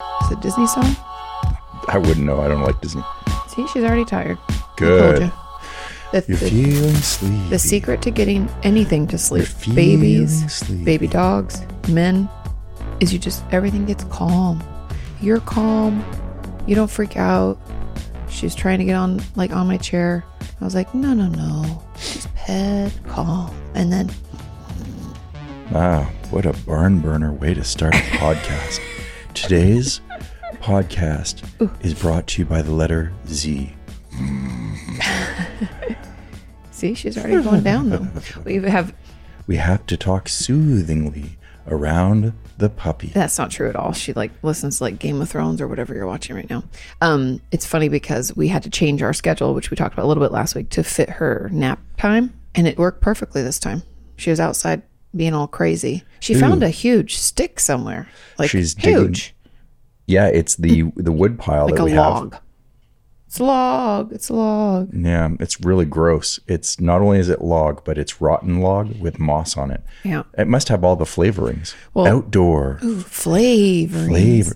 It's a Disney song. I wouldn't know. I don't like Disney. See, she's already tired. I told Good. ya. The, You're the- feeling sleepy. the secret to getting anything to sleep, feeling babies, sleepy. baby dogs, men, is you just everything gets calm. You're calm. You don't freak out. She was trying to get on like on my chair. I was like, no, no, no. Just pet calm. And then Ah, what a barn burner way to start a podcast. Today's podcast is brought to you by the letter Z. see, she's already going down though. We have We have to talk soothingly around the puppy. That's not true at all. She like listens to like Game of Thrones or whatever you're watching right now. Um, it's funny because we had to change our schedule, which we talked about a little bit last week, to fit her nap time, and it worked perfectly this time. She was outside being all crazy. She found a huge stick somewhere, like She's digging- huge, Yeah, it's the the wood pile that like we a have. log. It's a log. It's a log. Yeah, it's really gross. It's not only is it log, but it's rotten log with moss on it. Yeah. It must have all the flavorings. Well- Outdoor Ooh, flavoring. flavor,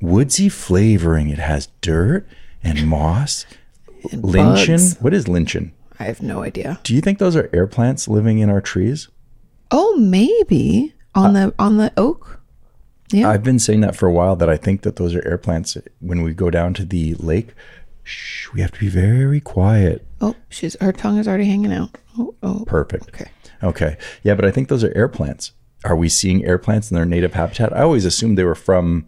woodsy flavoring. It has dirt and moss. and Lynching. bugs. What is lynching? I have no idea. Do you think those are air plants living in our trees? Oh, maybe on Uh, the on the oak. Yeah. I've been saying that for a while that I think that those are air plants. When we go down to the lake, shh, we have to be very quiet. Oh, she's her tongue is already hanging out. Oh, oh. Perfect. Okay. Okay. Yeah, but I think those are air plants. Are we seeing air plants in their native habitat? I always assumed they were from,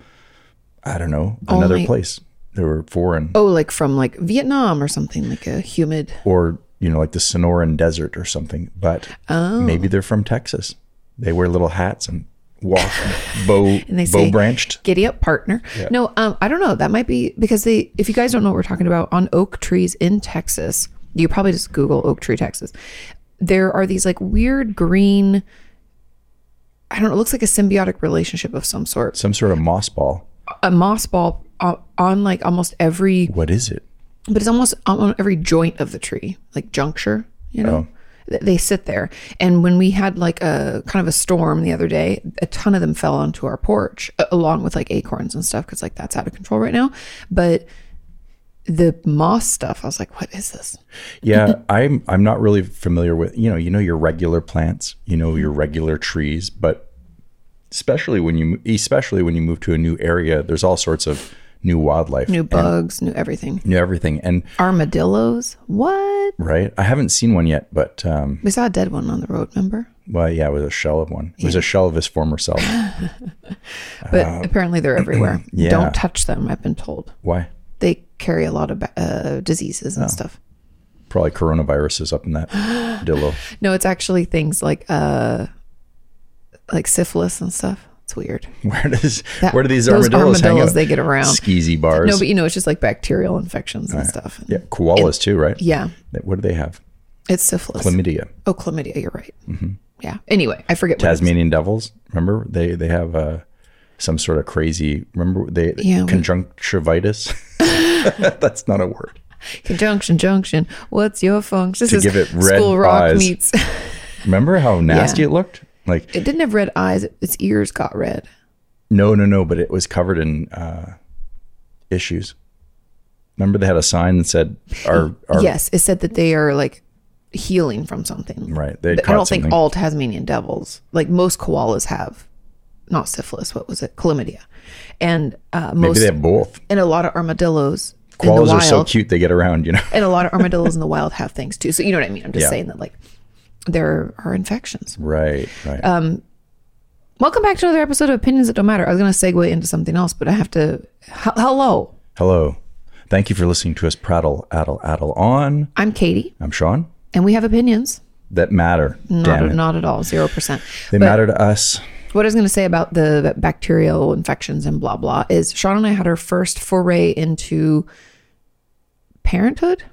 I don't know, another Only- place. They were foreign Oh, like from like Vietnam or something, like a humid. or, you know, like the Sonoran Desert or something. But Oh. maybe they're from Texas. They wear little hats and walk bow, And they bow say- branched. Giddy up, partner. No, um, I don't know. That might be because they. If you guys don't know what we're talking about, on oak trees in Texas, you probably just Google oak tree Texas. There are these like weird green. I don't know. It looks like a symbiotic relationship of some sort. Some sort of moss ball. A moss ball on, on like almost every, What is it? but it's almost on every joint of the tree, like juncture. You know. Oh. th- they sit there. And when we had like a kind of a storm the other day, a ton of them fell onto our porch a- along with like acorns and stuff because like that's out of control right now. But the moss stuff, I was like, what is this? Yeah, I'm I'm not really familiar with you know you know your regular plants, you know your regular trees, but especially when you especially when you move to a new area, there's all sorts of new wildlife, New bugs, new everything. new everything, and Armadillos. What? right, I haven't seen one yet, but um, We saw a dead one on the road, remember? well, yeah, it was a shell of one. It was a shell of his former self. But apparently they're everywhere. Uh, yeah. Don't touch them, I've been told. Why? They carry a lot of ba- uh, diseases Oh. and stuff. Probably coronavirus is up in that dillo. No, it's actually things like uh, like syphilis and stuff. It's weird. Where does That- where do these those armadillos, hang armadillos, out? they get around. Skeezy bars. No, but you know, it's just like bacterial infections and stuff. yeah, koalas too, right? Yeah. What do they have? It's syphilis. Chlamydia. Mm-hmm. oh, chlamydia. You're right. Yeah. Anyway, I forget. what it is. Tasmanian devils. Remember they they have uh, some sort of crazy. Remember they Yeah, we- conjunctivitis. That's not a word. Conjunction, junction. What's your function? This is give it red school rock eyes. meets. Remember how nasty it looked? Like it didn't have red eyes. Its ears got red. no no no, but it was covered in uh, issues. Remember they had a sign that said our our yes, it said that they are like healing from something. right. They But had I don't caught something. think all Tasmanian devils, like most koalas, have not syphilis. What was it? Chlamydia, and uh, Maybe most they have both. and a lot of armadillos. in the Koalas are so wild- cute they get around. You know. and a lot of armadillos in the wild have things too. So you know what I mean. I'm just Yeah. saying that like there are infections. Right right. Um, Welcome back to another episode of Opinions That Don't Matter. I was going to segue into something else, but I have to. H- hello, Hello. Thank you for listening to us prattle, addle, addle on. I'm Katie, I'm Sean. and we have opinions. That matter. Damn Not it. not at all, zero percent. They but- matter to us. What I was going to say about the bacterial infections and blah blah is Sean and I had our first foray into parenthood,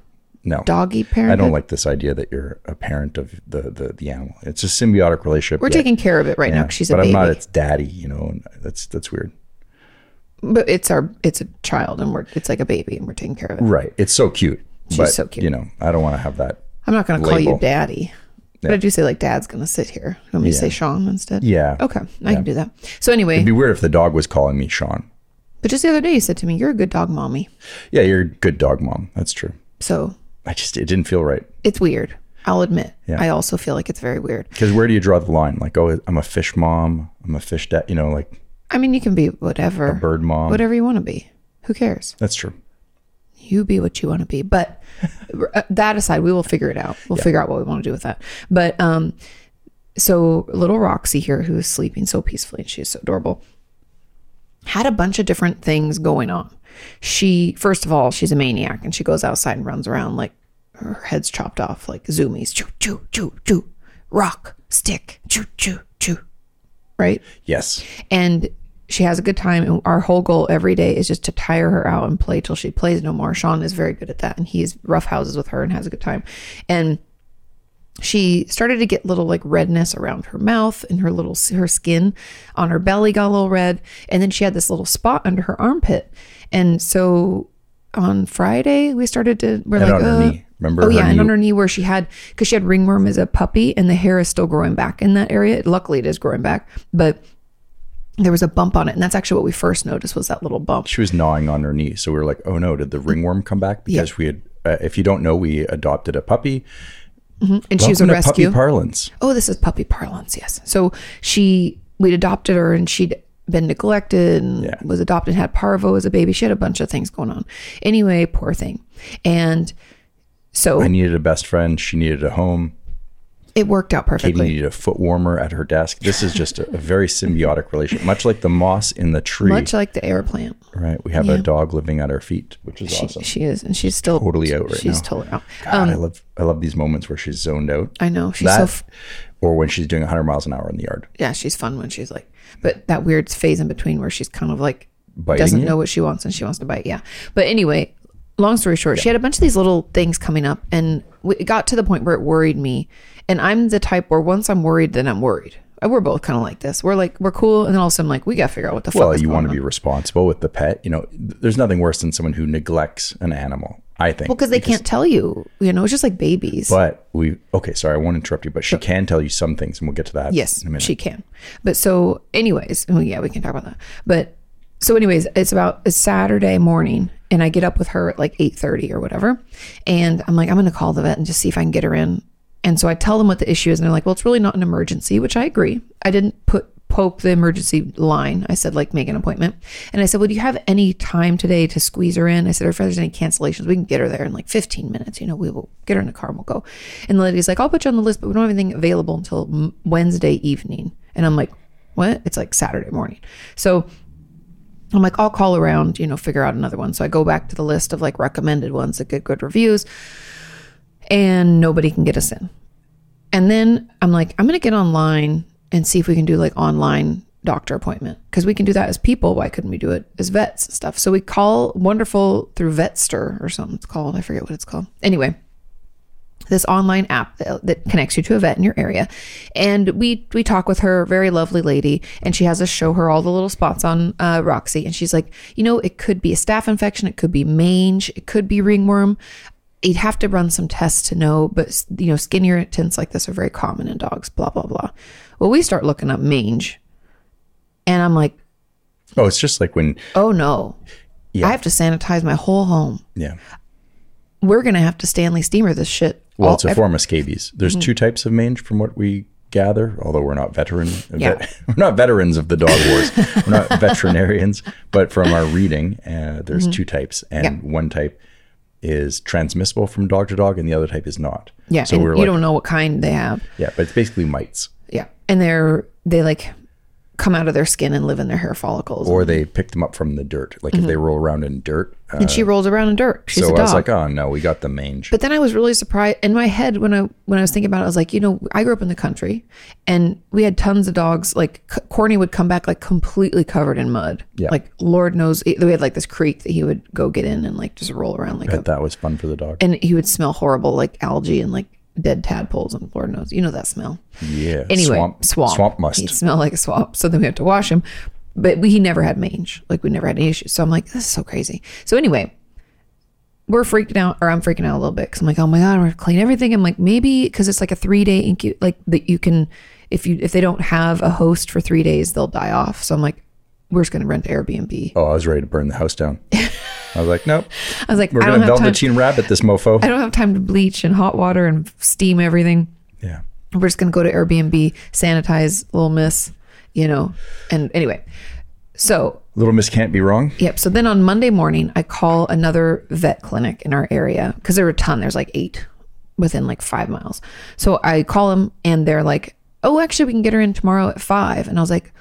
No. doggy I parenthood. don't like this idea that you're a parent of the the, the animal. It's a symbiotic relationship. We're taking care of it right now. 'cause She's a but baby, I'm not its daddy. You know, and that's that's weird. but it's our it's a child, and we're it's like a baby, and we're taking care of it. Right. It's so cute. She's so cute. You know, I don't want to have that. I'm not going to call you label. daddy, but I do say like dad's going to sit here. You want me to say Sean instead? Yeah. Okay, I can do that. So anyway, It'd be weird if the dog was calling me Sean. But just the other day, you said to me, "You're a good dog, mommy." Yeah, you're a good dog mom. That's true. So I just it didn't feel right it's weird. I'll admit. Yeah. I also feel like it's very weird. because where do you draw the line? Like, oh, I'm a fish mom. I'm a fish dad. You know, like I mean, you can be whatever, bird mom. whatever you want to be. Who cares? That's true. You be what you want to be. But uh, that aside, we will figure it out. We'll figure out what we want to do with that. But um, so little Roxy here, who is sleeping so peacefully and she's so adorable, had a bunch of different things going on. She, first of all, she's a maniac and she goes outside and runs around like her head's chopped off, like zoomies, choo, choo, choo, choo, rock, stick, choo, choo, choo, right? Yes. and she has a good time and our whole goal every day is just to tire her out and play till she plays no more sean is very good at that and he's rough houses with her and has a good time and she started to get little like redness around her mouth and her little her skin on her belly got a little red and then she had this little spot under her armpit and so on friday we started to we're And like on her uh, knee. Remember oh her yeah and knee- on her knee where she had because she had ringworm as a puppy and the hair is still growing back in that area luckily it is growing back but there was a bump on it and that's actually what we first noticed was that little bump She was gnawing on her knee, so we were like, oh no, did the ringworm come back? Because we had, uh, if you don't know, we adopted a puppy. and she was a Welcome to rescue Puppy parlance. oh this is puppy parlance yes so she we'd adopted her and she'd been neglected and Yeah. was adopted had parvo as a baby she had a bunch of things going on anyway poor thing and so I needed a best friend. She needed a home. it worked out Katie perfectly needed a foot warmer at her desk. This is just a, a very symbiotic relationship, much like the moss in the tree. much like the air plant right? We have a dog living at our feet, which is she, awesome. she is and she's still Totally out right she's now. totally out God, I love I love these moments where she's zoned out. I know she's that, so f- or when she's doing 100 miles an hour in the yard. yeah she's fun when she's like but that weird phase in between where she's kind of like Biting doesn't you? know what she wants and she wants to bite yeah but anyway long story short she had a bunch of these little things coming up and we, it got to the point where it worried me and I'm the type where once I'm worried then I'm worried Uh, we're both kind of like this we're like we're cool and then all of a sudden like we gotta figure out what the Well, fuck is you going want to on. be responsible with the pet. You know, th- there's nothing worse than someone who neglects an animal. I think. well because they can't tell you you know it's just like babies But we okay. Sorry, I won't interrupt you, but she can tell you some things, and we'll get to that. Yes, in a minute. she can. But so, anyways, oh yeah, we can talk about that. But so, anyways, it's about a Saturday morning, and I get up with her at like eight thirty or whatever, and I'm like, I'm gonna call the vet and just see if I can get her in. And so I tell them what the issue is, and they're like, Well, it's really not an emergency, which I agree. I didn't put poke the emergency line. I said, like, make an appointment. And I said, Well, do you have any time today to squeeze her in? I said, or if there's any cancellations, we can get her there in like 15 minutes. You know, we will get her in a car and we'll go. And the lady's like, I'll put you on the list, but we don't have anything available until M- Wednesday evening. And I'm like, What? It's like Saturday morning. So I'm like, I'll call around, you know, figure out another one. So I go back to the list of like recommended ones that get good reviews, and nobody can get us in. And then I'm like, I'm going to get online and see if we can do like online doctor appointment because we can do that as people. Why couldn't we do it as vets and stuff? So we call Wonderful through Vetster or something it's called. I forget what it's called. Anyway, this online app that, that connects you to a vet in your area and we we talk with her very lovely lady and she has us show her all the little spots on uh, roxy and she's like you know it could be a staph infection it could be mange it could be ringworm you'd have to run some tests to know but you know skin irritants like this are very common in dogs blah blah blah well we start looking up mange and i'm like Oh, it's just like when. oh no Yeah. i have to sanitize my whole home Yeah. we're gonna have to stanley steamer this shit Well, all- it's a form of scabies. There's Mm-hmm. two types of mange, from what we gather. Although we're not veteran, Yeah. vet- we're not veterans of the dog wars. we're not veterinarians, but from our reading, uh, there's Mm-hmm. two types, and one type is transmissible from dog to dog, and the other type is not. yeah So and we're you like, don't know what kind they have yeah, but it's basically mites, Yeah. And they're they like come out of their skin and live in their hair follicles. or they pick them up from the dirt. Like if they roll around in dirt. Uh, and she rolls around in dirt. She's so Mm-hmm. a I dog. was like, oh no, we got the mange. but then I was really surprised in my head when I when I was thinking about it, I was like, you know, I grew up in the country and we had tons of dogs. Like C- Corny would come back like completely covered in mud. Yeah. Like Lord knows we had like this creek that he would go get in and like just roll around like a but that was fun for the dog. and he would smell horrible like algae and like dead tadpoles and Lord knows. You know that smell. yeah. Anyway, swamp, swamp, must. He'd smell like a swamp. So then we have to wash him. But we, he never had mange. Like we never had any issues. So I'm like, this is so crazy. So anyway, we're freaking out, or I'm freaking out a little bit because I'm like, oh my god, I'm gonna clean everything. I'm like, maybe because it's like a three day incu, like that you can, if you if they don't have a host for three days, they'll die off. So I'm like, we're just going to rent Airbnb. Oh, I was ready to burn the house down. I was like, nope, I was like, we're I don't gonna have time. velveteen rabbit this mofo. I don't have time to bleach and hot water and steam everything. yeah. We're just going to go to Airbnb, sanitize Little Miss, you know. And anyway, so Little Miss can't be wrong. Yep. So then on Monday morning, I call another vet clinic in our area because there were a ton. There's like eight within like five miles. So I call them and they're like, oh, actually, we can get her in tomorrow at five. And I was like,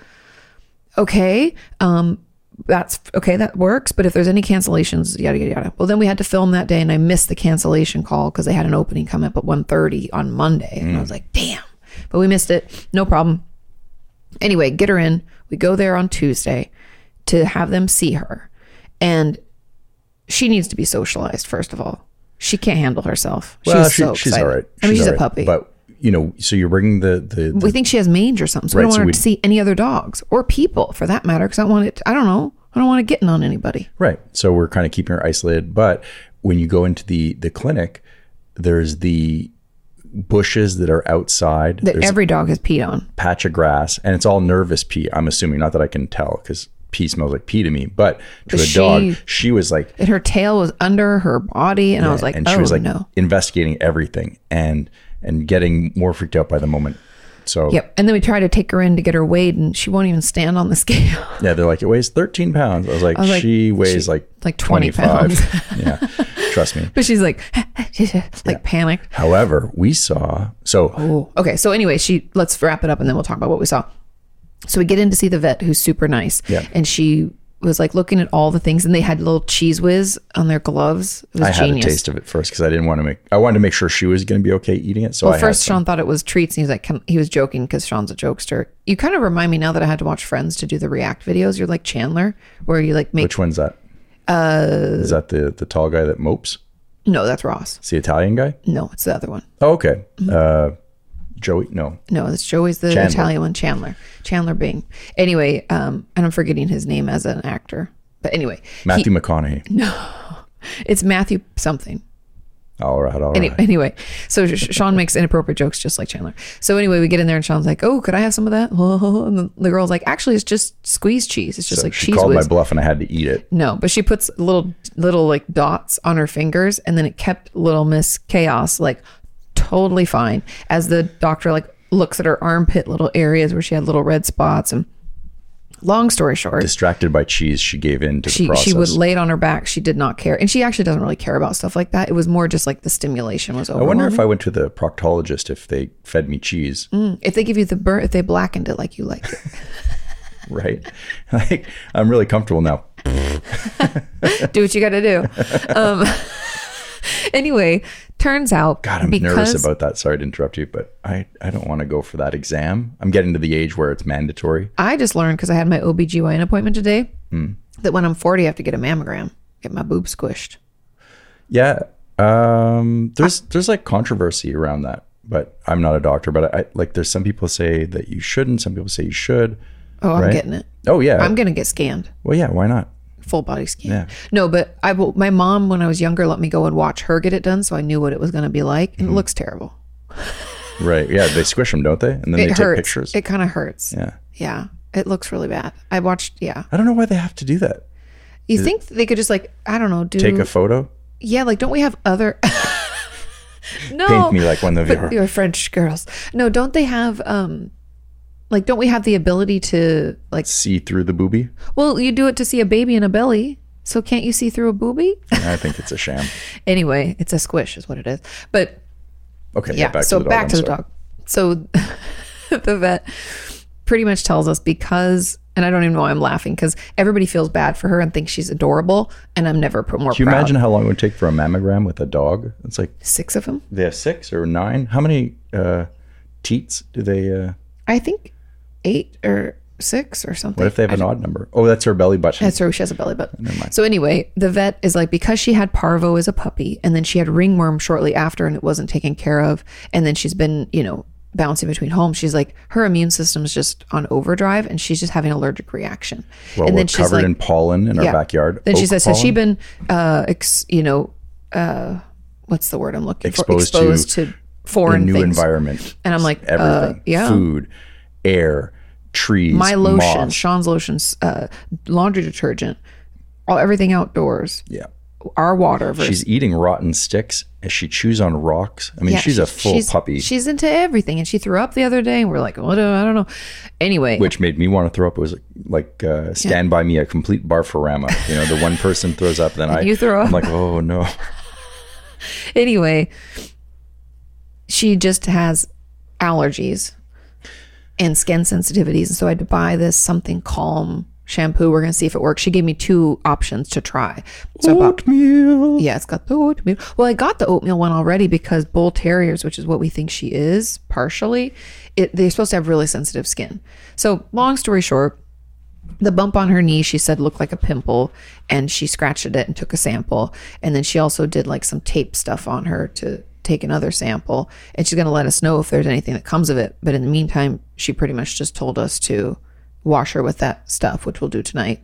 okay, um, that's okay, that works. But if there's any cancellations, yada, yada, yada. Well, then we had to film that day and I missed the cancellation call because they had an opening come up at 1.30 on Monday. And Mm. I was like, damn. But we missed it. No problem. Anyway, get her in. We go there on Tuesday to have them see her. And she needs to be socialized, first of all. She can't handle herself. Well, she's she- so she's excited. all right. I mean, she's, all a right. puppy. But you know, so you're bringing the the, the we think she has mange or something. So we Right, don't want so her we- to see any other dogs or people for that matter. Because I want it. I don't know. I don't want it getting on anybody. right. So we're kind of keeping her isolated. But when you go into the the clinic, there's the bushes that are outside. That there's every dog has peed on. patch of grass and it's all nervous pee i'm assuming not that i can tell because pee smells like pee to me but to But a she- dog she was like And her tail was under her body, and I was like, and oh she was like no. investigating everything and and getting more freaked out by the moment so Yep. And then we tried to take her in to get her weighed, and she won't even stand on the scale. yeah they're like it weighs 13 pounds i was like, like, she weighs like like 20 yeah trust me but she's like, like panicked. however we saw so Oh, okay. So anyway, she let's wrap it up and then we'll talk about what we saw. So we get in to see the vet who's super nice. Yeah. And she was like looking at all the things and they had little cheese whiz on their gloves. It was i genius. had a taste of it first because i didn't want to make i wanted to make sure she was going to be okay eating it so well, i first had Sean thought it was treats, and he was like, "Can-" he was joking because Sean's a jokester. You kind of remind me now that I had to watch Friends to do the react videos. You're like Chandler, where you like make which one's that uh is that the the tall guy that mopes no, that's Ross. it's the italian guy No, it's the other one. Oh, okay. Mm-hmm. Uh, Joey, no. No, it's Joey's the Chandler. Italian one, Chandler. Chandler Bing. Anyway, um, and I'm forgetting his name as an actor, but anyway, he- Matthew McConaughey. it's Matthew something. All right, all right. Any- anyway, so Sh- Sean makes inappropriate jokes just like Chandler. So anyway, we get in there and Sean's like, "Oh, could I have some of that?" And the, the girl's like, "Actually, it's just squeezed cheese. It's just So like she cheese called whiz." my bluff and I had to eat it. no, but she puts little little like dots on her fingers, and then it kept Little Miss Chaos like totally fine as the doctor like looks at her armpit little areas where she had little red spots and. Long story short, Distracted by cheese, she gave in to the she process. she would lay it on her back. She did not care, and she actually doesn't really care about stuff like that. It was more just like the stimulation was I over. wonder if I went to the proctologist if they fed me cheese, Mm, If they give you the burn, if they blackened it like you like it. right? Like, I'm really comfortable now. do what you got to do. Um, anyway, turns out God, I'm nervous about that. Sorry to interrupt you, but I, I don't want to go for that exam. I'm getting to the age where it's mandatory. I just learned because I had my OBGYN appointment today Hmm. that when I'm 40, I have to get a mammogram, get my boob squished. Yeah. Um, there's there's like controversy around that, but I'm not a doctor. But I like there's some people say that you shouldn't. Some people say you should. Oh, I'm Right. getting it. Oh yeah. I'm gonna get scanned, well, yeah. Why not? full body scan. Yeah. No, but I will. My mom, when I was younger, let me go and watch her get it done, so I knew what it was gonna be like, Hmm. and it looks terrible. Right. Yeah. They squish them, don't they? And then It they hurts. take pictures. It kind of hurts. yeah. yeah, it looks really bad. I watched. Yeah, I don't know why they have to do that. you think they could just like I don't know do Take a photo, Yeah, like don't we have other? no, paint me like one of your. Oh, but you're French girls. No, don't they have um, like don't we have the ability to like? See through the booby. Well, you do it to see a baby in a belly, so can't you see through a booby? I think it's a sham. anyway, it's a squish, is what it is. But Okay. yeah, so back to the dog. So the vet pretty much tells us because, and I don't even know why I'm laughing because everybody feels bad for her and thinks she's adorable, and I'm never pr- more Can you proud. imagine how long it would take for a mammogram with a dog? It's like Six of them, they have six or nine. How many uh, teats do they? Uh, I think, eight or six or something. what if they have an odd number? Oh, that's her belly button. That's true. She has a belly button. So anyway, the vet is like because she had parvo as a puppy, and then she had ringworm shortly after, and it wasn't taken care of, and then she's been you know bouncing between homes. She's like her immune system's just on overdrive, and she's just having an allergic reaction. well, and Oh, we're then she's covered like, in pollen in our yeah. backyard. Then she Oak says, has she pollen? been uh ex, you know uh what's the word I'm looking for Exposed to exposed to, a foreign new things? environment? And I'm like, uh, everything, yeah. food, air, trees, My lotion, moss. Sean's lotions, uh, laundry detergent, all everything outdoors, Yeah. our water. Versus, She's eating rotten sticks and she chews on rocks. I mean, she's a full puppy, She's into everything, and she threw up the other day. And we're like, well, I don't- I don't know. Anyway, which made me want to throw up. It was like uh, Stand By Me, a complete barforama. You know, the one person throws up, then I you throw I'm up. like, oh no. anyway, she just has allergies and skin sensitivities. And so I had to buy this something calm shampoo. We're going to see if it works. She gave me two options to try. So I bought, Oatmeal. yeah, it's got the oatmeal. Well, I got the oatmeal one already because bull terriers, which is what we think she is partially, it, they're supposed to have really sensitive skin. So long story short, the bump on her knee she said looked like a pimple and she scratched at it and took a sample and then she also did like some tape stuff on her to take another sample and she's going to let us know if there's anything that comes of it but in the meantime she pretty much just told us to wash her with that stuff which we'll do tonight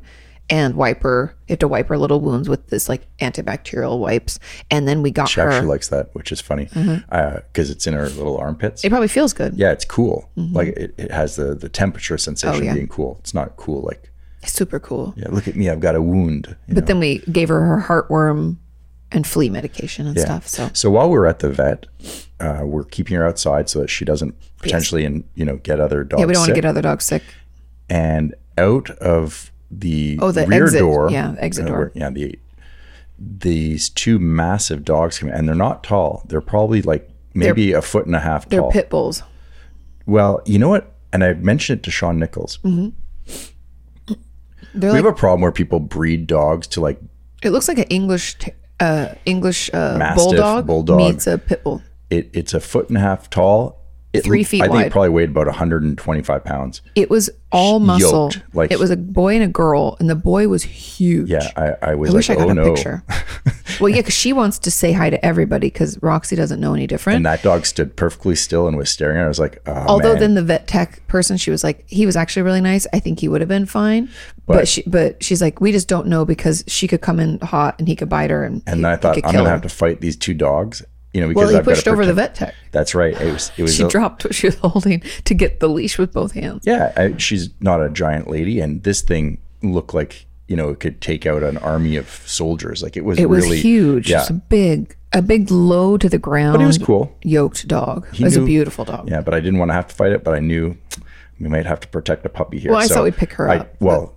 and wipe her you have to wipe her little wounds with this like antibacterial wipes and then we got She her Mm-hmm. actually likes that, which is funny because it's in her little armpits. it Mm-hmm. probably feels good yeah, it's cool. Like it, it has the the temperature Oh, sensation of being cool. It's not cool like it's super cool yeah, look at me, I've got a wound. you but then we gave her her heartworm and flea medication and stuff so So while we're at the vet, uh, we're keeping her outside so that she doesn't potentially and you know get other dogs. yeah we don't want to sick. get other dogs sick And out of the Oh, the rear exit. door, Yeah, exit uh, door. where- yeah, the these two massive dogs come, and they're not tall. They're probably like maybe a foot and a half they're tall. pit bulls well, you know what? And I mentioned it to Sean Nichols. they're We Mm-hmm. like have a problem where people breed dogs to like It looks like an English t- uh, English uh, Mastiff, bulldog, bulldog. meets a pit bull. it, it's a foot and a half tall. It, Three feet I think wide. it probably weighed about 125 pounds. It was all muscle. yoked, like- it was a boy and a girl, and the boy was huge. Yeah, I, I was I like, wish I oh got a no. picture. well, yeah, because she wants to say hi to everybody because Roxy doesn't know any different. And that dog stood perfectly still and was staring at. Her. I was like, oh, Although man. then the vet tech person, she was like, he was actually really nice. I think he would have been fine, but, she, but she's like, we just don't know because she could come in hot and he could bite her, and and he, then I he thought could I'm kill gonna her. have to fight these two dogs, you know, because well, he I've got pushed to over the protect- vet tech. That's right. It was. It was. She a- dropped what she was holding to get the leash with both hands. yeah, I, she's not a giant lady, and this thing looked like you know it could take out an army of soldiers. Like it was. It was really, huge. Yeah, It was a big, a big low to the ground. but it was cool. Yoked dog. it was knew- a beautiful dog. Yeah, but I didn't want to have to fight it. But I knew we might have to protect a puppy here. Well, I thought we'd pick her I- up, Well,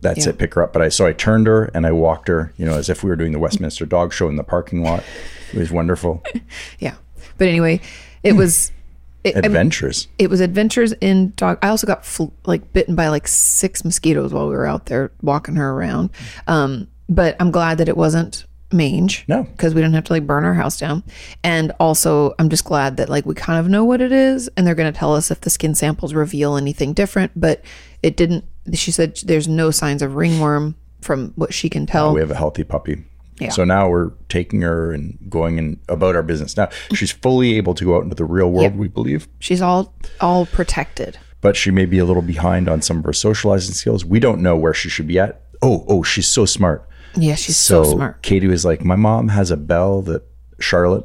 that's it, pick her up. But I so I turned her and I walked her, you know, as if we were doing the Westminster Dog Show in the parking lot. It was wonderful. Yeah. But anyway, it was. It, I mean, Adventures. it was adventures in dog. I also got fl- like bitten by like six mosquitoes while we were out there walking her around. Um, but I'm glad that it wasn't mange. No. because we didn't have to like burn our house down. And also, I'm just glad that like we kind of know what it is, and they're going to tell us if the skin samples reveal anything different. But it didn't. She said there's no signs of ringworm from what she can tell. we have a healthy puppy. So now we're taking her and going and about our business. Now she's fully able to go out into the real world, we believe, She's all all protected. but she may be a little behind on some of her socializing skills. We don't know where she should be at. Oh, oh, she's so smart. Yeah, she's so, smart. Katie was like, My mom has a bell that Charlotte,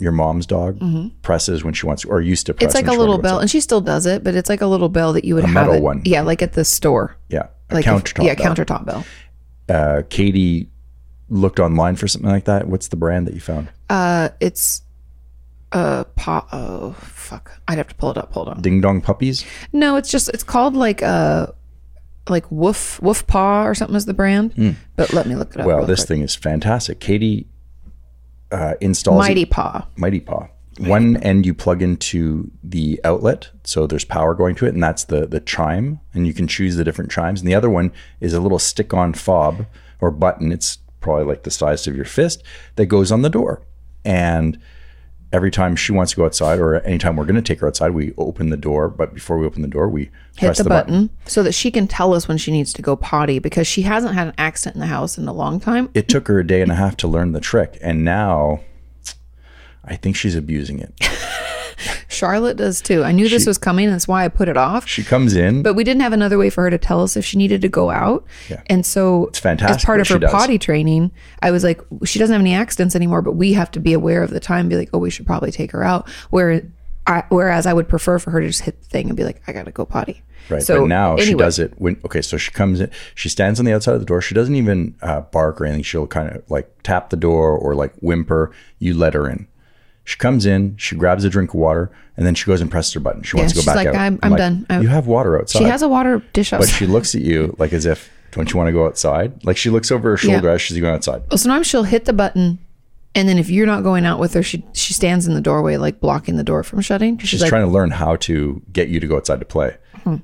your mom's dog, presses when she wants to, or used to press. Mm-hmm. It's like when a she little wanted to bell, and she still does it, but it's like a little bell that you would have metal it- one. Yeah, like at the store. go outside. Yeah. A like if- countertop. yeah, bell. countertop bell. uh, Katie looked online for something like that. What's the brand that you found? Uh, it's uh, pa- oh fuck, I'd have to pull it up. Hold on. Ding Dong Puppies? No, it's just it's called like uh, like Woof Woof Paw or something is the brand. But let me look it up. Hmm. Well, real this quick. thing is fantastic. Katie uh, installs Mighty Paw. Mighty Paw. One end you plug into the outlet, so there's power going to it, and that's the the chime, and you can choose the different chimes. And the other one is a little stick-on fob or button. It's probably like the size of your fist that goes on the door. And every time she wants to go outside, or anytime we're going to take her outside, we open the door. But before we open the door, we Hit press the, the, button. button, so that she can tell us when she needs to go potty because she hasn't had an accident in the house in a long time. It took her a day and a half to learn the trick, and now I think she's abusing it. Charlotte does too. I knew this was coming, and that's why I put it off. She comes in. but we didn't have another way for her to tell us if she needed to go out. And so it's fantastic As part what of she her does. potty training, I was like, she doesn't have any accidents anymore, but we have to be aware of the time, be like, oh, we should probably take her out. Where I, whereas I would prefer for her to just hit the thing and be like, I gotta go potty. Right. So but now she anyway. does it when, okay, so she comes in, she stands on the outside of the door. She doesn't even uh, bark or anything. She'll kind of like tap the door or like whimper. You let her in. She comes in, she grabs a drink of water, and then she goes and presses her button. She wants Yeah, to go she's back like, out. "I'm- I'm done. I- you have water outside. She has a water dish but outside. she looks at you like as if, don't you want to go outside? Like she looks over her shoulder Yeah. as she's going outside. Well, sometimes she'll hit the button, and then if you're not going out with her, she she stands in the doorway like blocking the door from shutting. She's, She's like, Mm-hmm. trying to learn how to get you to go outside to play.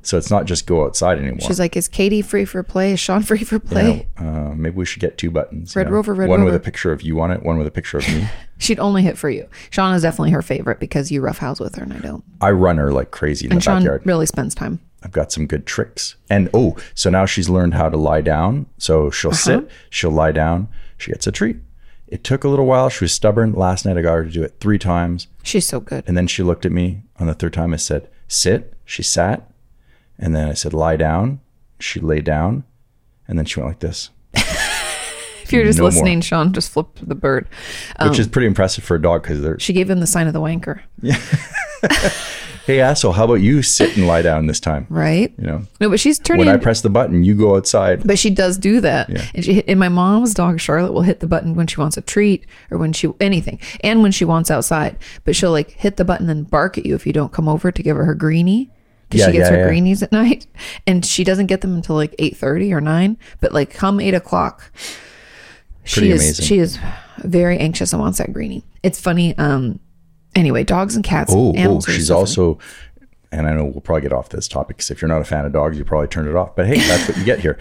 So it's not just go outside anymore. she's like, is Katie free for play? Is Sean free for play? uh, maybe we should get two buttons. you Red know? Rover, Red One with Rover. a picture of you on it, one with a picture of me. She'd only hit for you. Sean is definitely her favorite because you roughhouse with her, and I don't. I run her like crazy in And the Sean backyard. really spends time. I've got some good tricks. And oh, so now she's learned how to lie down. So she'll Uh-huh. sit, she'll lie down, she gets a treat. It took a little while. She was stubborn. Last night I got her to do it three times. She's so good. And then she looked at me on the third time. I said, sit. She sat. And then I said, lie down. She lay down. And then she went like this, If you're just no more. listening, Sean just flipped the bird. which Um, is pretty impressive for a dog because they're, She gave him the sign of the wanker, hey, asshole, how about you sit and lie down this time? right? You know, No, but she's turning. when I press the button, you go outside. But she does do that. And, she, and my mom's dog, Charlotte, will hit the button when she wants a treat or when she, anything, and when she wants outside. But she'll like hit the button and bark at you if you don't come over to give her her greenie. Because Yeah, she gets yeah, her yeah. greenies at night and she doesn't get them until like 8.30 or 9. But like come 8 o'clock, she Pretty is, amazing. she is very anxious and wants that greenie. It's funny. Um, Anyway, dogs and cats. Oh, and oh animals are she's so funny. also, and I know we'll probably get off this topic because if you're not a fan of dogs, you probably turned it off. But hey, that's what you get here.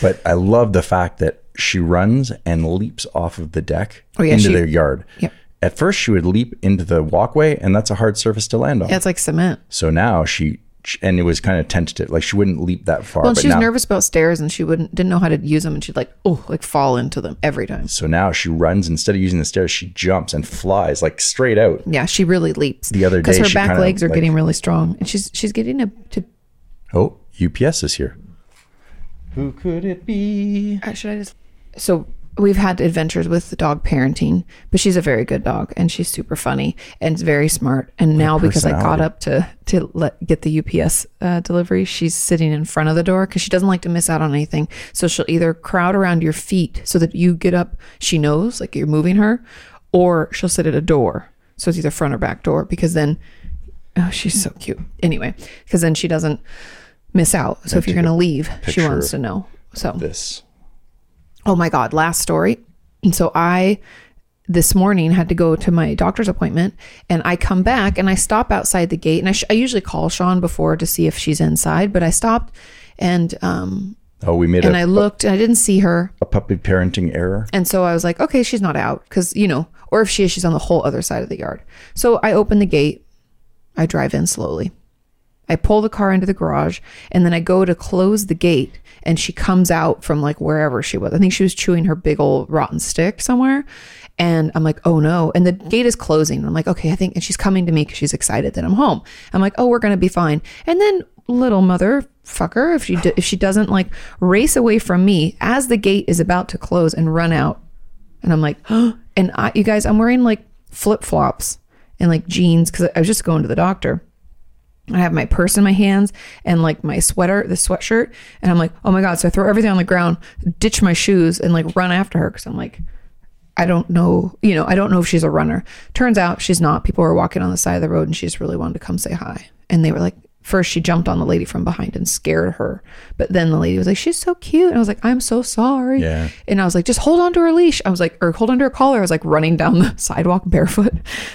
But I love the fact that she runs and leaps off of the deck Oh, yeah, into she- their yard. Yep. At first, she would leap into the walkway, and that's a hard surface to land on. Yeah, it's like cement. So now she, and it was kind of tentative, like she wouldn't leap that far. Well, and but she was now, nervous about stairs and she wouldn't didn't know how to use them and she'd like oh like fall into them every time. so now she runs instead of using the stairs, she jumps and flies like straight out. Yeah, she really leaps. The other because day, her she back kinda, legs are like- getting really strong, and she's she's getting a to. Oh, UPS is here. Who could it be? uh, Should I just? So we've had adventures with the dog parenting, but she's a very good dog, and she's super funny and very smart. And now because I caught personality. up to to let get the UPS uh, delivery, she's sitting in front of the door because she doesn't like to miss out on anything. So she'll either crowd around your feet so that you get up. She knows like you're moving her, or she'll sit at a door. So it's either front or back door because then Oh, she's so cute. Anyway, because then she doesn't miss out. So if you're going to leave, she picture wants to know. So, This. oh my God, last story. And so I, this morning, had to go to my doctor's appointment and I come back and I stop outside the gate. And I, sh- I usually call Sean before to see if she's inside, but I stopped and, um, Oh, we made and a I looked and I didn't see her. a puppy parenting error. And so I was like, okay, she's not out because, you know, or if she is, she's on the whole other side of the yard. So I open the gate, I drive in slowly. I pull the car into the garage and then I go to close the gate and she comes out from like wherever she was. I think she was chewing her big old rotten stick somewhere. And I'm like, oh no. And the gate is closing. I'm like, okay, I think, and she's coming to me because she's excited that I'm home. I'm like, oh, we're going to be fine. And then little mother fucker, if she, d- if she doesn't like race away from me as the gate is about to close and run out. And I'm like, oh, and I, you guys, I'm wearing like flip flops and like jeans because I was just going to the doctor. I have my purse in my hands and like my sweater, the sweatshirt, and I'm like, oh my god! So I throw everything on the ground, ditch my shoes, and like run after her because I'm like, I don't know, you know, I don't know if she's a runner. Turns out she's not. People were walking on the side of the road, and she just really wanted to come say hi. And they were like, first she jumped on the lady from behind and scared her, but then the lady was like, she's so cute, and I was like, I'm so sorry. Yeah. And I was like, just hold on to her leash. I was like, or hold on to her collar. I was like running down the sidewalk barefoot.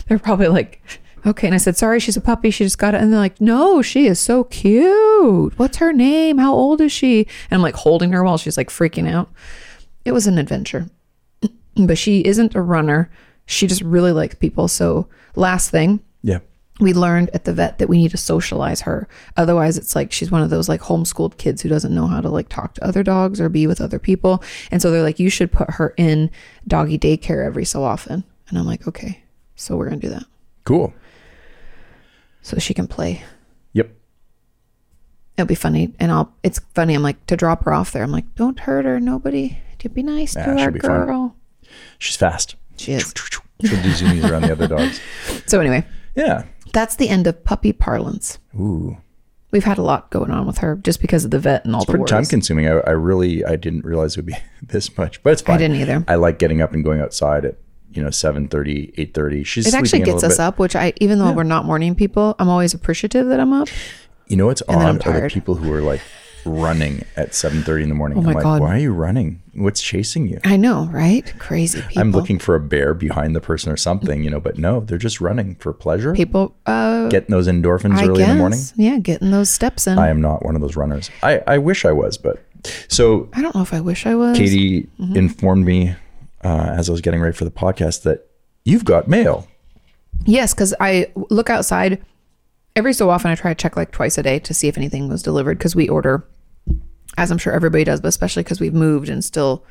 They're probably like, okay. And I said, sorry, she's a puppy. She just got it. And they're like, no, she is so cute. What's her name? How old is she? And I'm like holding her while she's like freaking out. It was an adventure but she isn't a runner. She just really likes people. So, last thing, Yeah. we learned at the vet that we need to socialize her. Otherwise, it's like she's one of those like homeschooled kids who doesn't know how to like talk to other dogs or be with other people. And so they're like, you should put her in doggy daycare every so often. And I'm like, okay, so we're going to do that Cool. so she can play. Yep. It'll be funny. And I'll, it's funny. I'm like, to drop her off there, I'm like, don't hurt her, nobody. Be nice Yeah, to she'll our be fine. girl. She's fast. She is. She'll do zoomies around the other dogs. So, anyway, Yeah. that's the end of puppy parlance. Ooh. We've had a lot going on with her just because of the vet and all the Pretty worries. time consuming. I, I really I didn't realize it would be this much, but it's fine. I didn't either. I like getting up and going outside at you know 7.30 8.30 she's it sleeping actually in a gets little us bit. up, which I, even though we're not morning people, I'm always appreciative that I'm up. you know what's then I'm odd are the tired. people who are like running at 7.30 in the morning oh my i'm like God. why are you running what's chasing you I know, right? Crazy people. i'm looking for a bear behind the person or something you know but no they're just running for pleasure people. Uh, getting those endorphins I early guess. in the morning Yeah, getting those steps in. i I, am not one of those runners i, I wish i was but so don't know if I wish I was. katie Mm-hmm. informed me uh, as i was getting ready for the podcast that you've got mail Yes, because I look outside every so often. I try to check like twice a day to see if anything was delivered because we order, as I'm sure everybody does, but especially because we've moved and still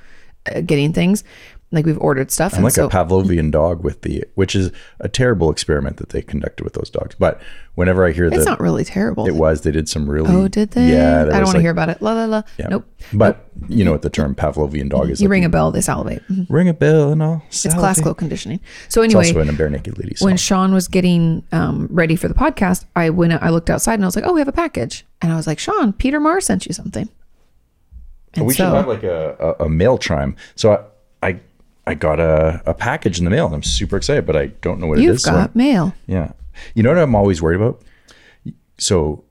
uh, getting things. Like we've ordered stuff, I'm and like so a Pavlovian dog with the, which is a terrible experiment that they conducted with those dogs. But whenever I hear it's that not really terrible. it was, they did some really. oh, did they? Yeah, I don't want to hear about it. La la la. Yeah. Nope. But you know what the term Pavlovian dog is? You like, ring a bell, they salivate. Mhm. ring a bell and all. It's classical conditioning. So It's anyway, also in a bare naked lady song. when Sean was getting um, ready for the podcast, I went. I looked outside and I was like, "Oh, we have a package." And I was like, "Sean, Peter Marr sent you something." And we should have like a, a, a mail chime. So I, I, I got a, a package in the mail and I'm super excited, but I don't know what it You've is. so I- got mail. yeah. You know what I'm always worried about? So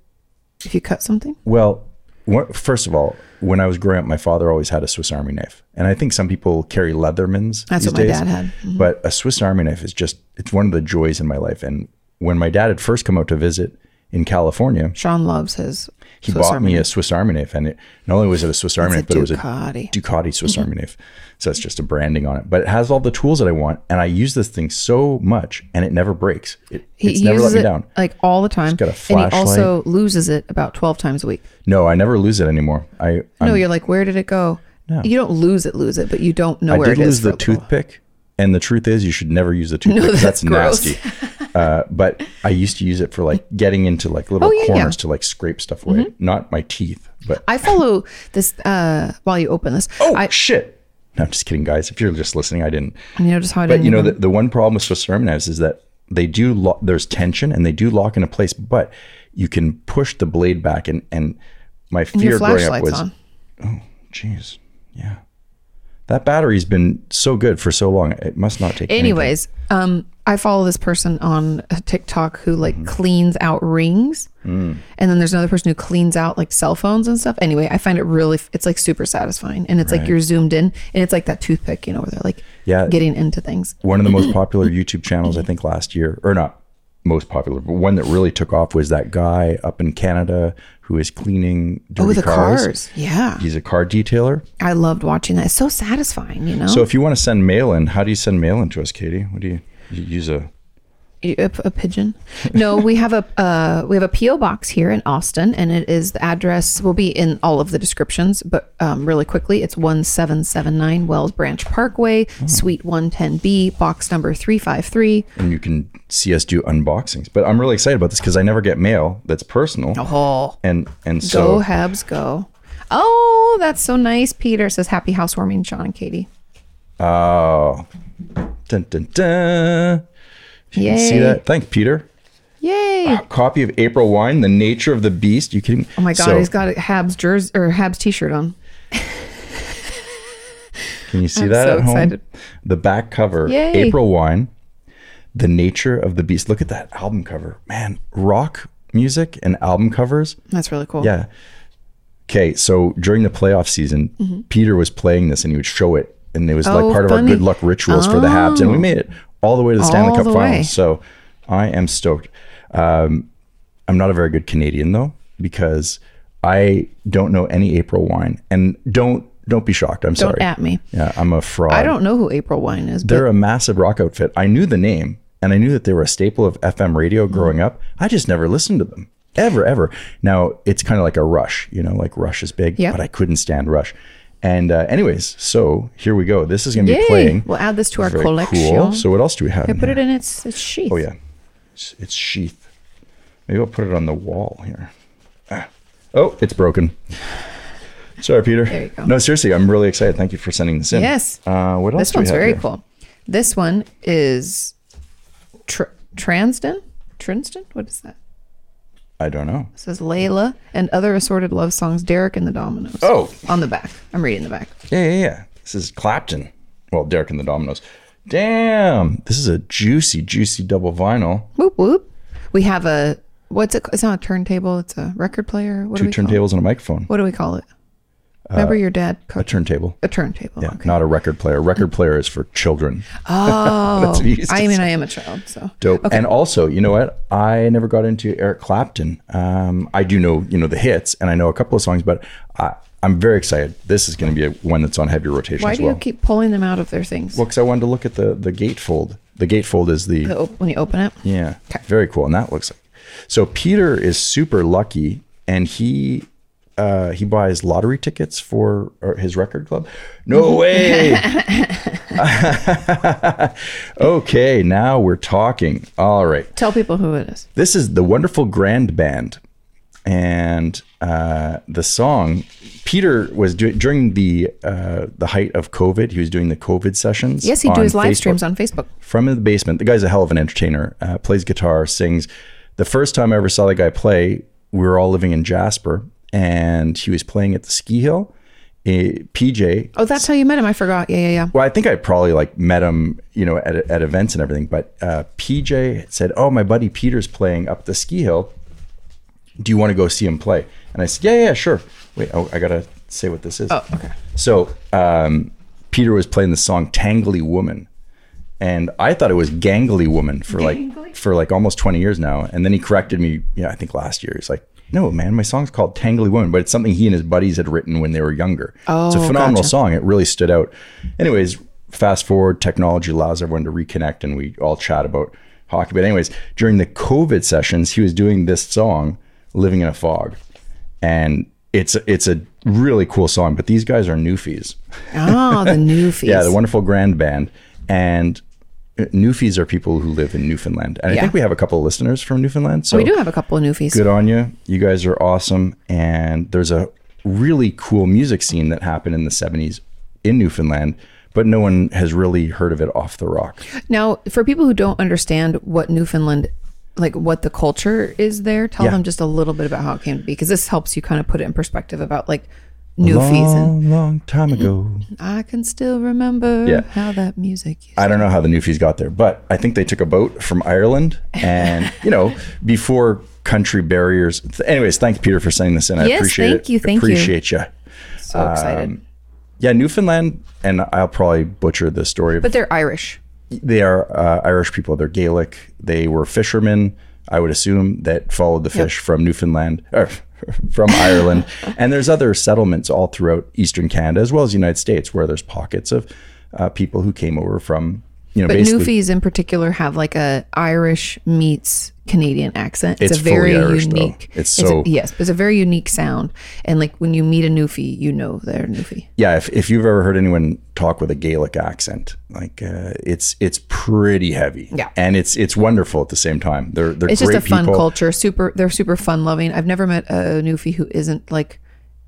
If you cut something, Well, wha- first of all, when I was growing up, my father always had a Swiss Army knife, and I think some people carry Leathermans. That's these what my days, dad had. Mm-hmm. But a Swiss Army knife is just—it's one of the joys in my life. And when my dad had first come out to visit in California, Sean loves his. he Swiss bought Army me a Swiss Army knife, and it, not only was it a Swiss Army knife, It's a but it was a Ducati. Mm-hmm. Ducati Swiss Army knife. So it's just a branding on it, but it has all the tools that I want, and I use this thing so much, and it never breaks. It, He it's uses never let me it down. like all the time, got a and he also loses it about twelve times a week. No, I never lose it anymore. I I'm- no, you're like, where did it go? You don't lose it, lose it, but you don't know I where did it lose is. for a the little while. toothpick, and the truth is, you should never use the toothpick. 'cause that's that's gross. nasty. uh, but I used to use it for like getting into like little Oh, yeah, Mm-hmm. yeah. corners to like scrape stuff away, not my teeth. But I follow this uh, while you open this. oh I, shit! No, I'm just kidding, guys. If you're just listening, I didn't. you notice how I But didn't you know, even- the, the one problem with Swiss Army knives is that they do lo- there's tension and they do lock into place, but you can push the blade back and and my your fear growing up flashlight's was on. jeez, yeah. That battery's been so good for so long. It must not take. anything. Anyways, um, I follow this person on uh, TikTok who like Mm-hmm. cleans out rings, Mm. and then there's another person who cleans out like cell phones and stuff. Anyway, I find it really, it's like super satisfying, and it's like you're zoomed in, and it's like that toothpick, you know, where they're like Yeah. getting into things. one of the most popular YouTube channels, I think, last year, or not most popular, but one that really took off was that guy up in Canada who is cleaning dirty Oh, the cars. cars, yeah, He's a car detailer. I loved watching that. It's so satisfying, you know. So if you want to send mail in, how do you send mail in to us, Katie? What do you, you use a? a, a pigeon no we have a uh, we have a po box here in austin and it is the address will be in all of the descriptions but um, really quickly it's 1779 wells branch parkway Hmm. suite 110b box number 353 And you can see us do unboxings. But I'm really excited about this because I never get mail that's personal. oh And and go so habs go oh that's so nice peter says happy housewarming sean and katie oh, dun, dun, dun. You yay can see that? Thanks, Peter. yay A copy of April Wine, The Nature of the Beast. You kidding? me? oh my god So, he's got a habs jersey or habs t-shirt on Can you see that so at home? excited. The back cover, Yay. April Wine, The Nature of the Beast. Look at that album cover. Man, rock music and album covers. that's really cool Yeah. Okay, so during the playoff season, Peter was playing this and he would show it and it was Mm-hmm. Oh, like part of funny. Oh. our good luck rituals for the Habs and we made it all the way to the Stanley All Cup the final. way. So, I am stoked. Um, I'm not a very good Canadian though because I don't know any April wine and don't don't be shocked. I'm don't sorry. at me Yeah, I'm a fraud. i don't know who april wine is but They're a massive rock outfit. I knew the name and I knew that they were a staple of FM radio Hmm. growing up. I just never listened to them ever, ever. Now it's kind of like a Rush, you know, like Rush is big, Yep. but I couldn't stand Rush. And uh, anyways, so here we go. This is going to be Yay. playing. We'll add this to our Very collection. cool. So what else do we have? in Put it here? in its, its sheath. Oh yeah, it's, it's sheath. Maybe I'll put it on the wall here. Ah. Oh, it's broken. Sorry, Peter. There you go. No, seriously, I'm really excited. Thank you for sending this in. Yes. Uh, what else? This do we one's have very here? cool. This one is tr- Transden. Transden? What is that? I don't know. It says Layla and other assorted love songs, Derek and the Dominoes. Oh, On the back. I'm reading the back. yeah, yeah, yeah. This is Clapton. Well, Derek and the Dominoes. Damn, this is a juicy, juicy double vinyl. Whoop whoop. We have a what's it? It's not a turntable. It's a record player. What do Two we call it? turntables and a microphone. What do we call it? Remember your dad A cooked turntable. a turntable. Oh, Yeah, Okay. not a record player. Record player is for children. Oh, what he used to I mean, I am a child, so Dope. And also, you know what? I never got into Eric Clapton. Um, I do know, you know, the hits, and I know a couple of songs, but I, I'm very excited. This is going to be a, one that's on heavy rotation why as do well. you keep pulling them out of their things? Because I wanted to look at the the gatefold. The gatefold is the, The op- when you open it, yeah, very cool, and that looks like. So Peter is super lucky, and he. Uh, he buys lottery tickets for or his record club. No way. okay, now we're talking. All right. tell people who it is. This is the wonderful Grand Band, and uh, the song Peter was doing during the uh, the height of COVID. He was doing the COVID sessions. Yes, he do on his live Facebook streams on Facebook. from the basement. The guy's a hell of an entertainer. Uh, plays guitar, sings. The first time I ever saw the guy play, we were all living in Jasper, and he was playing at the ski hill. Eh, PJ Oh, that's how you met him. I forgot. Yeah, yeah, yeah. well, I think I probably like met him, you know, at, at events and everything. But uh, PJ said, "Oh, my buddy Peter's playing up the ski hill. Do you want to go see him play?" And I said, "Yeah, yeah, sure." Wait, oh, I gotta say what this is. Oh, okay. So um, Peter was playing the song "Tangly Woman," and I thought it was "Gangly Woman" for like for like almost twenty years now. And then he corrected me. Yeah, I think last year he's like, "No, man, my song's called Tangly Woman," but it's something he and his buddies had written when they were younger. it's a Oh, phenomenal gotcha. song. It really stood out. Anyways, fast forward, technology allows everyone to reconnect, and we all chat about hockey. But anyways, during the COVID sessions, he was doing this song, "Living in a Fog," and it's it's a really cool song. But these guys are newfies. Oh, the new fees. Yeah, the wonderful grand band. And uh, Newfies are people who live in Newfoundland. And I Yeah. think we have a couple of listeners from Newfoundland. So we do have a couple of new fees. good on you. You guys are awesome. And there's a really cool music scene that happened in the 70s in Newfoundland, but no one has really heard of it off the rock. Now, for people who don't understand what Newfoundland, like what the culture is there, tell Yeah. them just a little bit about how it came to be, because this helps you kind of put it in perspective about like new fees. And Long, long time ago. I can still remember Yeah. how that music. Used. I don't know how the Newfies got there, but I think they took a boat from Ireland and, you know, before country barriers. Anyways, thanks, Peter, for sending this in. I Yes, appreciate thank it. you, thank you. appreciate you. So excited. um, Yeah, Newfoundland, and I'll probably butcher the story. but they're Irish. they are uh, Irish people. They're Gaelic. They were fishermen, I would assume, that followed the fish from Newfoundland or from Ireland. and there's other settlements all throughout Eastern Canada as well as the United States where there's pockets of uh, people who came over from, you know, But basically. Newfies in particular have like a Irish meets Canadian accent. It's, It's a fully very Irish, though. unique. It's a- so- yes, but it's a very unique sound. And like when you meet a Newfie, you know they're Newfie. yeah, if, if you've ever heard anyone talk with a Gaelic accent, like uh, it's it's pretty heavy, Yeah. and it's it's wonderful at the same time. They're they're It's great just a fun people. culture. Super, they're super fun loving. I've never met a Newfie who isn't like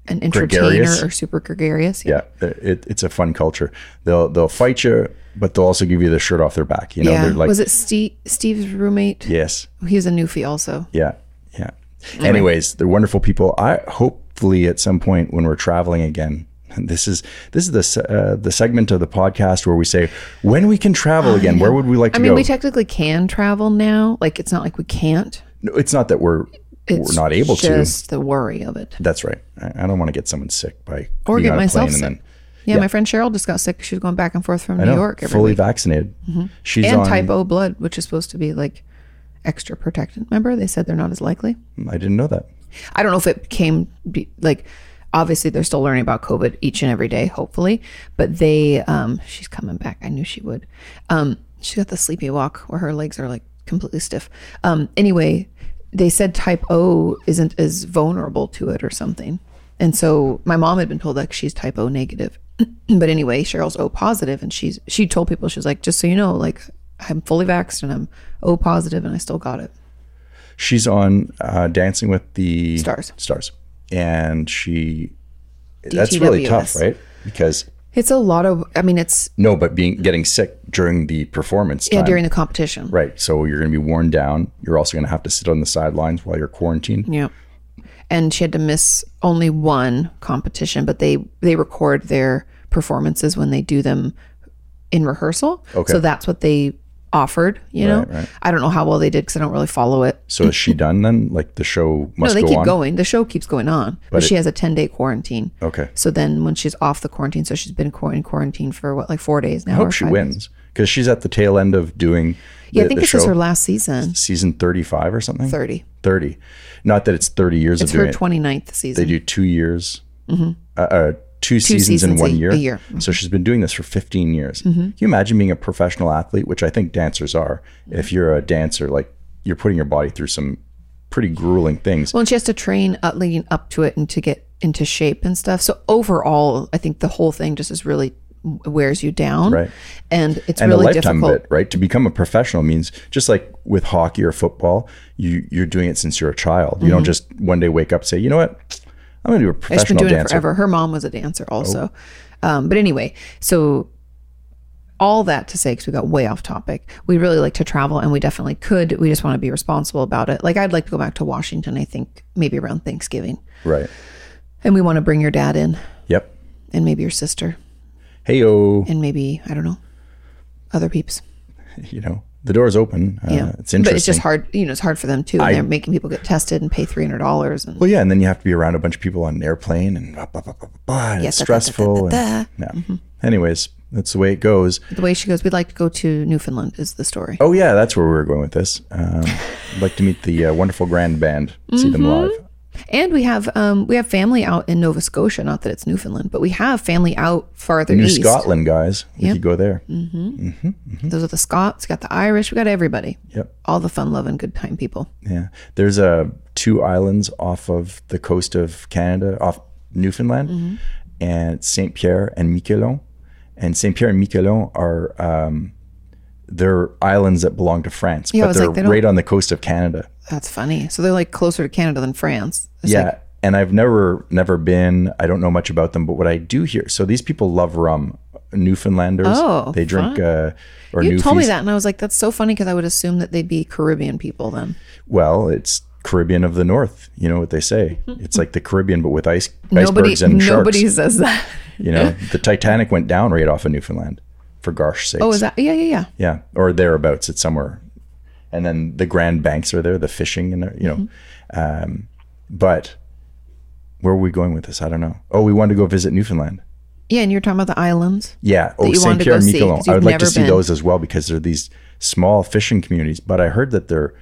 an entertainer Gregarious. or super gregarious. yeah, it, it's a fun culture. They'll they'll fight you, but they'll also give you the shirt off their back. You know, Yeah. they're like, Was it Steve, Steve's roommate? yes, He's a Newfie also. yeah, yeah. Anyways, they're wonderful people. I hopefully at some point when we're traveling again. and This is this is the se- uh, the segment of the podcast where we say when we can travel again. Where would we like to I mean, go? we technically can travel now. Like it's not like we can't. No, it's not that we're It's we're not able to. Just the worry of it. That's right. I, I don't want to get someone sick by or being get on a myself plane sick. and then yeah, my friend Cheryl just got sick. She was going back and forth from I New know, York every fully week. vaccinated. She's and on. type O blood, which is supposed to be like extra protectant. Remember, they said they're not as likely. I didn't know that. I don't know if it came be, like. Obviously, they're still learning about COVID each and every day, hopefully. But they, um, she's coming back. I knew she would. Um, she got the sleepy walk where her legs are like completely stiff. Um, anyway, they said type O isn't as vulnerable to it or something. And so my mom had been told like she's type O negative, but anyway, Cheryl's O positive, and she's she told people she's like, just so you know, like I'm fully vaxxed and I'm O positive, and I still got it. She's on uh, Dancing with the Stars. Stars, and she. That's really tough, DTWS. right? Because It's a lot of. I mean, it's No, but being getting sick during the performance time. yeah during the competition. right. So you're going to be worn down. You're also going to have to sit on the sidelines while you're quarantined. Yeah. And she had to miss only one competition, but they they record their performances when they do them in rehearsal. Okay. So that's what they offered, you know. I don't know how well they did cuz I don't really follow it. So is she done then? Like the show No, must they go keep on. going. The show keeps going on. But, she has a 10-day quarantine. Okay. So then when she's off the quarantine, so she's been quar- in quarantine for what like 4 days now I or hope she five days. wins because she's at the tail end of doing. Yeah, I the- think the this is show, her last season, season thirty-five or something. 30. 30. Not that it's thirty years It's of doing her it. 29th They season. do two years, uh, uh, two, seasons, in Mm-hmm. seasons one a- year. a year. Mm-hmm. So she's been doing this for 15 years. Can you imagine being a professional athlete, which I think dancers are? If Mm-hmm. you're a dancer, like you're putting your body through some pretty grueling things. Well, and she has to train up leading up to it and to get into shape and stuff. So overall, I think the whole thing just is really wears you down, Right. And it's and a really lifetime difficult. of it, right? To become a professional means just like with hockey or football, you you're doing it since you're a child. You don't just one day wake up and say, you know what, I'm going She's Mm-hmm. to be a been professional doing it dancer. Oh. forever. Her mom was a dancer also, um, but anyway, so. All that to say, because we got way off topic, we really like to travel and we definitely could. We just want to be responsible about it. Like, I'd like to go back to Washington, I think, maybe around Thanksgiving. Right. And we want to bring your dad in Yep. and maybe your sister Hey, oh, and maybe, I don't know, other peeps. you know, the door's open. Uh, Yeah, It's interesting. But it's just hard. You know, it's hard for them too. And they're making people get tested and pay three hundred dollars. And Well, yeah, and then you have to be around a bunch of people on an airplane and blah blah blah blah blah. blah and it's da, da, da, da, stressful. da, Mm-hmm. and- yeah. Anyways, that's the way it goes. the way she goes, we'd like to go to Newfoundland. Is the story? Oh yeah, that's where we were going with this. Um, I'd like to meet the uh, wonderful grand band, see Mm-hmm. them live. And we have um we have family out in Nova Scotia. Not that it's Newfoundland, but we have family out farther New east. Scotland guys, we could go there. Mm. Those are the Scots. We got the Irish. We got everybody. Yep. All the fun loving good time people. Yeah, there's uh, two islands off of the coast of Canada, off Newfoundland, Mm-hmm. and Saint Pierre and Miquelon. And Saint Pierre and Miquelon are um, they're islands that belong to France, I but was they're like, they don't- right on the coast of Canada. That's funny. So they're like closer to Canada than France. It's yeah, Like, and I've never never been. I don't know much about them, but what I do hear, so these people love rum. Newfoundlanders, Oh, they drink uh, or you told me Newfies. that, and I was like, "That's so funny," because I would assume that they'd be Caribbean people then. Well, it's Caribbean of the North. You know what they say? It's like the Caribbean, but with ice Nobody, icebergs and sharks. nobody says that. You know, the Titanic went down right off of Newfoundland, for gosh sakes. Oh, is that? Yeah, yeah, yeah. yeah, or thereabouts. It's somewhere, and then the Grand Banks are there, the fishing, and you know, um, Mm-hmm. but where were we going with this? I don't know. Oh, we wanted to go visit Newfoundland. Yeah, and you're talking about the islands. Yeah. Oh, you wanted Saint to Pierre go and see, Miquelon. 'cause I you've would like to never see been. those as well because they're these small fishing communities. But I heard that they're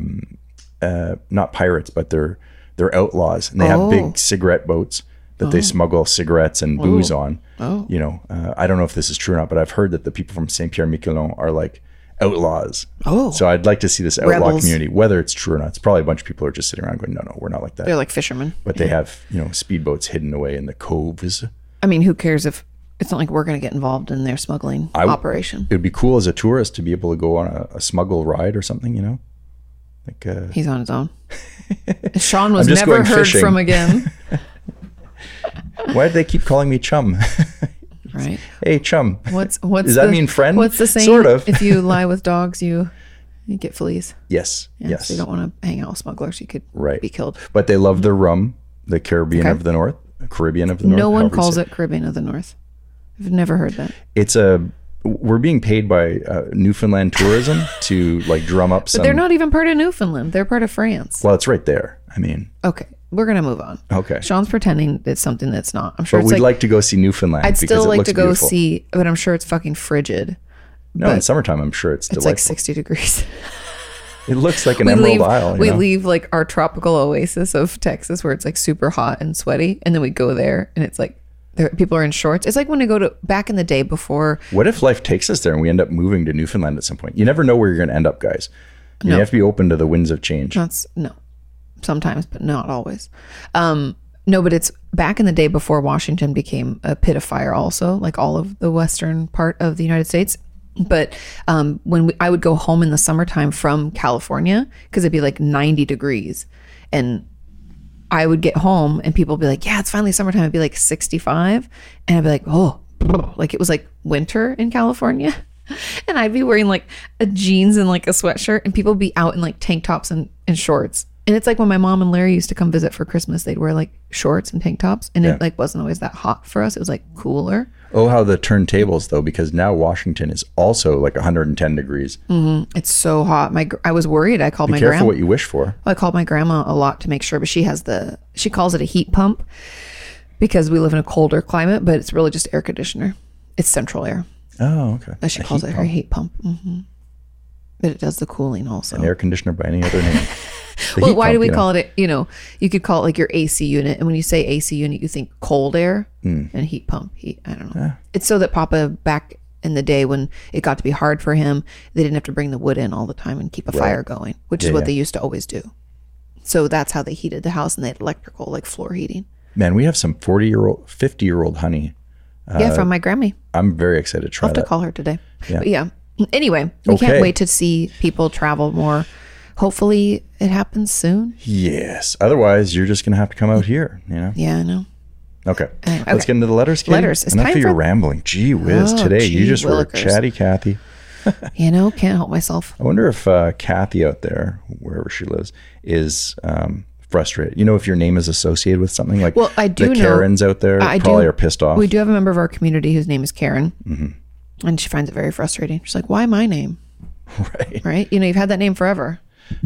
um, uh, not pirates, but they're they're outlaws, and they Oh. have big cigarette boats that they smuggle cigarettes and booze on. Oh. You know, uh, I don't know if this is true or not, but I've heard that the people from Saint Pierre and Miquelon are like outlaws. Oh. So I'd like to see this outlaw Rebels. community, whether it's true or not. It's probably a bunch of people who are just sitting around going, "No, no, we're not like that." They're like fishermen. but they have you know speedboats hidden away in the coves. I mean, who cares if it's not like we're going to get involved in their smuggling operation? it would be cool as a tourist to be able to go on a, a smuggle ride or something, you know? Like, uh, He's on his own. Sean was I'm just never going heard fishing. from again. why do they keep calling me chum? Right? hey, chum. What's what's Does that the- mean friend? What's the saying? Sort of. if you lie with dogs, you you get fleas. Yes, yes. So you don't want to hang out with smugglers. You could Right. be killed. but they love their rum, the Caribbean Okay. of the North, Caribbean of the North. no one however you calls say it Caribbean of the North. I've never heard that. It's a. We're being paid by uh, Newfoundland Tourism to like drum up some. They're not even part of Newfoundland. They're part of France. Well, it's right there. I mean, Okay, we're gonna move on. okay. Sean's pretending it's something that's not. I'm sure But it's we'd like, like, to go see Newfoundland. I'd because still it like looks to go beautiful. see, but I'm sure it's fucking frigid. No, in summertime, I'm sure it's It's delightful. like 60 degrees. it looks like an we emerald leave, isle. you we know? leave like our tropical oasis of Texas where it's like super hot and sweaty, and then we go there and it's like there, people are in shorts. It's like when we go to back in the day before. What if life takes us there and we end up moving to Newfoundland at some point? You never know where you're going to end up, guys. You have to be open to the winds of change. That's no, sometimes, but not always. Um, no, but it's back in the day before Washington became a pit of fire, also, like all of the western part of the United States. But um, when we, I would go home in the summertime from California, because it'd be like 90 degrees. And I would get home and people would be like, Yeah, it's finally summertime. It'd be like 65. And I'd be like, Oh, like it was like winter in California. And I'd be wearing like a jeans and like a sweatshirt, and people would be out in like tank tops and, and shorts. And it's like when my mom and Larry used to come visit for Christmas, they'd wear like shorts and tank tops, and Yeah. it like wasn't always that hot for us. It was like cooler. Oh, how the turntables though, because now Washington is also like 110 degrees. It's so hot. My gr- I was worried. I called Oh, my Careful grandma. what you wish for. I called my grandma a lot to make sure, but she has the she calls it a heat pump because we live in a colder climate, but it's really just air conditioner. It's central air. Oh, okay. As she A calls heat it her heat pump. hmm But it does the cooling also. pump, Air conditioner by any other name. The Well, heat why do pump, we you know. call it? You know, you could call it like your AC unit, and when you say AC unit, you think cold air Mm. and heat pump. Heat. I don't know. It's so that Papa back in the day when it got to be hard for him, they didn't have to bring the wood in all the time and keep a fire going, which is what they used to always do. So that's how they heated the house, and they had electrical, like floor heating. Man, we have some 40 year old, 50 year old honey. Uh, yeah, from my Grammy. I'm very excited to try I'll have to that. call her today. But yeah. Anyway, we uh, Okay. can't wait to see people travel more. Hopefully, it happens soon. Yes. Otherwise, you're just gonna have to come out here. You know. Yeah, I know. Okay. okay. Let's get into the letters. Katie. Letters. It's Enough time of your for- rambling. Gee whiz. Oh, Today you gee just were willikers. chatty, Kathy. You know, can't help myself. I wonder if uh, Kathy out there, wherever she lives, is um, frustrated. You know, if your name is associated with something like Well, I do the know- Karens out there I probably do- are pissed off. We do have a member of our community whose name is Karen, Mm-hmm. and she finds it very frustrating. She's like, "Why my name? right? Right? You know, you've had that name forever,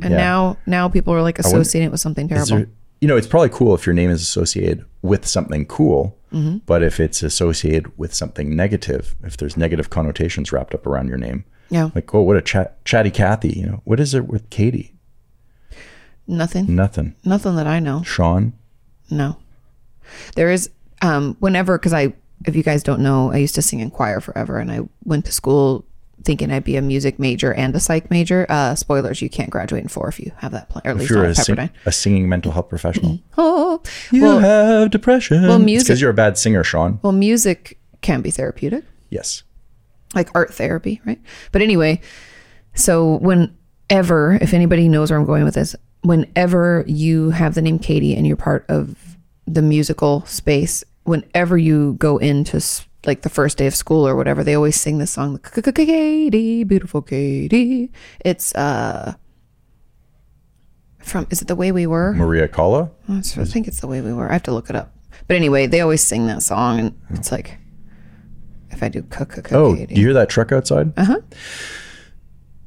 and Yeah. now now people are like associating it with something terrible." Is there- you know, it's probably cool if your name is associated with something cool, Mm-hmm. but if it's associated with something negative, if there's negative connotations wrapped up around your name, yeah, like oh, what a chat, chatty Kathy. You know, what is it with Katie? nothing, Nothing. nothing that I know. Sean. No, there is. Um, whenever, because I, if you guys don't know, I used to sing in choir forever, and I went to school thinking I'd be a music major and a psych major. Uh, spoilers: you can't graduate in four if you have that plan, or at If least you're not a, at sing- Pepperdine. a singing mental health professional, Oh, you well, have depression. Well, music- because you're a bad singer, Sean. well, music can be therapeutic. Yes. like art therapy, right? But anyway, so whenever, if anybody knows where I'm going with this, whenever you have the name Katie and you're part of the musical space, whenever you go into s- like the first day of school or whatever, they always sing this song, Katie, beautiful Katie. It's uh from is it the way we were? Maria Calla. I think it's the way we were. I have to look it up. But anyway, they always sing that song, and it's like if I do Katie. Oh, do you hear that truck outside? Uh huh.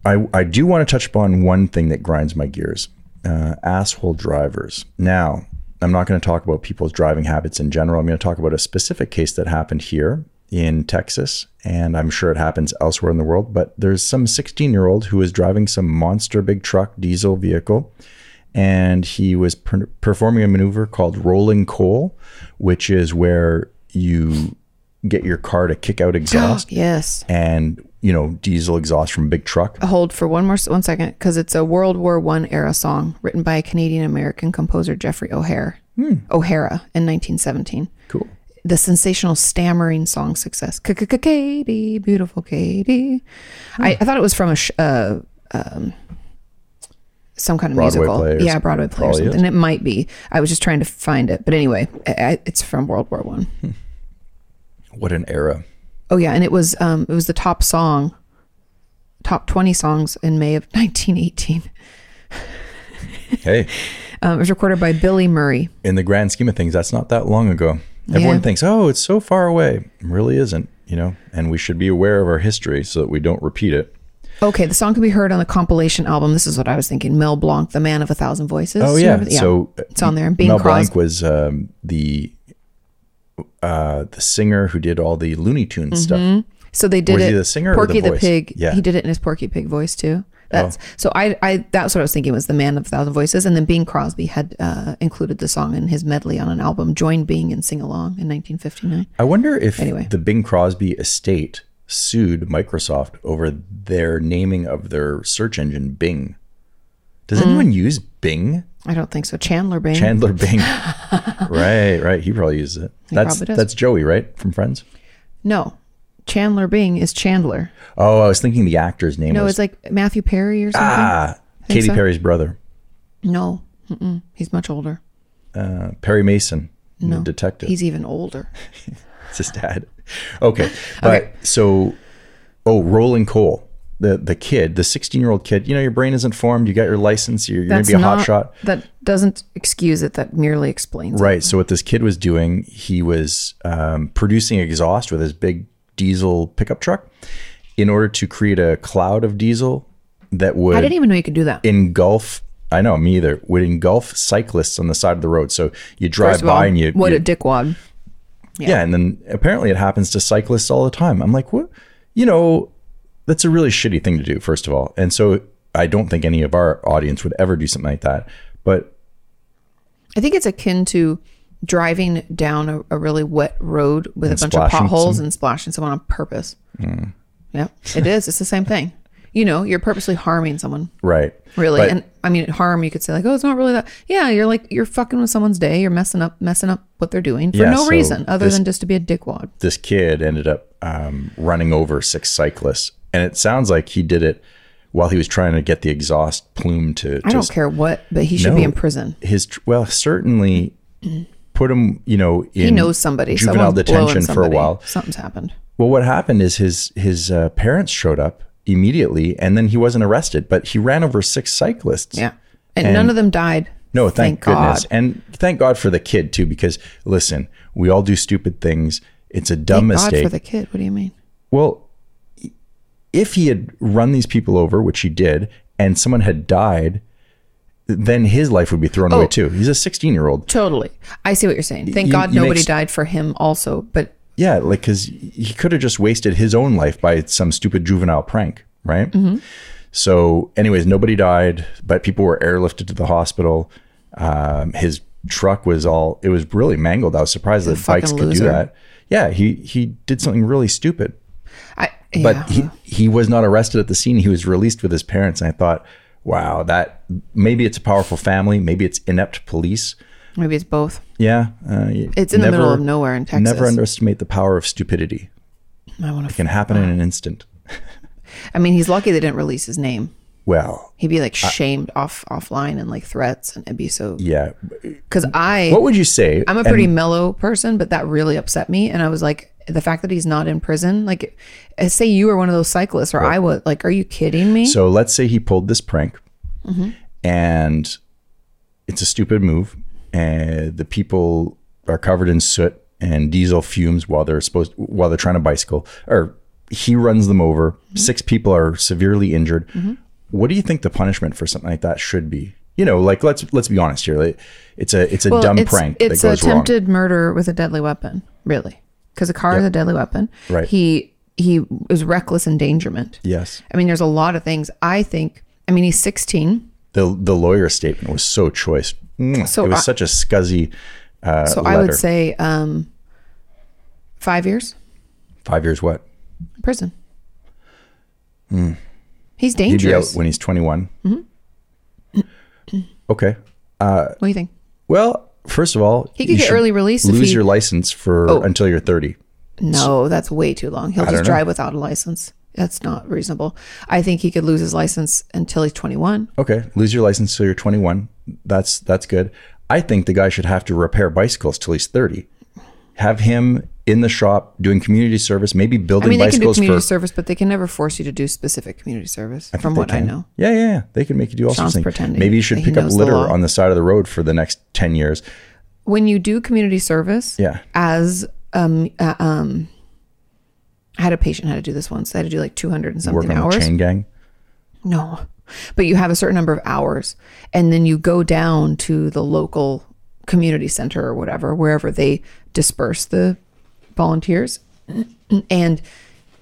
I, I do want to touch upon one thing that grinds my gears uh, asshole drivers. Now, I'm not going to talk about people's driving habits in general. I'm going to talk about a specific case that happened here in Texas, and I'm sure it happens elsewhere in the world. But there's some 16 year old who was driving some monster big truck diesel vehicle and he was per- performing a maneuver called rolling coal, which is where you get your car to kick out exhaust Yes. and you know diesel exhaust from a big truck. Hold for one more s- one second because it's a World War One era song written by Canadian American composer Jeffrey O'Hare O'Hara in 1917. Cool. The sensational stammering song success, Katie, beautiful Katie. I, I thought it was from a sh- uh, um, some kind of Broadway musical, play or yeah, something. Broadway play or Probably is. something. It might be. I was just trying to find it, but anyway, I, I, it's from World War One. What an era. Oh yeah, and it was um it was the top song, top twenty songs in May of 1918. Hey, Um, it was recorded by Billy Murray. in the grand scheme of things, that's not that long ago. Everyone Yeah. thinks, "Oh, it's so far away." It really isn't, you know. And we should be aware of our history so that we don't repeat it. Okay, the song can be heard on the compilation album. This is what I was thinking. Mel Blanc, The Man of a Thousand Voices. Oh Do you yeah. remember- So uh, it's on there. Bing Mel Crosby. Blanc was um, the uh, the singer who did all the Looney Tunes Mm-hmm. stuff. So they did Was it. he the singer or the Porky voice? Pig. Yeah. Oh. he did it in his Porky Pig voice too. That's so I I that's what I was thinking was the Man of a Thousand Voices, and then Bing Crosby had uh, included the song in his medley on an album. Join Bing and sing along in 1959. I wonder if Anyway. the Bing Crosby estate sued Microsoft over their naming of their search engine Bing. Does Mm. anyone use Bing? I don't think so. Chandler Bing. Chandler Bing. right, right. He probably uses it. that's probably does. that's Joey, right? From Friends. no, Chandler Bing is Chandler. Oh, I was thinking the actor's name No, was it's like Matthew Perry or something. ah, Katy so. Perry's brother, No, Mm-mm. he's much older. uh, Perry Mason, the detective. He's even older. it's his dad. Okay, but so oh, rolling coal. The the kid, the sixteen year old kid. You know, your brain isn't formed. You got your license. You're, you're gonna be a hot shot. That doesn't excuse it. That merely explains. it. Right. So what this kid was doing, he was um, producing exhaust with his big diesel pickup truck in order to create a cloud of diesel that I would didn't even know you could do that. engulf. I know me either. Would engulf cyclists on the side of the road. So you drive First of all, by and you what you- a dickwad. yeah. and then apparently it happens to cyclists all the time. I'm like, what? You know, that's a really shitty thing to do, first of all. And so I don't think any of our audience would ever do something like that. But I think it's akin to driving down a, a really wet road with a bunch of splashing Mm. potholes and splashing someone on purpose. Yeah, it is. It's the same thing. You know, you're purposely harming someone. right, Really, But- and I mean, harm. You could say like, oh, it's not really that. Yeah, you're like you're fucking with someone's day. You're messing up, messing up what they're doing for Yeah, no so reason other this- than just to be a dickwad. this kid ended up um, running over six cyclists, and it sounds like he did it while he was trying to get the exhaust plume to. I don't care what, but he should be No. in prison. his tr- well certainly put him you know in He knows somebody. juvenile Someone's blowing detention for a somebody. while Something's happened. well what happened is his his uh, parents showed up immediately and then he wasn't arrested but he ran over six cyclists Yeah, and, none of them died. no thank, goodness God. and thank god for the kid too because listen we all do stupid things it's a dumb Thank mistake God for the kid. What do you mean? well, if he had run these people over, which he did, and someone had died, then his life would be thrown Oh. away too. He's a 16 year old. Totally. I see what you're saying. Thank You- God you nobody make- died for him also, but Yeah, like, because he could have just wasted his own life by some stupid juvenile prank, right? Mm-hmm. So, anyways, nobody died, but people were airlifted to the hospital. Um, his truck was all, it was really mangled. I was surprised that fucking bikes could loser. do that. Yeah, he, he did something really stupid. I yeah. but he, he was not arrested at the scene. He was released with his parents. And I thought, wow, that maybe it's a powerful family. Maybe it's inept police. maybe it's both. Yeah. Uh, It's in the middle of nowhere in Texas. Never underestimate the power of stupidity. I want It can to happen in an instant. I mean, he's lucky they didn't release his name. Well, He'd be like shamed off offline and like threats and it'd be so yeah. cuz I What would you say? I'm a pretty mellow person, but that really upset me and I was like the fact that he's not in prison, like say you were one of those cyclists or I was like are you kidding me? So let's say he pulled this prank Mm-hmm. and it's a stupid move. And the people are covered in soot and diesel fumes while they're supposed while they're trying to bicycle or he runs them over. Mm-hmm. Six people are severely injured. What do you think the punishment for something like that should be? You know, like let's let's be honest here. Like, it's a it's a dumb it's, prank It's that goes wrong. attempted murder with a deadly weapon, really, because a car is a deadly weapon. Right. He he is reckless endangerment. Yes. I mean, there's a lot of things. I think. I mean, he's 16, The the lawyer statement was so choice. Mwah. So it was I- such a scuzzy uh, so I letter. would say um, five years Five years what? in prison. He's Hmm. He'd be out dangerous. when he's 21. Mm-hmm. Okay. What do you think? Well, first of all, He could you get should early release if Lose he- Oh. your license for until you're 30. No, that's way too long. He'll don't just know. drive without a license. That's not reasonable. I think he could lose his license until he's 21. Okay, lose your license till you're 21. That's that's good. I think the guy should have to repair bicycles till he's 30. Have him in the shop doing community service, maybe building I mean, they can do bicycles community for. service, but they can never force you to do specific community service, from They what I can. know. Yeah, yeah, yeah. They can make you do all Sean's sorts of things. pretending Maybe you that should he pick up knows the litter law. on the side of the road for the next 10 years. When you do community service, Yeah. as um, uh, um, I had a patient had to do this once. I had to do like 200 and Work something on hours. the chain gang. No, but you have a certain number of hours, and then you go down to the local community center or whatever, wherever they disperse the volunteers, and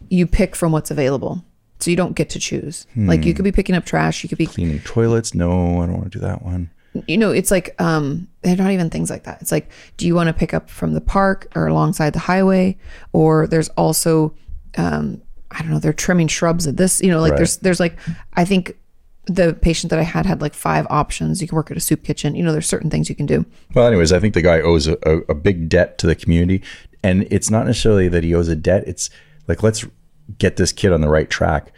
you pick from what's available. So you don't get to choose. Like Hmm. you could be picking up trash, you could be Cleaning toilets. No, I don't want to do that one. you know, it's like um, they're not even things like that. It's like, do you want to pick up from the park or alongside the highway? Or there's also, um, I don't know, they're trimming shrubs at this. You know, like Right. there's there's like, I think the patient that I had had like five options. You can work at a soup kitchen. You know, there's certain things you can do. Well, anyways, I think the guy owes a, a, a big debt to the community, and it's not necessarily that he owes a debt. It's like let's get this kid on the right track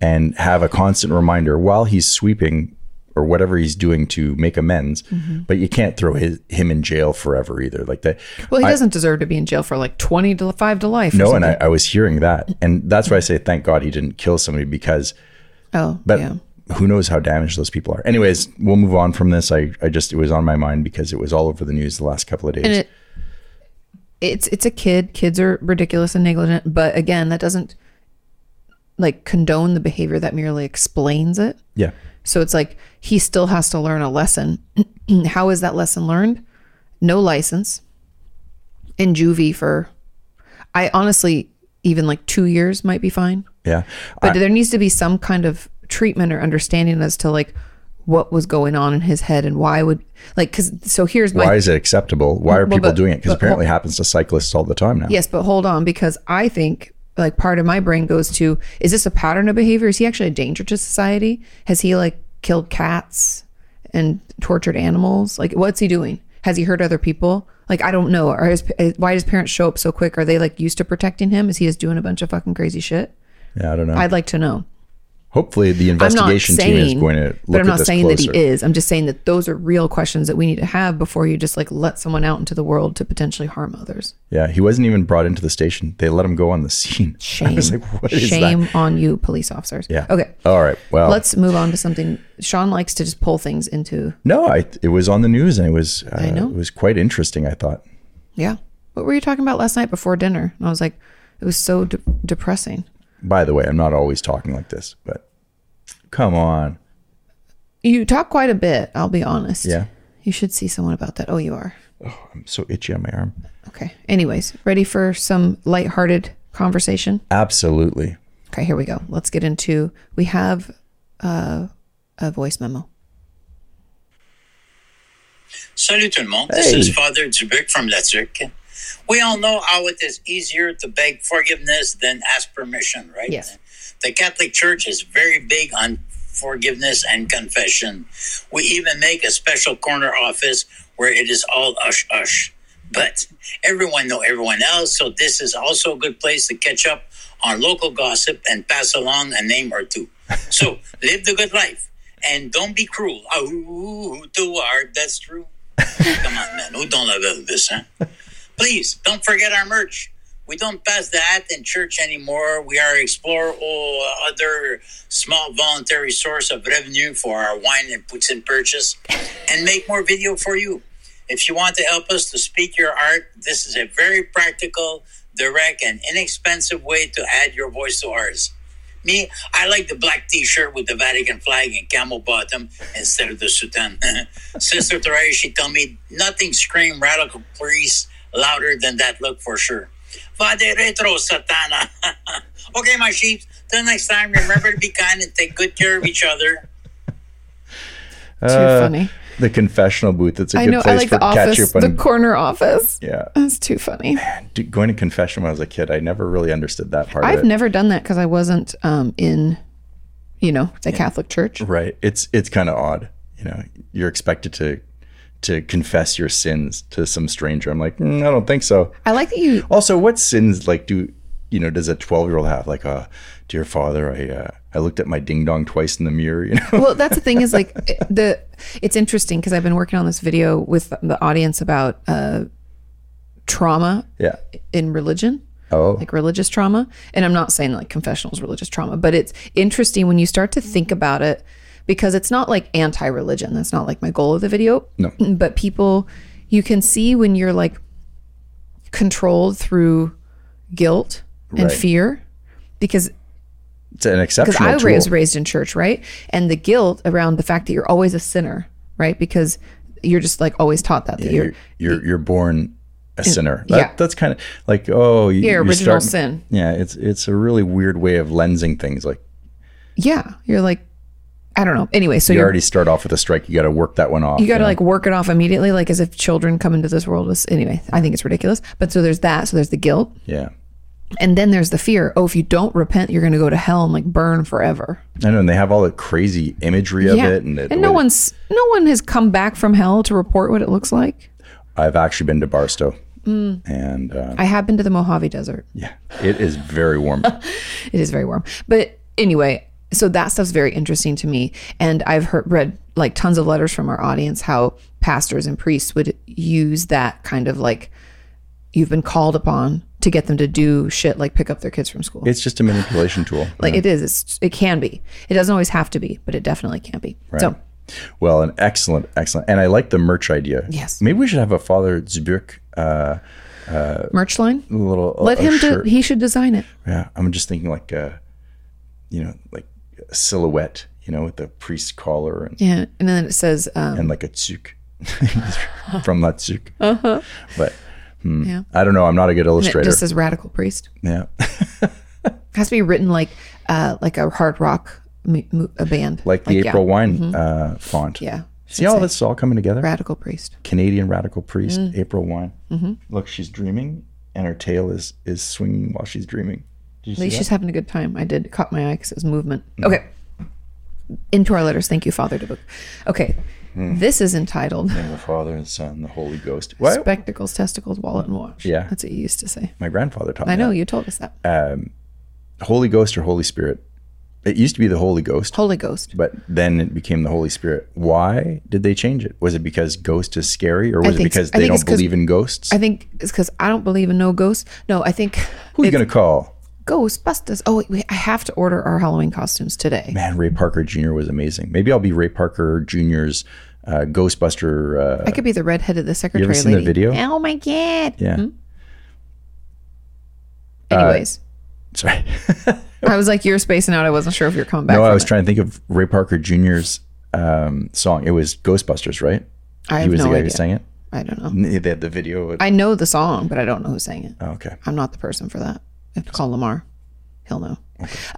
and have a constant reminder while he's sweeping or whatever he's doing to make amends. Mm-hmm. But you can't throw his, him in jail forever either. Like that. Well, he doesn't deserve to be in jail for like 20 to 5 to life. or No, and something. I, I was hearing that, and that's why I say thank God he didn't kill somebody because Oh, but yeah. who knows how damaged those people are. Anyways, we'll move on from this. I, I just it was on my mind because it was all over the news the last couple of days. And it it's it's a kid. Kids are ridiculous and negligent, but again, that doesn't like condone the behavior that merely explains it. yeah, So it's like he still has to learn a lesson. How is that lesson learned? No license. In juvie for I honestly even like 2 years might be fine. yeah. But there needs to be some kind of treatment or understanding as to like what was going on in his head and why would like cuz so here's my why is it acceptable? Why are Well, people but- doing it? Because but- apparently it happens to cyclists all the time now. Yes, but hold on, because I think like part of my brain goes to is this a pattern of behavior? Is he actually a danger to society? Has he like killed cats and tortured animals? Like, what's he doing? Has he hurt other people? Like, I don't know. Are his, eh, why does parents show up so quick? Are they like used to protecting him? Is he just doing a bunch of fucking crazy shit? Yeah, I don't know. I'd like to know. Hopefully the I'm not investigation saying, team is going to look but I'm at not this saying closer. that he is. I'm just saying that those are real questions that we need to have before you just like let someone out into the world to potentially harm others. Yeah, he wasn't even brought into the station. They let him go on the scene. Shame. I was like, what is Shame that? on you, police officers. Yeah. Oh. Okay. All right. Well, Let's move on to something. Sean likes to just pull things into. no, I, it was on the news and it was, uh, I know. it was quite interesting. I thought. Yeah. What were you talking about last night before dinner? And I was like, it was so de- depressing. By the way, I'm not always talking like this, but come on. You talk quite a bit. I'll be honest. Yeah. You should see someone about that. Oh, you are. I'm so itchy on my arm. Okay. Anyways, ready for some lighthearted conversation? Absolutely. Okay, here we go. Let's get into. We have uh, a voice memo. Salut tout le monde. Hey. This is Father Dubuc from La Turque. We all know how it is easier to beg forgiveness than ask permission, right? Yes. The Catholic Church is very big on forgiveness and confession. We even make a special corner office where it is all ush ush. But everyone know everyone else, so this is also a good place to catch up on local gossip and pass along a name or two. So live the good life and don't be cruel. Oh, to our that's true. Come on, man. Who don't love this, huh? Please don't forget our merch. We don't pass the hat in church anymore. We are explore all other small voluntary source of revenue for our wine and poutine purchase, and make more video for you. If you want to help us to speak your art, this is a very practical, direct, and inexpensive way to add your voice to ours. Me, I like the black T-shirt with the Vatican flag and camel bottom instead of the soutane. Sister Therese, she told me nothing scream radical priest louder than that look for sure. Vade retro, satana. okay, my sheep. Till next time, remember to be kind and take good care of each other. Too funny. The confessional booth. It's a I Uh, good know. I place like for the office, ketchup and the corner office. yeah. That's too funny. Dude, going to confession when I was a kid, I never really understood that part. I've of it. never done that because I wasn't um, in, you know, the Catholic Church. right. It's it's kind of odd. You know, you're expected to to confess your sins to some stranger. I'm like, "Mm, I don't think so. I like that you. Also, what sins like do you know does a 12 year old have? Like, uh, dear father, I uh, I looked at my ding dong twice in the mirror. You know, Well, that's the thing is like the. It's interesting because I've been working on this video with the audience about uh, trauma yeah. in religion. Oh, like religious trauma. And I'm not saying like confessional is religious trauma, but it's interesting when you start to think about it because it's not like anti religion. That's not like my goal of the video. No. But people, you can see when you're like controlled through guilt and Right. fear because it's an because exceptional I tool. was raised in church, right? And the guilt around the fact that you're always a sinner, right? Because you're just like always taught that, that you're, you're you're, you're born a sinner. That, yeah. that's kind of like oh, you, your you original start- sin. Yeah, it's it's a really weird way of lensing things. Like Yeah. You're like, I don't know. Anyway, so you you're already start off with a strike, you got to work that one off. you got to know? like work it off immediately, like as if children come into this world with. Anyway, I think it's ridiculous. But so there's that. So there's the guilt, yeah. and then there's the fear. Oh, if you don't repent, you're going to go to hell and like burn forever. I know, and they have all the crazy imagery of it, and, the and no way- one's no one has come back from hell to report what it looks like. I've actually been to Barstow, Mm. and uh, I have been to the Mojave Desert. yeah, it is very warm. It is very warm, but anyway, so that stuff's very interesting to me and i've heard read like tons of letters from our audience how pastors and priests would use that kind of like you've been called upon to get them to do shit like pick up their kids from school It's just a manipulation tool. like it is it's, it can be it doesn't always have to be but it definitely can be so Well, an excellent, excellent, and I like the merch idea. Yes. maybe we should have a Father Zbirk uh, merch line little. let a him do shirt. he should design it yeah, I'm just thinking like a, you know, like a silhouette, you know, with the priest collar and, yeah and then it says um and like a tzuk from that tzuk. But hmm, Uh-huh. Yeah. I don't know. I'm not a good and it illustrator. just says radical priest yeah, it has to be written like uh like a hard rock mu- mu- a band like the yeah. Mm-hmm. April Wine uh, font. yeah See all this is all coming together. radical priest Canadian radical priest Mm. April Wine. Mm-hmm. Look, she's dreaming, and her tail is is swinging while she's dreaming. Did you At see least that? she's having a good time. I did it caught my eye because it was movement. Mm-hmm. Okay. Into our letters. Thank you, Father DeBook. Okay. Hmm. This is entitled In the Father and Son, and the Holy Ghost. What? Spectacles, Testicles, Wallet, and Watch. Yeah. Uh, That's what you used to say. My grandfather taught me. I know you told us that. that. Holy Ghost or Holy Spirit. It used to be the Holy Ghost, Holy Ghost. but then it became the Holy Spirit. Why did they change it? Was it because ghost is scary, or was it think- because I they think it's don't 'cause- believe in ghosts? I think it's because I don't believe in no ghosts. No, I think Who are you going to call? Ghostbusters. Oh, wait, wait, I have to order our Halloween costumes today. Man, Ray Parker Jr. was amazing. Maybe I'll be Ray Parker Jr.'s uh, Ghostbuster. Uh, I could be the redheaded, the secretary seen the lady. video? Oh my god. yeah, Uh, Anyways, sorry. I was like, you're spacing out. I wasn't sure if you're coming back. No, I from was it. trying to think of Ray Parker Jr.'s um, song. It was Ghostbusters, right? I He have was no the guy idea. who sang it. I don't know. They had the video. Of, Oh, I know the song, but I don't know who sang it. okay. I'm not the person for that. I have to call Lamar. He'll know.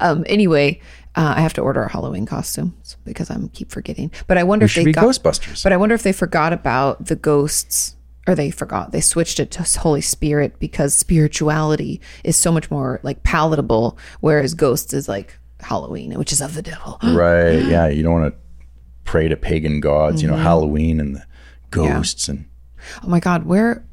Um, anyway, uh, I have to order a Halloween costumes because I'm keep forgetting. But I wonder It if should they be got. Ghostbusters. But I wonder if they forgot about the ghosts, or they forgot they switched it to Holy Spirit because spirituality is so much more like palatable, whereas ghosts is like Halloween, which is of the devil. Right. Yeah. You don't want to pray to pagan gods, Mm-hmm. you know, Halloween and the ghosts and Oh my God, where,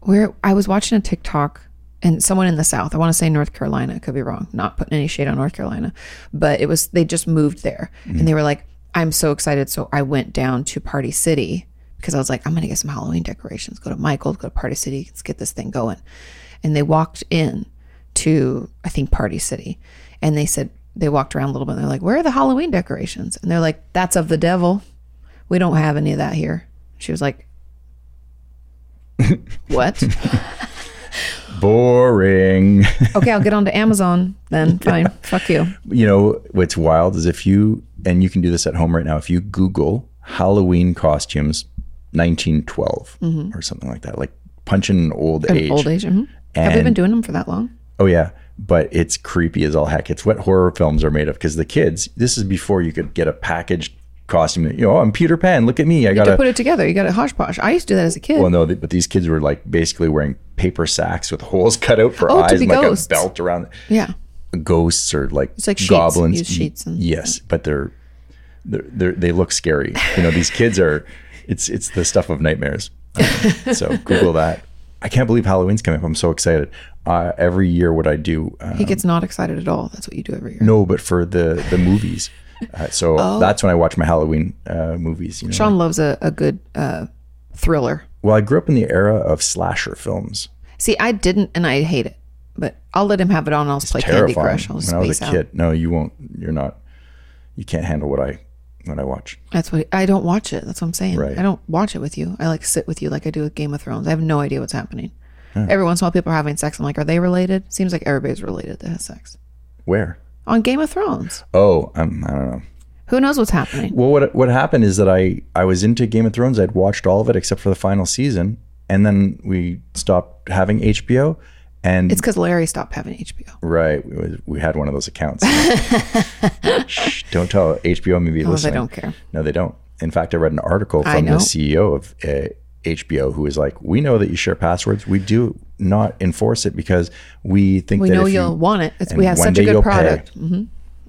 where I was watching a TikTok and someone in the South, I want to say North Carolina, I could be wrong, not putting any shade on North Carolina, but it was, they just moved there and they were like, I'm so excited. So I went down to Party City because I was like, I'm going to get some Halloween decorations, go to Michael's, go to Party City, let's get this thing going. And they walked in to, I think, Party City and they said, they walked around a little bit and they're like, where are the Halloween decorations? And they're like, that's of the devil. We don't have any of that here. She was like, what? boring. okay, I'll get onto Amazon then. Fine. Fuck you. you know, what's wild is if you, and you can do this at home right now, if you Google Halloween costumes 1912 or something like that, like punching old age. Mm-hmm. Old age. mhm. Have we And- been doing them for that long? Oh yeah, but it's creepy as all heck. It's what horror films are made of because the kids. This is before you could get a packaged costume. You know, oh, I'm Peter Pan. Look at me. I got To a. put it together, you got it hodgepodge. I used to do that as a kid. Well, no, th- but these kids were like basically wearing paper sacks with holes cut out for Oh, to eyes be and like ghosts. a belt around. yeah. Ghosts or like like sheets. goblins. Use sheets and- yes, but they're, they're they're they look scary. You know, these kids are. It's it's the stuff of nightmares. Um, so Google that. I can't believe Halloween's coming up. I'm so excited. Uh, every year, what I do, uh, He gets not excited at all. That's what you do every year. No, but for the the movies. Uh, so that's when I watch my Halloween uh, movies. You know? Oh. Sean loves a, a good uh, thriller. Well, I grew up in the era of slasher films. See, I didn't and I hate it, but I'll let him have it on. I'll play Candy Terrifying. Crush. I'll when space I was a out. kid, no, you won't. You're not. You can't handle what I what I watch. That's what I don't watch it. That's what I'm saying. Right. I don't watch it with you. I like sit with you like I do with Game of Thrones. I have no idea what's happening. Every once in a while, people are having sex. I'm like, are they related? Seems like everybody's related that has sex Where? on Game of Thrones. Oh, um, I don't know. Who knows what's happening? Well, what what happened is that I I was into Game of Thrones. I'd watched all of it except for the final season, and then we stopped having HBO. And It's because Larry stopped having HBO. right, we, was- we had one of those accounts. Shh, don't tell HBO. Maybe Because I listening. Oh, don't care. No, they don't. In fact, I read an article I from the know. CEO of uh, HBO who was like, "We know that you share passwords. We do not enforce it because we think We that know if you- you'll want it. It's, and we have one such a day good you'll Mm-hmm. product. hmm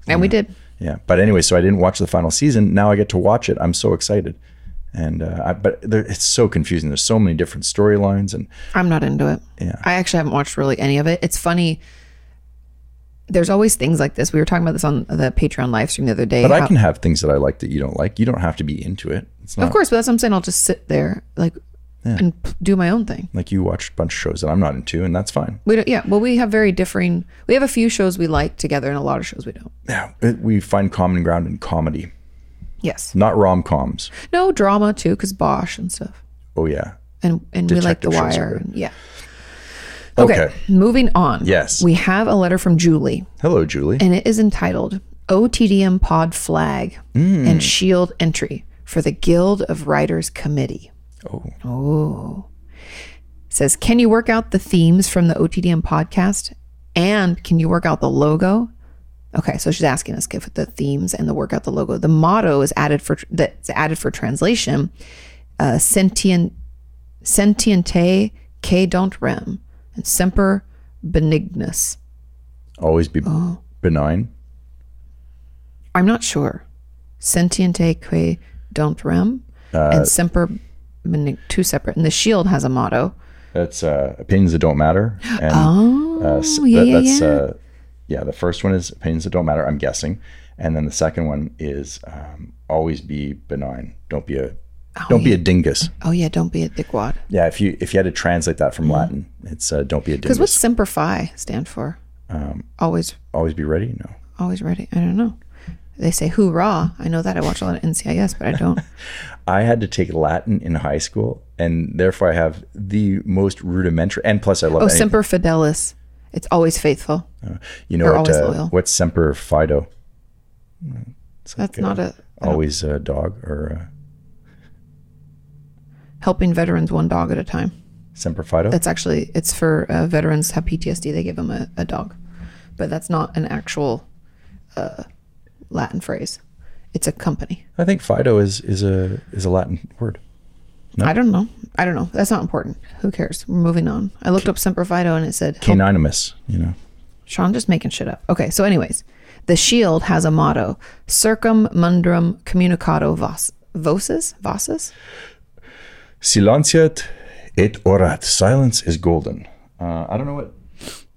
And we did. yeah." But anyway, so I didn't watch the final season. Now I get to watch it. I'm so excited, and uh, I, but there, it's so confusing. There's so many different storylines, and I'm not into it. Yeah. I actually haven't watched really any of it. It's funny. there's always things like this. We were talking about this on the Patreon live stream the other day. But I how- can have things that I like that you don't like. You don't have to be into it. It's not of course, but that's what I'm saying. I'll just sit there like and p- do my own thing. like you watch a bunch of shows that I'm not into, and that's fine. We don't, yeah. Well, we have very differing. We have a few shows we like together, and a lot of shows we don't. Yeah, it- we find common ground in comedy, Yes. not rom coms. No drama too, because Bosch and stuff, Oh yeah, and and we like The Detective shows are Wire. good. and- yeah. Okay, Okay. Moving on. Yes. We have a letter from Julie, hello Julie. and it is entitled "OTDM Pod Flag and Shield Entry for the Guild of Writers Committee." oh, says, Can you work out the themes from the OTDM podcast? And can you work out the logo? Okay, so she's asking us if the themes and the work out the logo. The motto is added for that's added for translation. Uh, sentient sentiente que don't rem and semper benignus. always be benign. I'm not sure. Sentiente que don't rem and semper benig- two separate. And the shield has a motto. That's uh, opinions that don't matter. And, uh, s- Oh, yeah, yeah, that's, yeah. Uh, yeah, the first one is opinions that don't matter. I'm guessing, and then the second one is um, always be benign. Don't be a don't be a dingus. Oh yeah, don't be a dickwad. Yeah, if you if you had to translate that from Latin, it's uh, don't be a Because dingus. Mm-hmm. what's Semper Fi stand for? always, always be ready. No, always ready. I don't know. They say hoorah. I know that. I watch a lot of NCIS, but I don't. I had to take Latin in high school, and therefore I have the most rudimentary. And plus, I love Oh, anything. Semper Fidelis. It's always faithful. You know They're what? always Uh, loyal. what's semper fido? That's not a Always a dog or helping veterans one dog at a time. uh, semper fido. That's actually it's for uh, veterans who have PTSD. They give them a, a dog, but that's not an actual uh, Latin phrase. It's a company. I think fido is is a is a Latin word. I don't know. I don't know. That's not important. Who cares? We're moving on. I looked up Semper Fido and it said help Canonimus. You know. Sean just making shit up. Okay, so anyways, the shield has a motto: Circum mundrum communicado vos, voces, voces. Silenciat et orat. Silence is golden. Uh, I don't know what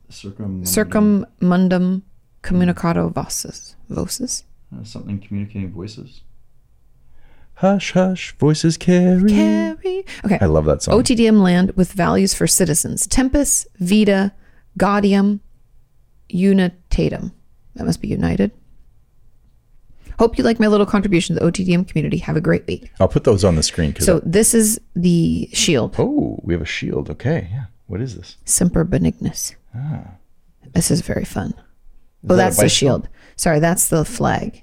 circum Circum mundum communicado voces, voces. uh, something communicating voices. Hush, hush, voices carry. Carry. Oh. Okay. I love that song. OTDM land with values for citizens: Tempus, Vita, Gaudium, Unitatum. That must be united. Hope you like my little contribution to the OTDM community. Have a great week. I'll put those on the screen because So this is the shield. Oh, we have a shield. Okay, yeah. What is this? Semper Benignus. This is very fun. Ah. oh, that a that's the bicycle? shield. Sorry, that's the flag.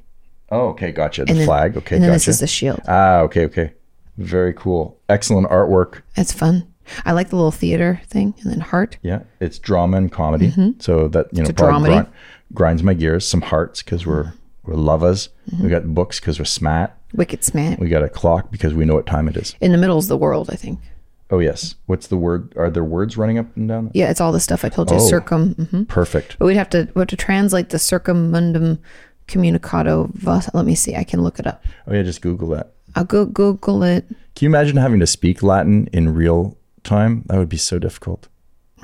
Oh, okay, gotcha. The then- flag. Okay, and then this gotcha. is the shield. ah, okay, okay. Very cool. Excellent artwork. It's fun. I like the little theater thing and then heart. Yeah, it's drama and comedy. So that you know, Mm-hmm. It's a probably dramedy. grind- grinds my gears. Some hearts because we're we're lovers. Mm-hmm. We got books because we're smat. Wicked smack. We got a clock because we know what time it is. In the middle is the world, I think. Oh yes. What's the word? Are there words running up and down? Yeah, it's all the stuff I told you. Oh. Circum. hmm Perfect. But we'd have to we have to translate the circumundum communicado. Vos. Let me see. I can look it up. Oh yeah, just Google that. I'll go Google it. Can you imagine having to speak Latin in real time? That would be so difficult.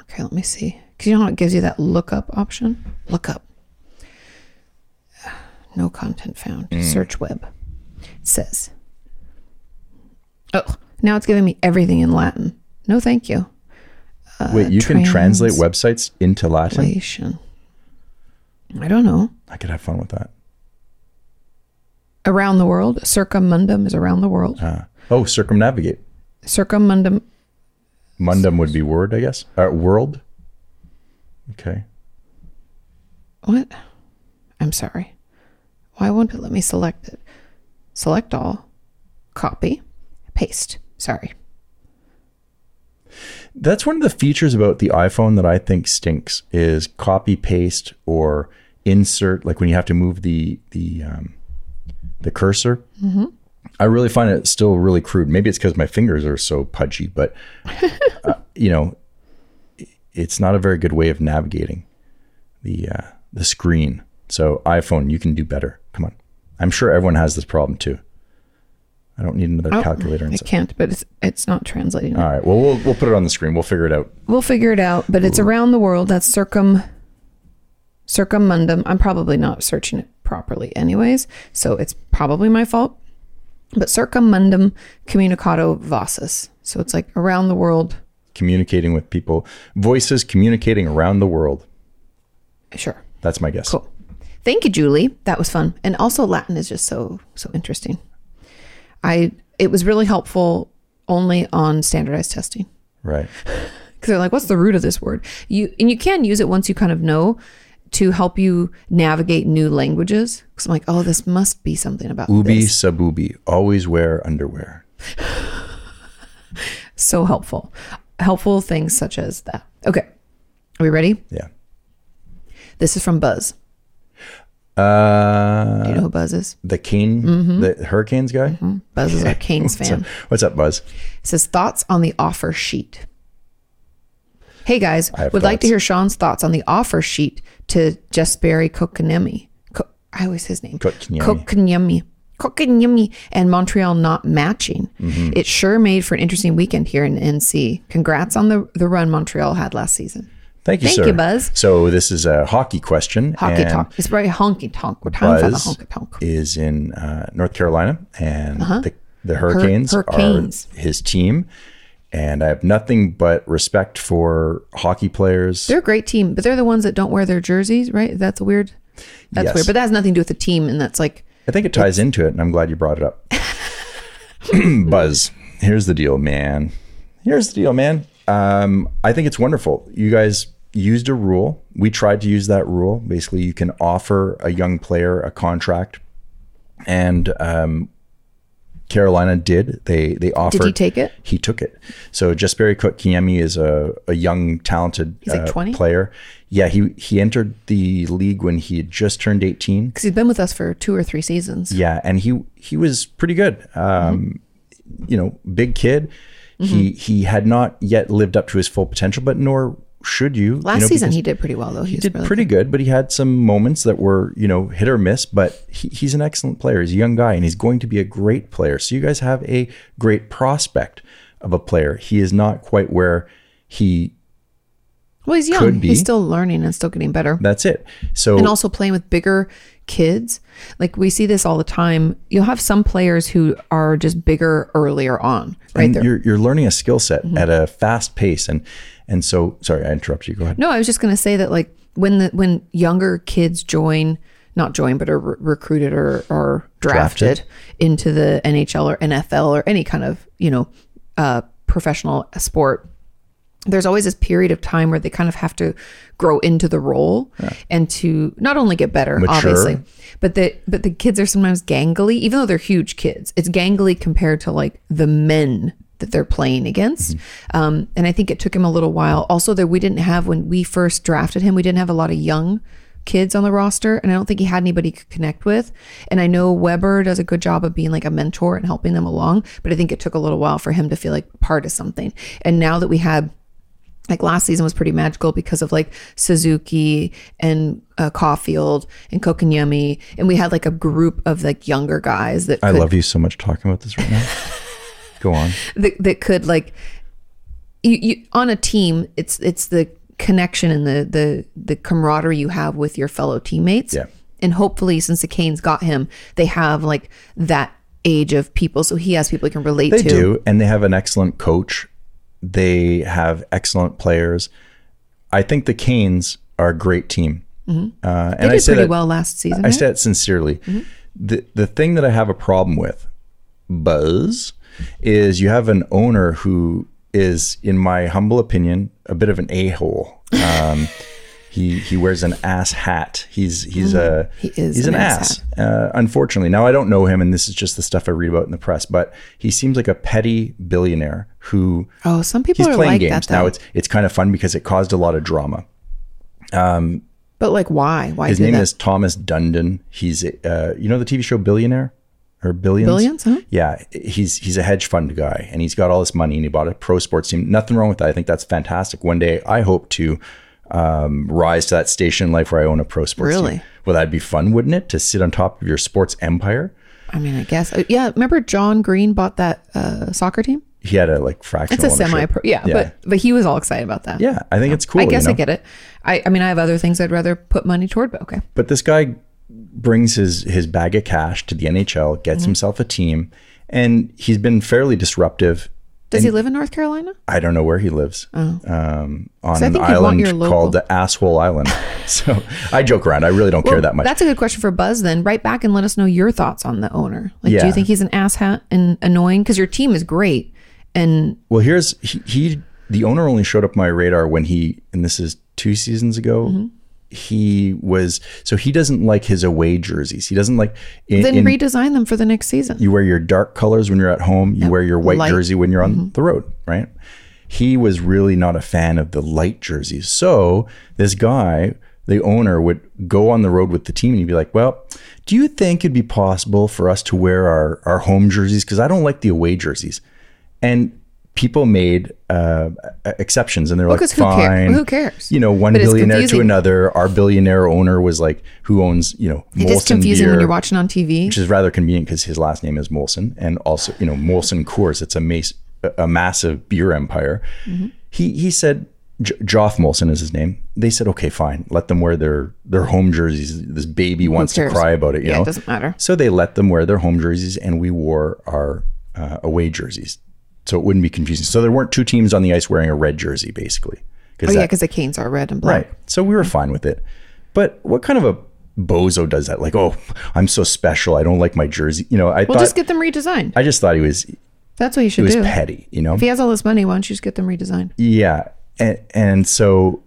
Okay, let me see. Because you know how it gives you that lookup option? Look up. No content found. Search web. It says. Oh, now it's giving me everything in Latin. No, thank you. Wait, you can Uh, trans- translate websites into Latin? Relation. I don't know. I could have fun with that. Around the world. Circumundum is around the world. Uh, oh, circumnavigate. Circumundum. Mundum would be word, I guess. Uh, world. Okay. What? I'm sorry. Why won't it let me select it? Select all. Copy. Paste. Sorry. That's one of the features about the iPhone that I think stinks is copy paste or insert. Like when you have to move the the um, the cursor. Mm-hmm. I really find it still really crude. Maybe it's because my fingers are so pudgy, but uh, you know, i- it's not a very good way of navigating the uh, the screen. So iPhone, you can do better. Come on, I'm sure everyone has this problem too. I don't need another Oh, calculator. And I stuff. can't, but it's it's not translating. it. All right, well, well, we'll put it on the screen. We'll figure it out. We'll figure it out. But it's around the world. That's circum circumundum. I'm probably not searching it properly, anyways, so it's probably my fault. But circumundum communicado vasus. So it's like around the world. Communicating with people, voices communicating around the world. Sure. That's my guess. Cool. Thank you, Julie. That was fun. And also Latin is just so so interesting. I it was really helpful only on standardized testing Right. because they're like, what's the root of this word? You and you can use it once you kind of know to help you navigate new languages. Because I'm like, oh, this must be something about Ubi this. sub ubi. Always wear underwear. So helpful, helpful things such as that. Okay, are we ready? Yeah. This is from Buzz. Uh, Do you know who Buzz is? the cane, Mm-hmm. the hurricanes guy. Buzz is our Canes So, fan. what's up, Buzz? It says thoughts on the offer sheet. Hey guys, would have like to thoughts. hear Sean's thoughts on the offer sheet to Jesperi Kokonemi. Co- I always his name. Kotkaniemi. Kotkaniemi. Kotkaniemi and Montreal not matching. Mm-hmm. It sure made for an interesting weekend here in NC. Congrats on the the run Montreal had last season. Thank you, Thank sir. you, Buzz. So this is a hockey question. Hockey and talk. It's very honky tonk. We're talking about the Buzz honky tonk. Uh-huh. is in uh, North Carolina, and the, the Hurricanes, Hurricanes. are his team. And I have nothing but respect for hockey players. They're a great team, but they're the ones that don't wear their jerseys, right? That's weird. That's Yes. weird. But that has nothing to do with the team, and that's like I think it ties into it, and I'm glad you brought it up. Buzz, here's the deal, man. Here's the deal, man. Um, I think it's wonderful. You guys used a rule. We tried to use that rule. Basically, you can offer a young player a contract, and um, Carolina did. They they offered. he take it? He took it. So Jesperi Kotkaniemi is a, a young, talented uh, like 20? player. Yeah, he he entered the league when he had just turned 18. because he's been with us for two or three seasons. Yeah, and he he was pretty good. Um, You know, big kid. He Mm-hmm. he had not yet lived up to his full potential, but nor should you. Last you know, season because he did pretty well though. He, was did really pretty good, but he had some moments that were you know hit or miss. But he, he's an excellent player. He's a young guy, and he's going to be a great player. So you guys have a great prospect of a player. He is not quite where he. Well, he's young. could be. He's still learning and still getting better. That's it. So and also playing with bigger kids. Like we see this all the time. You'll have some players who are just bigger earlier on, right? and there. Mm-hmm. you're you're learning a skill set at a fast pace, and and so sorry, I interrupt you. Go ahead. No, I was just going to say that like when the when younger kids join, not join, but are re- recruited or or drafted, Drafted. into the NHL or NFL or any kind of you know uh, professional sport. There's always this period of time where they kind of have to grow into the role and to not only get better, Mature. obviously, but the but the kids are sometimes gangly, even though they're huge kids. It's gangly compared to like the men that they're playing against. Um, and I think it took him a little while. Also, that we didn't have when we first drafted him, we didn't have a lot of young kids on the roster, and I don't think he had anybody he could connect with. And I know Weber does a good job of being like a mentor and helping them along, but I think it took a little while for him to feel like part of something. And now that we had like last season was pretty magical because of like Suzuki and uh, Caulfield and Kokonyemi, and we had like a group of like younger guys that I could, love you so much talking about this right now. Go on. that, that could like you, you on a team. It's it's the connection and the the the camaraderie you have with your fellow teammates. Yeah. And hopefully, since the Canes got him, they have like that age of people, so he has people he can relate They to. do, and they have an excellent coach. They have excellent players. I think the Canes are a great team, uh, and Mm-hmm. They I did say pretty that well last season. I right? say that sincerely. Mm-hmm. The the thing that I have a problem with, Buzz, is you have an owner who is, in my humble opinion, a bit of an a hole. Um, he he wears an ass hat. He's he's a Mm. He is he's an an, ass ass. Uh, unfortunately, now I don't know him, and this is just the stuff I read about in the press. But he seems like a petty billionaire who oh, some people he's are playing like games that though. now. It's it's kind of fun because it caused a lot of drama. but like, why? Why His do name that? is Thomas Dundon. He's uh, you know the TV show Billionaire or Billions. Billions, huh? Yeah, he's he's a hedge fund guy, and he's got all this money, and he bought a pro sports team. Nothing wrong with that. I think that's fantastic. One day, I hope to um, rise to that station in life where I own a pro sports team. Really? Well, that'd be fun, wouldn't it? To sit on top of your sports empire. I mean, I guess. uh, Yeah, remember John Green bought that uh, soccer team? he had a like fractional. It's a ownership. semi pro. Yeah, Oh, yeah, But, but he was all excited about that. yeah. I think it's cool. I guess you know? I get it. I, I mean, I have other things I'd rather put money toward, but okay. But this guy brings his his bag of cash to the NHL, gets Mm-hmm. himself a team, and he's been fairly disruptive. Does he live in North Carolina? I don't know where he lives um, on Oh. I an think you'd want island your local- called the Asshole Island. so I joke around. I really don't care that much. That's a good question for Buzz. Then write back and let us know your thoughts on the owner. Like, do Yeah. you think he's an asshat and annoying? Because your team is great, and Well, here's he, he the owner only showed up my radar when he and this is two seasons ago. Mm-hmm. He was so he doesn't like his away jerseys. He doesn't like in, then in- redesign them for the next season. you wear your dark colors when you're at home. You wear your white light. Mm-hmm. jersey when you're on the road, right? He was really not a fan of the light jerseys. So this guy, the owner, would go on the road with the team and he'd be like, Well, do you think it'd be possible for us to wear our, our home jerseys? Because I don't like the away jerseys. And people made uh, exceptions and they're like, Because who cares? Fine. Who cares? You know, one But it's billionaire to confusing. another. Our billionaire owner was like, Who owns, you know, It's just confusing when you're watching on TV. which is rather convenient because his last name is Molson, and also you know Molson Coors. It's a mas- a massive beer empire. Mm-hmm. He he said J- Joff Molson is his name. They said okay, fine, let them wear their their home jerseys. This baby wants to cares? cry about it. You yeah, know, it doesn't matter. so they let them wear their home jerseys, and we wore our uh, away jerseys, so it wouldn't be confusing. So there weren't two teams on the ice wearing a red jersey, basically. Oh yeah, that- because the canes are red and black. Right. So we were fine with it. But what kind of a bozo does that? Like, oh, I'm so special. I don't like my jersey. You know, I Well, thought just get them redesigned. I just thought he was he That's what you should was do. petty. You know. If he has all this money, why don't you just get them redesigned? Yeah. And and so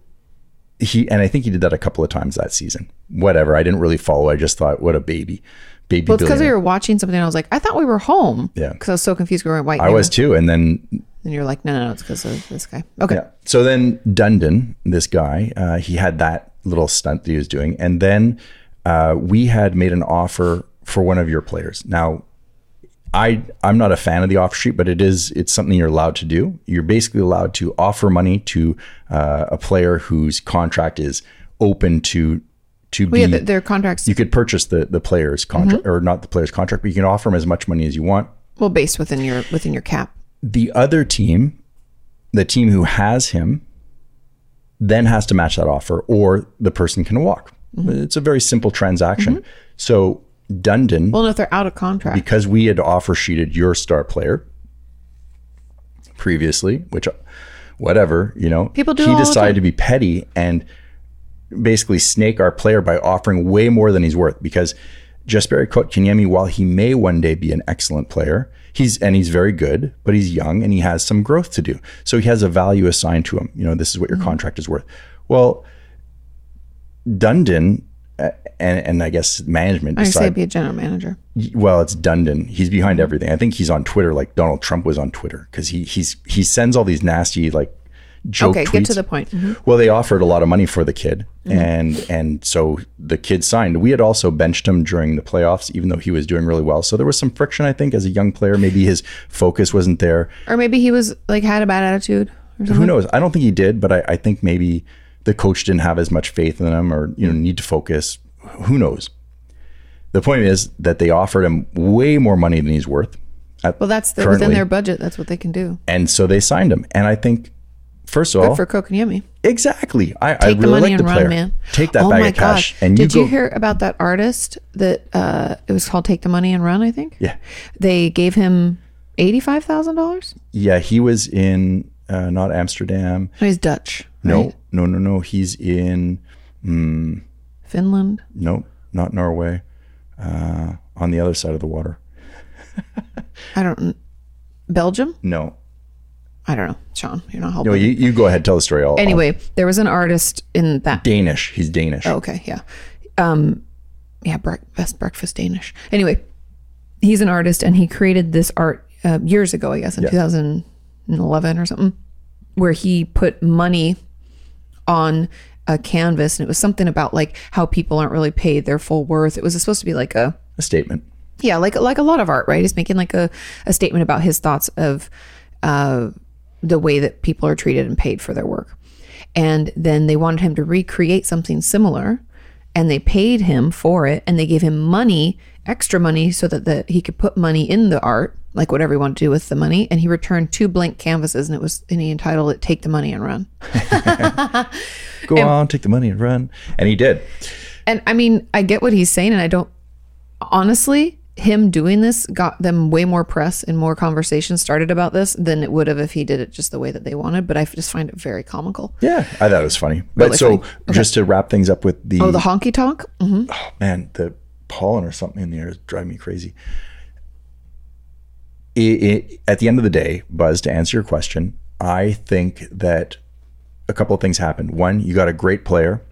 he and I think he did that a couple of times that season. Whatever. I didn't really follow. I just thought, what a baby, baby. Well, it's because we billionaire. were watching something. and I was like, I thought we were home. Yeah. Because I was so confused. We were white. I was too. And then And you're like, no, no, no. It's because of this guy. Okay. Yeah. So then Dundon, this guy, uh, he had that little stunt that he was doing, and then uh, we had made an offer for one of your players. Now, I I'm not a fan of the offer sheet, but it is it's something you're allowed to do. You're basically allowed to offer money to uh, a player whose contract is open to to Well, be yeah, Mm-hmm. th- their contracts you could purchase the the player's contract or not the player's contract, but you can offer him as much money as you want well based within your within your cap. the other team, the team who has him, then has to match that offer, or the person can walk. It's a very simple transaction. So Dundon, Well, no, if they're out of contract, because we had offer sheeted your star player previously, which whatever you know, People do it he all the decided time. to be petty and basically snake our player by offering way more than he's worth because Jesperi Kotkaniemi, while he may one day be an excellent player, he's and he's very good, but he's young and he has some growth to do. So he has a value assigned to him. You know, this is what your Mm-hmm. contract is worth. Well, Dundon uh, and and I guess management I say decided be a general manager. well, it's Dundon. He's behind everything. I think he's on Twitter like Donald Trump was on Twitter because he he's he sends all these nasty like joke Okay, tweets. get to the Mm-hmm. point. Mhm. Well, they offered a lot of money for the kid, and and so the kid signed. We had also benched him during the playoffs, even though he was doing really well. So there was some friction, I think, as a young player. Maybe his focus wasn't there. Or maybe he was like had a bad attitude or something. Who knows? I don't think he did, but I, I think maybe the coach didn't have as much faith in him, or you know, need to focus. Who knows? The point is that they offered him way more money than he's worth. at- Well, that's the, currently. within their budget. That's what they can do. and so they signed him. And I think, first of Good all, for Kokonyemi. exactly. I, I Take the money really like and the run, player. man. Take that oh bag my of cash, gosh. and you Did go. you hear about that artist that uh, it was called "Take the Money and Run"? I think. yeah, They gave him eighty-five thousand dollars. yeah. He was in uh, not Amsterdam. No, he's Dutch. No, right? no, no, no. He's in Finland. no, not Norway. Uh, on the other side of the water. I don't. kn- Belgium. No, I don't know, Sean. You're not helping. no. You, you go ahead. Tell the story. I'll, I'll- anyway, Oh. there was an artist in that Danish. He's Danish. Okay, yeah. Um yeah, brec- best breakfast Danish. Anyway, he's an artist and he created this art uh, years ago, I guess, in 2011 or something, where he put money on a canvas and it was something about like how people aren't really paid their full worth. It was supposed to be like a A statement. yeah, like like a lot of art, right? He's making like a, a statement about his thoughts of uh, the way that people are treated and paid for their work. And then they wanted him to recreate something similar, and they paid him for it, and they gave him money, extra money, so that the, he could put money in the art. like whatever he wanted to do with the money. And he returned two blank canvases, and it was and he entitled it "Take the Money and Run." Go on, take the money and run. And he did. And I mean, I get what he's saying, and I don't honestly. Him doing this got them way more press and more conversations started about this than it would have if he did it just the way that they wanted. But I just find it very comical. Yeah, I thought it was funny. But Really so, funny. just to wrap things up with the, Oh, the honky tonk. hmm man, the pollen or something in the air is driving me crazy. It, it, at the end of the day, Buzz, to answer your question, I think that a couple of things happened. One, you got a great player.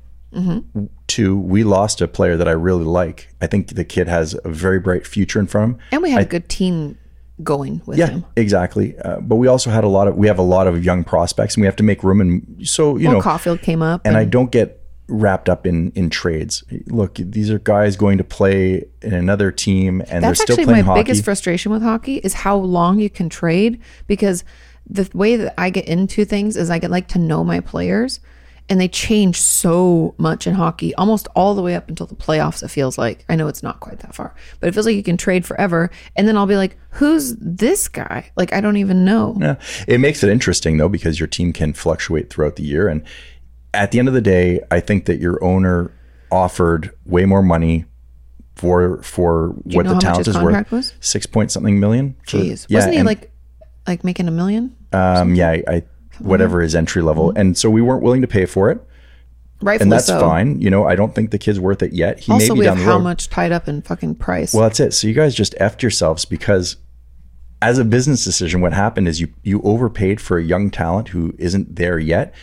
Two, we lost a player that I really like. I think the kid has a very bright future in front of him. And we had a good team going with Yeah, him. exactly. Uh, but we also had a lot of we have a lot of young prospects, and we have to make room. And so you know, Caulfield came up, and I don't get wrapped up in in trades. Look, these are guys going to play in another team, that's and they're still actually playing my hockey. biggest frustration with hockey is how long you can trade because the way that I get into things is I get like to know my players and they change so much in hockey almost all the way up until the playoffs it feels like i know it's not quite that far but it feels like you can trade forever and then i'll be like who's this guy like i don't even know Yeah. It makes it interesting though because your team can fluctuate throughout the year and at the end of the day, I think that your owner offered way more money for for know what the how much talent his is worth. contract was? 6 point something million. for- jeez yeah, wasn't he and, like like making a million um yeah, I, I whatever is entry level. And so we weren't willing to pay for it. rightfully And that's Mm-hmm. so fine. You know, I don't think the kid's worth it yet. He also may be we have down the how road. much tied up in fucking price Well, that's it. So you guys just effed yourselves because, as a business decision, what happened is you you overpaid for a young talent who isn't there yet.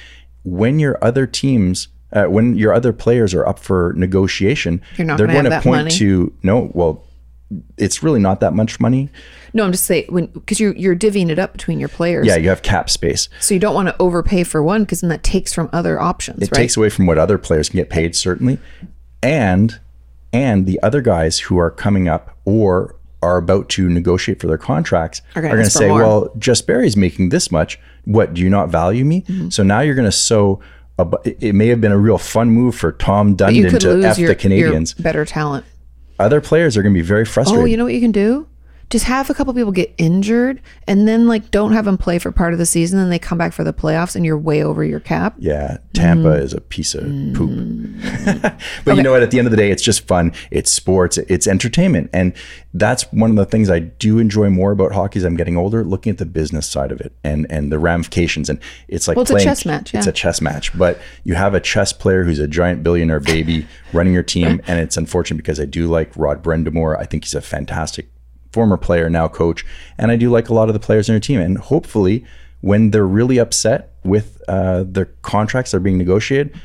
When your other teams, uh, when your other players are up for negotiation, You're not they're gonna have that going to point money. to no. Well, it's really not that much money. no i'm just saying when because you're you're divvying it up between your players Yeah, you have cap space. So you don't want to overpay for one because then that takes from other options, It right? takes away from what other players can get paid, certainly, and and the other guys who are coming up or are about to negotiate for their contracts are gonna going to ask for say, more. "Well, Just Barry's making this much. What do you not value me?" Mm-hmm. So now you're going to sow. A, bu- it- it may have been a real fun move for Tom you Dundon could to lose f your, the your Canadians. better talent. Other players are going to be very frustrated. Oh, you know what you can do? Just have a couple people get injured and then like don't have them play for part of the season and they come back for the playoffs and you're way over your cap. Yeah, Tampa Mm. is a piece of poop. but you know what? At the end of the day, it's just fun. It's sports. It's entertainment, and that's one of the things I do enjoy more about hockey. As I'm getting older, looking at the business side of it and and the ramifications, and it's like Well, it's a playing, chess match, It's yeah. a chess match, but you have a chess player who's a giant billionaire baby running your team, and it's unfortunate because I do like Rod Brendamore. I think he's a fantastic former player, now coach, and I do like a lot of the players on your team. And hopefully, when they're really upset with uh, their contracts that are being negotiated,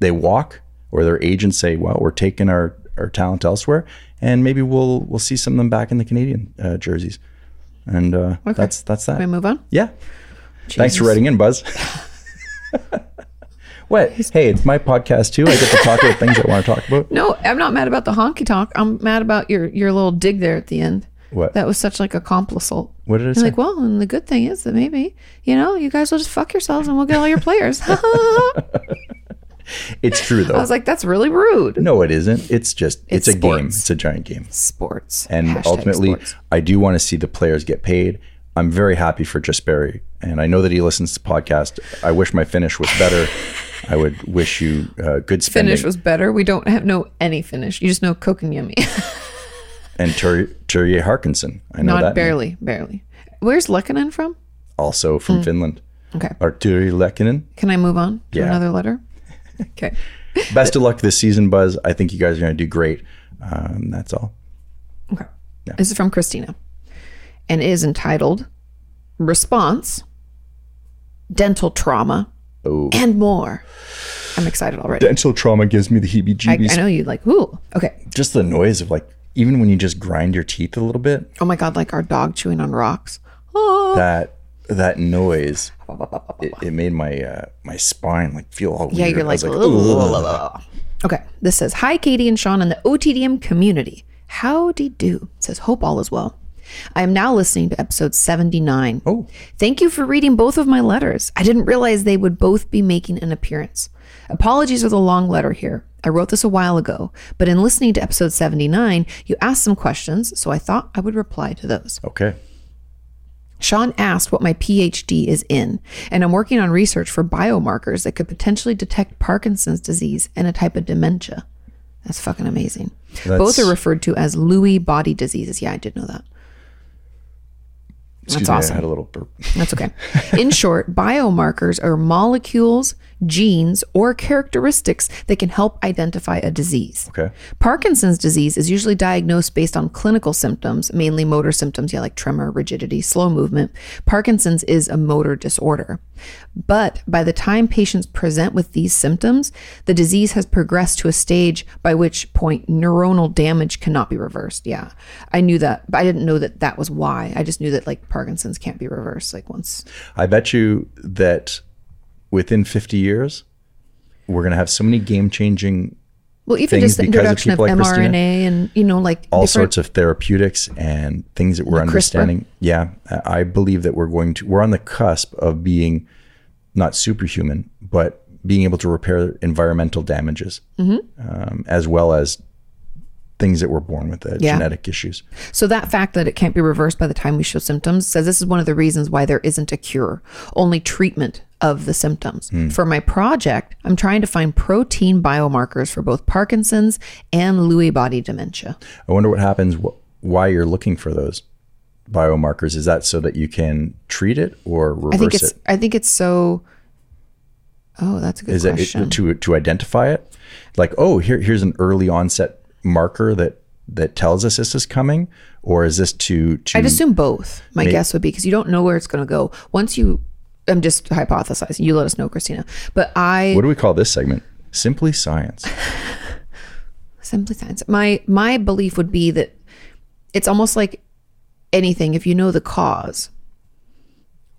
they walk or their agents say, "Well, we're taking our our talent elsewhere, and maybe we'll we'll see some of them back in the Canadian uh, jerseys." And uh, that's that's that. Can we move on? Yeah. Thanks for writing in, Buzz. what? Hey, it's my podcast too. I get to talk about things I want to talk about. No, I'm not mad about the honky tonk. I'm mad about your your little dig there at the end. What? That was such like a complisol. What did I You're say? like, well, and the good thing is that maybe, you know, you guys will just fuck yourselves and we'll get all your players. I it's true though. was like, that's really rude. no, it isn't. It's just it's, It's a game. sports. It's a giant game. Sports. And Hashtag ultimately, sports. I do want to see the players get paid. I'm very happy for Just Barry, and I know that he listens to the podcast. I wish my finish was better. I would wish you uh, good spending finish was better. We don't have no any finish. You just know Coke and Yummy. and Tur- Turje Harkinson. I know Not that name. barely, barely. Where's Lekkonen from? also Hmm. from Finland. Okay. Arturi Lekkinen. Can I move on to Yeah. another letter? Okay. Best of luck this season, Buzz. I think you guys are going to do great. Um, that's all. Okay. This is from Christina and it is entitled Response, Dental Trauma, Oh. and More. I'm excited already. Dental trauma gives me the heebie I, I know you like, ooh. Okay. Just the noise of like, even when you just grind your teeth a little bit, Oh my God, like our dog chewing on rocks. Oh. that that noise, it, it made my uh, my spine like feel all Yeah, weird. you're I was like, "Ugh." okay. This says, Hi, Katie and Sean in the OTDM community. Howdy do. It says, Hope all is well. I am now listening to episode 79. Oh. Thank you for reading both of my letters. I didn't realize they would both be making an appearance. Apologies for the long letter here. I wrote this a while ago, but in listening to episode 79, you asked some questions, so I thought I would reply to those. okay. Sean asked what my PhD is in, and I'm working on research for biomarkers that could potentially detect Parkinson's disease and a type of dementia. That's fucking amazing. Both That's- are referred to as Lewy body diseases. Yeah, I did know that. Excuse That's me, I awesome. had a little burp. That's okay. In short, biomarkers are molecules, genes, or characteristics that can help identify a disease. Okay. Parkinson's disease is usually diagnosed based on clinical symptoms, mainly motor symptoms, yeah, like tremor, rigidity, slow movement. Parkinson's is a motor disorder. But by the time patients present with these symptoms, the disease has progressed to a stage by which point neuronal damage cannot be reversed. Yeah. I knew that, but I didn't know that that was why. I just knew that like Parkinson's can't be reversed like once. I bet you that within 50 years, we're going to have so many game changing, Well, even just Things the because of introduction of, people like mRNA Christina? and, you know, like all different- sorts of therapeutics and things that we're CRISPR. understanding. Yeah. I- I believe that we're going to, we're on the cusp of being not superhuman, but being able to repair environmental damages Mm-hmm. um, as well as things that we're born with, uh, Yeah. genetic issues. So that fact that it can't be reversed by the time we show symptoms says this is one of the reasons why there isn't a cure, only treatment of the symptoms. Hmm. For my project, I'm trying to find protein biomarkers for both Parkinson's and Lewy body dementia. I wonder what happens wh- why you're looking for those biomarkers. Is that so that you can treat it or reverse I think it's it? I think it's so Oh, that's a good Is it, question. it to to identify it? Like, oh, here here's an early onset marker that that tells us this is coming, or is this to to I'd assume both. My guess would be because you don't know where it's going to go. Once you I'm just hypothesizing. You let us know, Christina. But I what do we call this segment? Simply science. simply science my my belief would be that it's almost like anything if you know the cause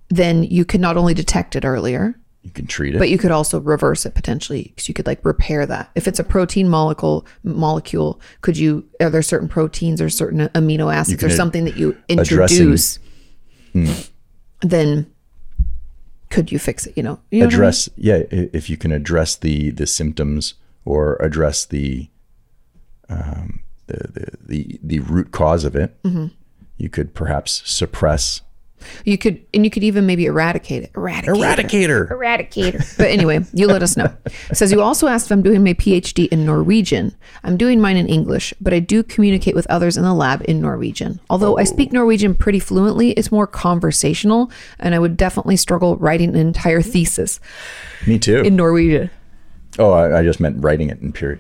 then you can not only detect it earlier You can treat it. but you could also reverse it potentially because you could like repair that if it's a protein molecule molecule could you are there certain proteins or certain amino acids or can a- something that you addressing- introduce Hmm. then could you fix it you know, you know what I mean? address yeah, i- if you can address the the symptoms or address the um the the the, the root cause of it, Mm-hmm. you could perhaps suppress you could and you could even maybe eradicate it eradicate it. Eradicator. But anyway, you let us know. Says you also asked if I'm doing my PhD in Norwegian. I'm doing mine in English, but I do communicate with others in the lab in Norwegian. Although I speak Norwegian pretty fluently, it's more conversational, and I would definitely struggle writing an entire thesis Me too. in Norwegian. oh, I, I just meant writing it in period.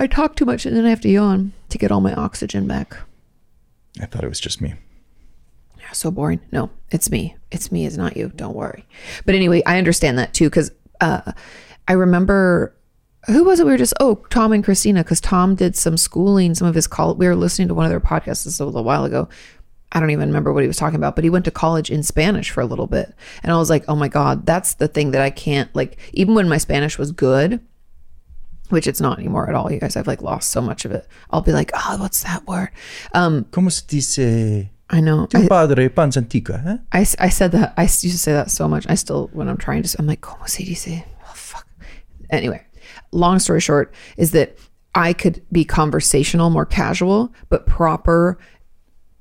I talk too much, and then I have to yawn to get all my oxygen back. I thought it was just me. so boring. No, it's me. It's me. It's not you. Don't worry. But anyway, I understand that too because uh, I remember who was it? We were just oh Tom and Christina because Tom did some schooling. Some of his call. We were listening to one of their podcasts this was a little while ago. I don't even remember what he was talking about, but he went to college in Spanish for a little bit, and I was like, oh my god, that's the thing that I can't like. Even when my Spanish was good, which it's not anymore at all, you guys. I've like lost so much of it. I'll be like, oh, what's that word? Como se dice I know. I- padre panzantica, eh? I, s- I said that I s- used to say that so much. I still when I'm trying to s- I'm like como se dice? Oh fuck. Anyway, long story short is that I could be conversational, more casual, but proper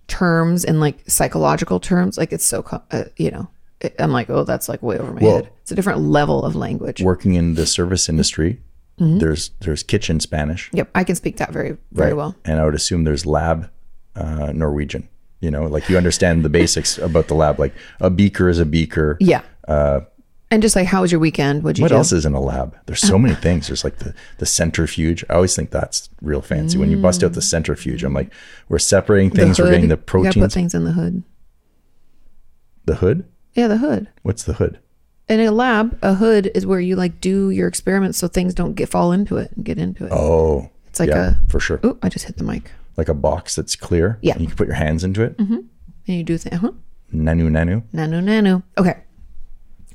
terms and like psychological terms, like it's so co- uh, you know, it, I'm like oh that's like way over my Well- head. It's a different level of language. Working in the service industry, there's there's kitchen Spanish, Yep, I can speak that very Mm-hmm. very well. And I would assume there's lab uh, Norwegian. You know, like you understand the basics about the lab. Like a beaker is a beaker. Yeah. and just like how was your weekend? What'd you Uh, What do? else is in a lab? There's so many things. There's like the, the centrifuge. I always think that's real fancy. When you bust out the centrifuge, I'm like, we're separating The things, we're hood. getting the You gotta put proteins. things in the hood. The hood? Yeah, the hood. What's the hood? in a lab, a hood is where you like do your experiments so things don't get fall into it and get into it. Oh, it's like yeah, for sure. a oh, I just hit the mic. Like a box that's clear. Yeah. Mm-hmm. And you can put your hands into it. And you do things. Huh? Nanu nanu. Nanu nanu. Okay.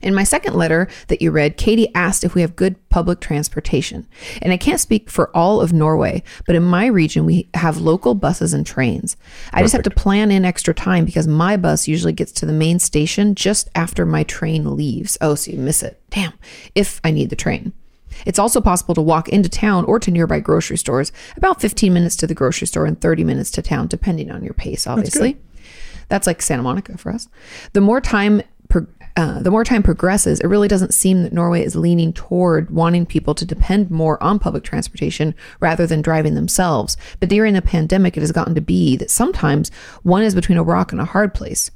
In my second letter that you read, Katie asked if we have good public transportation. And I can't speak for all of Norway, but in my region, we have local buses and trains. I just have to plan in extra time because my bus usually gets to the main station just after my train leaves. Oh, so you miss it. Damn. If I need the train. It's also possible to walk into town or to nearby grocery stores, about 15 minutes to the grocery store and 30 minutes to town, depending on your pace, obviously. That's, That's like Santa Monica for us. The more time pro- uh, the more time progresses, it really doesn't seem that Norway is leaning toward wanting people to depend more on public transportation rather than driving themselves. But during the pandemic, it has gotten to be that sometimes one is between a rock and a hard place.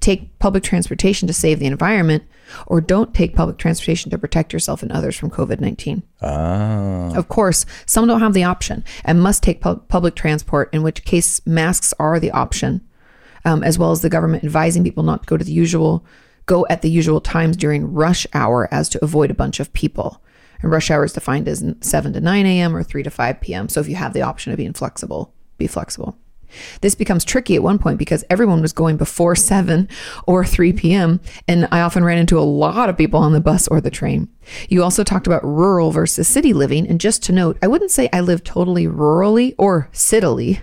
Take public transportation to save the environment, or don't take public transportation to protect yourself and others from COVID 19. Ah. Of course, some don't have the option and must take pub- public transport, in which case masks are the option, um, as well as the government advising people not to go to the usual, go at the usual times during rush hour as to avoid a bunch of people. And rush hour is defined as 7 to 9 a.m. or 3 to 5 p.m. So if you have the option of being flexible, be flexible. This becomes tricky at one point because everyone was going before 7 or 3 p.m., and I often ran into a lot of people on the bus or the train. You also talked about rural versus city living, and just to note, I wouldn't say I live totally rurally or cittily.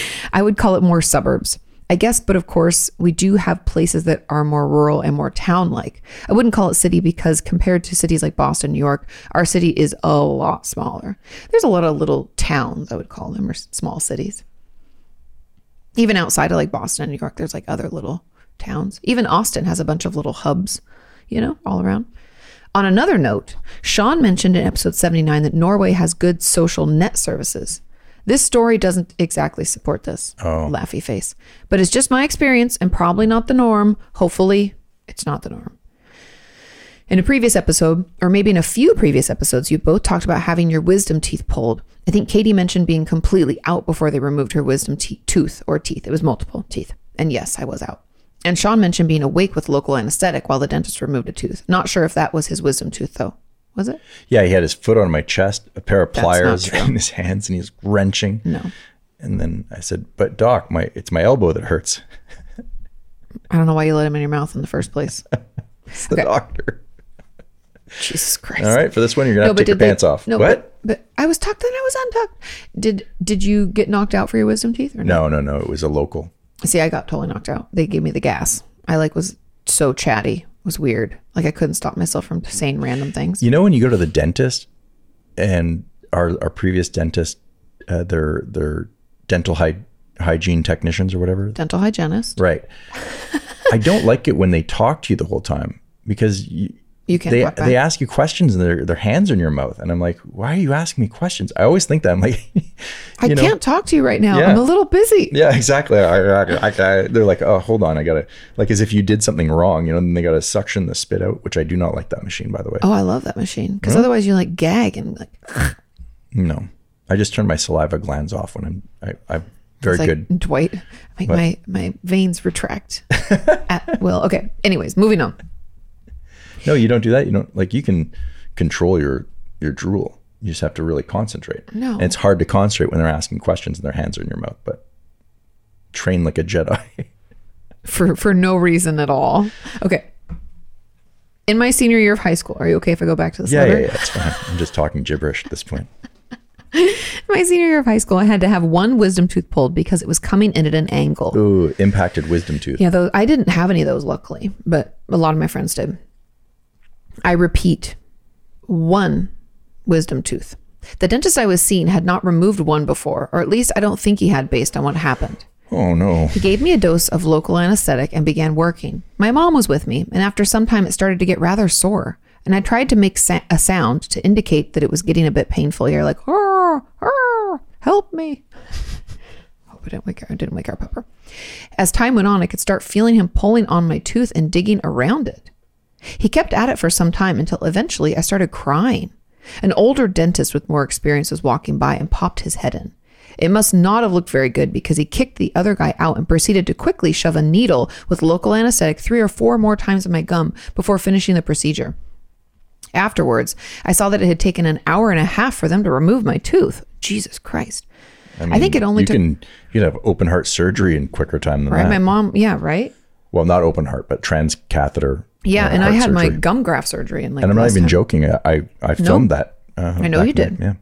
I would call it more suburbs. I guess, but of course, we do have places that are more rural and more town like. I wouldn't call it city because compared to cities like Boston, New York, our city is a lot smaller. There's a lot of little towns, I would call them, or s- small cities even outside of like Boston and New York, there's like other little towns. Even Austin has a bunch of little hubs, you know, all around. On another note, Sean mentioned in episode 79 that Norway has good social net services. This story doesn't exactly support this. Oh. Laughy face. But it's just my experience and probably not the norm. Hopefully, it's not the norm. In a previous episode, or maybe in a few previous episodes, you both talked about having your wisdom teeth pulled. I think Katie mentioned being completely out before they removed her wisdom te- tooth or teeth. It was multiple teeth. And yes, I was out. And Sean mentioned being awake with local anesthetic while the dentist removed a tooth. Not sure if that was his wisdom tooth, though. Was it? Yeah, he had his foot on my chest, a pair of not pliers true. in his hands, and he was wrenching. No. And then I said, "But doc, my it's my elbow that hurts." I don't know why you let him in your mouth in the first place. It's the Okay. doctor. Jesus Christ. All right, for this one, you're gonna have to take your did they- pants off. No, what? But, but I was tucked and I was untucked. Did did you get knocked out for your wisdom teeth or no? No, no, no. It was a local. See, I got totally knocked out. They gave me the gas. I like was so chatty. It was weird. Like I couldn't stop myself from saying random things. You know when you go to the dentist, and our our previous dentist, uh, their their dental hy- hygiene technicians or whatever, Dental hygienist. right? I don't like it when they talk to you the whole time because you, You can't they talk back. they ask you questions and their their hands are in your mouth, and I'm like, why are you asking me questions? I always think that I'm like, I you know- can't talk to you right now. Yeah. I'm a little busy. yeah, exactly. I, I- I- I- they're like, oh, hold on, I gotta like as if you did something wrong, you know, and they gotta suction the spit out, which I do not like that machine, by the way. Oh, I love that machine because otherwise you like gag and like, No, I just turn my saliva glands off when I'm I, I'm very it's like good. Dwight. Like my my veins retract at will. Okay. Anyways, moving on. No, you don't do that. You don't like you can control your your drool. You just have to really concentrate. No. and it's hard to concentrate when they're asking questions and their hands are in your mouth. But train like a Jedi. for for no reason at all. Okay. In my senior year of high school, are you okay if I go back to this yeah, yeah, letter? yeah. It's fine. I'm just talking gibberish at this point. In my senior year of high school, I had to have one wisdom tooth pulled because it was coming in at an angle. Ooh, impacted wisdom tooth. Yeah, though I didn't have any of those, luckily, but a lot of my friends did. I repeat, one wisdom tooth. The dentist I was seeing had not removed one before, or at least I don't think he had based on what happened. Oh no. He gave me a dose of local anesthetic and began working. My mom was with me, and after some time, it started to get rather sore. And I tried to make sa- a sound to indicate that it was getting a bit painful here, like "Arr, arr, help me." Hope I didn't wake her. I didn't wake our pupper. As time went on, I could start feeling him pulling on my tooth and digging around it. He kept at it for some time until eventually I started crying. An older dentist with more experience was walking by and popped his head in. It must not have looked very good because he kicked the other guy out and proceeded to quickly shove a needle with local anesthetic three or four more times in my gum before finishing the procedure. Afterwards, I saw that it had taken an hour and a half for them to remove my tooth. Jesus Christ. I, think it only You took can you can have open heart surgery in quicker time than right? that. My mom, yeah, right? well, not open heart, but transcatheter. Yeah, uh, and I heart had my surgery. gum graft surgery and like And I'm not last even time. joking. I I, I filmed that. Uh, I know back you then. did. Yeah.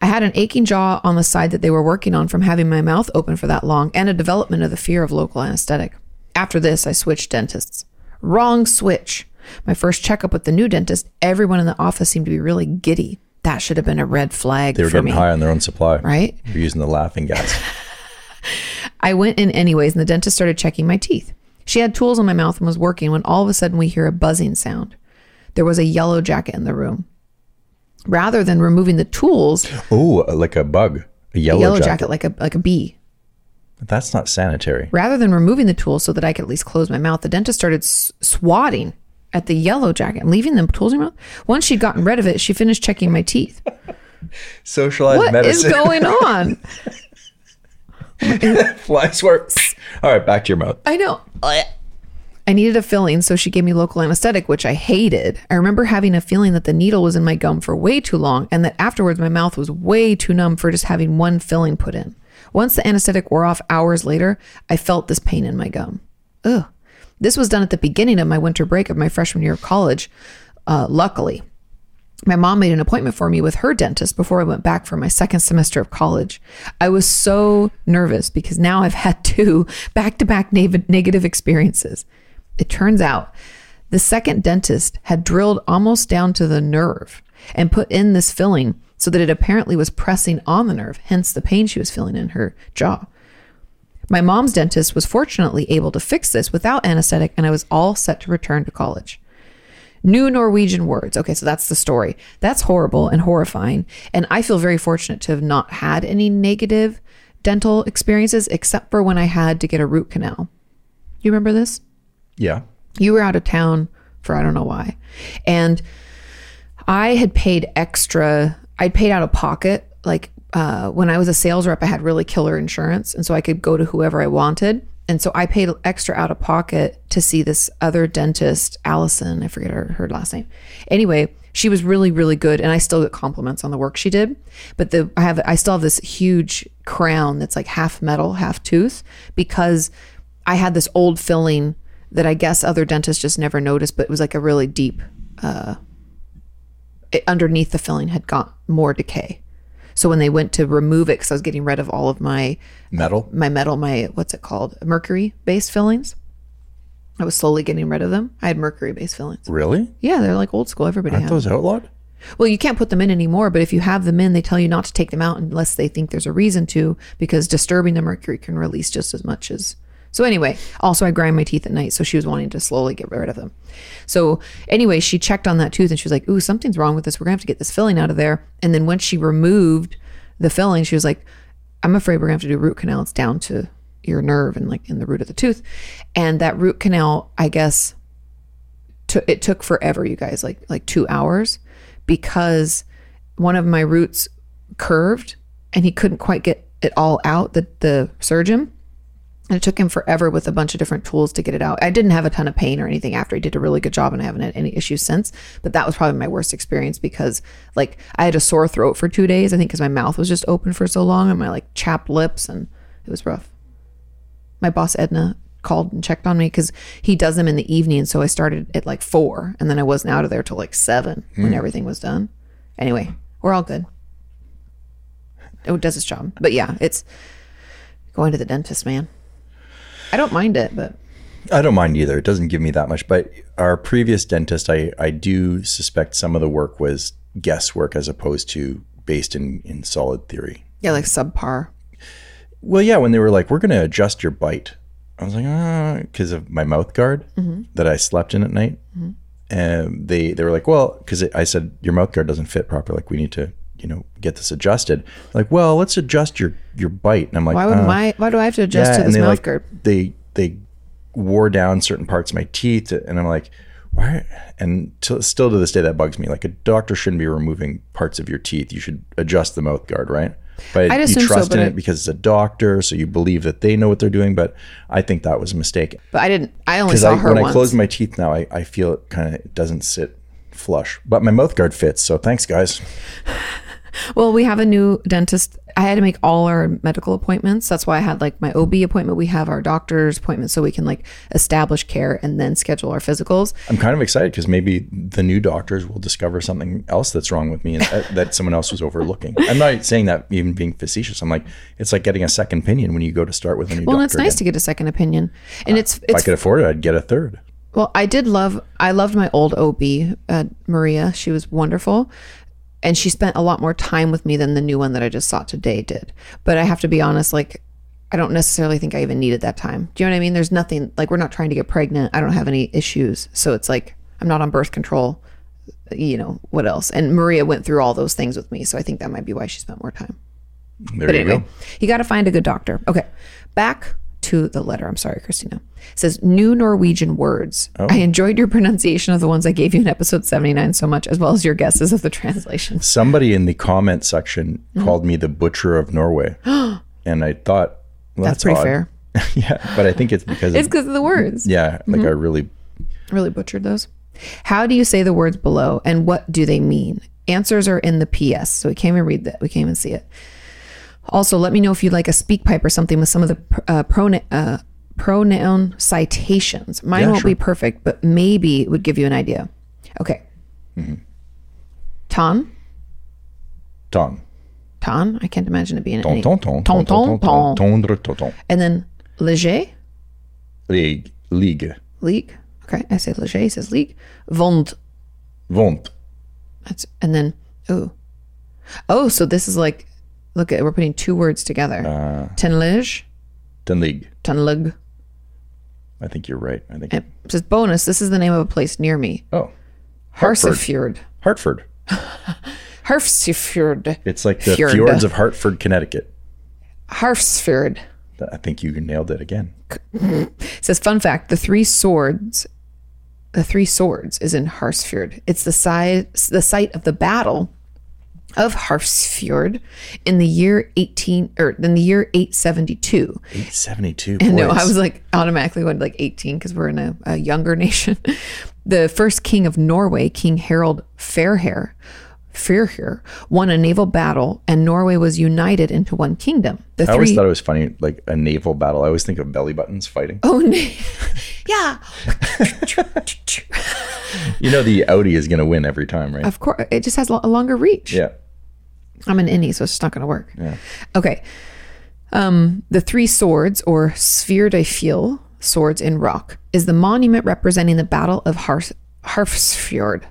I had an aching jaw on the side that they were working on from having my mouth open for that long and a development of the fear of local anesthetic. After this, I switched dentists. Wrong switch. My first checkup with the new dentist, everyone in the office seemed to be really giddy. That should have been a red flag They were for getting me. high on their own supply. Right? They're using the laughing gas. I went in anyways, and the dentist started checking my teeth. She had tools in my mouth and was working when all of a sudden we hear a buzzing sound. There was a yellow jacket in the room. Rather than removing the tools, Oh, like a bug, a a yellow, yellow jacket. jacket like a like a bee That's not sanitary. Rather than removing the tools so that I could at least close my mouth, the dentist started s- swatting at the yellow jacket and leaving the tools in my mouth. Once she'd gotten rid of it, she finished checking my teeth. Socialized What is medicine. going on? Flies work. All right, back to your mouth. I know. I needed a filling, so she gave me local anesthetic, which I hated. I remember having a feeling that the needle was in my gum for way too long and that afterwards my mouth was way too numb for just having one filling put in. Once the anesthetic wore off hours later, I felt this pain in my gum. Ugh. This was done at the beginning of my winter break of my freshman year of college. Uh, luckily, my mom made an appointment for me with her dentist before I went back for my second semester of college. I was so nervous because now I've had two back to back negative experiences. It turns out the second dentist had drilled almost down to the nerve and put in this filling so that it apparently was pressing on the nerve, hence the pain she was feeling in her jaw. My mom's dentist was fortunately able to fix this without anesthetic, and I was all set to return to college. New Norwegian words. Okay, so that's the story. That's horrible and horrifying. And I feel very fortunate to have not had any negative dental experiences except for when I had to get a root canal. You remember this? Yeah. you were out of town for I don't know why. And I had paid extra, I'd paid out of pocket. Like uh, when I was a sales rep, I had really killer insurance. And so I could go to whoever I wanted. And so I paid extra out of pocket to see this other dentist, Allison. I forget her, her last name. Anyway, she was really, really good. And I still get compliments on the work she did. But the I have I still have this huge crown that's like half metal, half tooth, because I had this old filling that I guess other dentists just never noticed, but it was like a really deep, uh, it, underneath the filling had got more decay. So when they went to remove it, because I was getting rid of all of my Metal. my metal, my what's it called, mercury based fillings, I was slowly getting rid of them. I had mercury based fillings. Really? Yeah, they're like old school. Everybody Aren't had. those outlawed? Well, you can't put them in anymore, but if you have them in, they tell you not to take them out unless they think there's a reason to, because disturbing the mercury can release just as much as. So, anyway, also I grind my teeth at night, so she was wanting to slowly get rid of them. So, anyway, she checked on that tooth and she was like, Ooh, something's wrong with this. We're gonna have to get this filling out of there. And then once she removed the filling, she was like, I'm afraid we're gonna have to do root canal. It's down to your nerve and like in the root of the tooth. And that root canal, I guess, took it took forever you guys like like two hours because one of my roots curved and he couldn't quite get it all out the the surgeon and it took him forever with a bunch of different tools to get it out i didn't have a ton of pain or anything after he did a really good job and i haven't had any issues since but that was probably my worst experience because like i had a sore throat for two days i think because my mouth was just open for so long and my like chapped lips and it was rough my boss Edna called and checked on me because he does them in the evening. So I started at like four, and then I wasn't out of there till like seven Hmm. when everything was done. Anyway, we're all good. Oh, It does its job, but yeah, it's going to the dentist, man. I don't mind it, but I don't mind either. It doesn't give me that much. But our previous dentist, I, I do suspect some of the work was guesswork as opposed to based in, in solid theory. yeah, like subpar. Well, yeah, when they were like, we're going to adjust your bite. I was like, ah, because of my mouth guard that I slept in at night. And they, they were like, well, because I said, your mouth guard doesn't fit properly. Like, we need to, you know, get this adjusted. Like, well, let's adjust your, your bite. And I'm like, Why would "Uh, my why do I have to adjust to and this they mouth like, guard? They they wore down certain parts of my teeth, and I'm like, why? And t- still to this day, that bugs me. Like a doctor shouldn't be removing parts of your teeth. You should adjust the mouth guard, right? But I'd assume you so, trust but in I- it because it's a doctor, so you believe that they know what they're doing. But I think that was a mistake But I didn't. I only because saw I, her when once. I close my teeth now, I, I feel it kind of it doesn't sit flush, but my mouth guard fits. So thanks, guys. Well, we have a new dentist. I had to make all our medical appointments. That's why I had like my OB appointment. We have our doctor's appointment so we can like establish care and then schedule our physicals. I'm kind of excited because maybe the new doctors will discover something else that's wrong with me and that, that someone else was overlooking. I'm not saying that even being facetious. I'm like, it's like getting a second opinion when you go to start with a new Well, and doctor. it's nice to get a second opinion. And it's again. if it's I could afford it, I'd get a third. Well, I did love. I loved my old OB, uh, Maria. She was wonderful, and she spent a lot more time with me than the new one that I just saw today did. But I have to be honest, like I don't necessarily think I even needed that time. Do you know what I mean? There's nothing like we're not trying to get pregnant. I don't have any issues. So it's like I'm not on birth control. You know, what else? And Maria went through all those things with me. So I think that might be why she spent more time. There But you anyway, go. you got to find a good doctor. Okay. Back to the letter. I'm sorry, Christina. It says new Norwegian words. Oh. I enjoyed your pronunciation of the ones I gave you in episode 79 so much, as well as your guesses of the translations. Somebody in the comment section Mm-hmm. called me the butcher of Norway, and I thought well, That's pretty odd. fair. yeah, but I think it's because It's Mm-hmm. of, because of the words. yeah, like I really Really butchered those. How do you say the words below and what do they mean? Answers are in the PS. So we can't even read that. We can't even see it. Also, let me know if you'd like a speak pipe or something with some of the pr- uh, pronoun, uh, pronoun citations. Mine Yeah, won't be sure. perfect, but maybe it would give you an idea. Okay. Mm-hmm. Ton, ton ton. I can't imagine it being ton any. ton ton ton, ton, ton. tondre ton ton And then leger, league league league. Okay, I say leger. He says league. Vond, vont That's and then oh, oh. So this is like, look at we're putting two words together. Uh, Tenlige, den league. Tenlug. I think you're right. I think It says bonus. This is the name of a place near me. oh Hartford. Harsefjord. Hartford. Harfsfjord. It's like the Fjord. fjords of Hartford, Connecticut. Harfsfjord. Th- I think you nailed it again. It says fun fact: the three swords, the three swords is in Harfsfjord. It's the size, the site of the battle of Harfsfjord in the year eighteen or in the year eight seventy two. 872. No, boys. I was like automatically went like 18 because we're in a, a younger nation. the first king of Norway, King Harold Fairhair, Fairhair, won a naval battle, and Norway was united into one kingdom. The I always three thought it was funny, like a naval battle. I always think of belly buttons fighting. oh na- yeah, You know, the Audi is going to win every time, right? of course, it just has lo- a longer reach. yeah. I'm an innie, so it's just not going to work. Okay. Um, the three swords, or Sphere de Fiel, swords in rock, is the monument representing the Battle of Harf- Harfsfjord.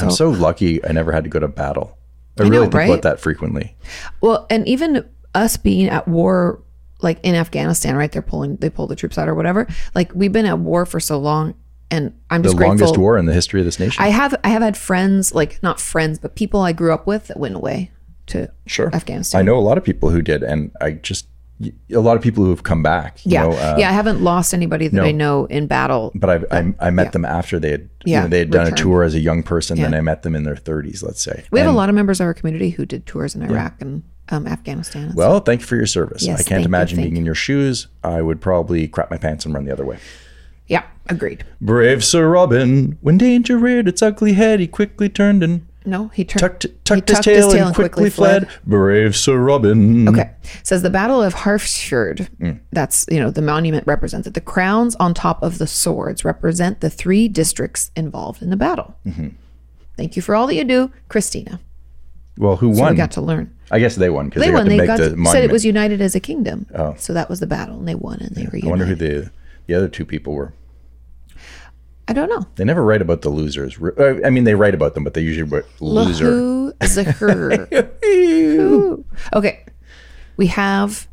I'm so lucky I never had to go to battle. I, really know, think right? about that frequently. Well, and even us being at war, like in Afghanistan, right? They're pulling, they pulled the troops out or whatever. Like we've been at war for so long, and I'm The just grateful. longest war in the history of this nation. I have, I have had friends, like not friends, but people I grew up with that went away to sure. Afghanistan. I know a lot of people who did, and I just, y- a lot of people who have come back. You yeah, Know, uh, yeah. I haven't lost anybody that I know in battle. But I, I, I met them after they had, you Yeah, know, they had done a returned. tour as a young person. Then I met them in their 30s, let's say. We have a lot of members of our community who did tours in Iraq and um, Afghanistan. and Well, thank you for your service. Yes, I thank can't you, imagine thank being in your shoes. I would probably crap my pants and run the other way. stuff. yeah, agreed. Brave Sir Robin, when danger reared its ugly head, he quickly turned and No, he turned, tucked, he tucked, his, tail and quickly, fled. Brave Sir Robin. Okay. Says the Battle of Harfjord. Mm. That's, you know, the monument represented. The crowns on top of the swords represent the three districts involved in the battle. Mm-hmm. Thank you for all that you do, Christina. Well, who We won? got to learn. I guess they won because They, they, won. got to They make got the to, said monument. it was united as a kingdom. Oh. So that was the battle, and they won, and they were I wonder united. who the the other two people were. I don't know. They never write about the losers. Re- uh, I mean, they write about them, but they usually write loser. Who is a her? Ooh. Okay. We have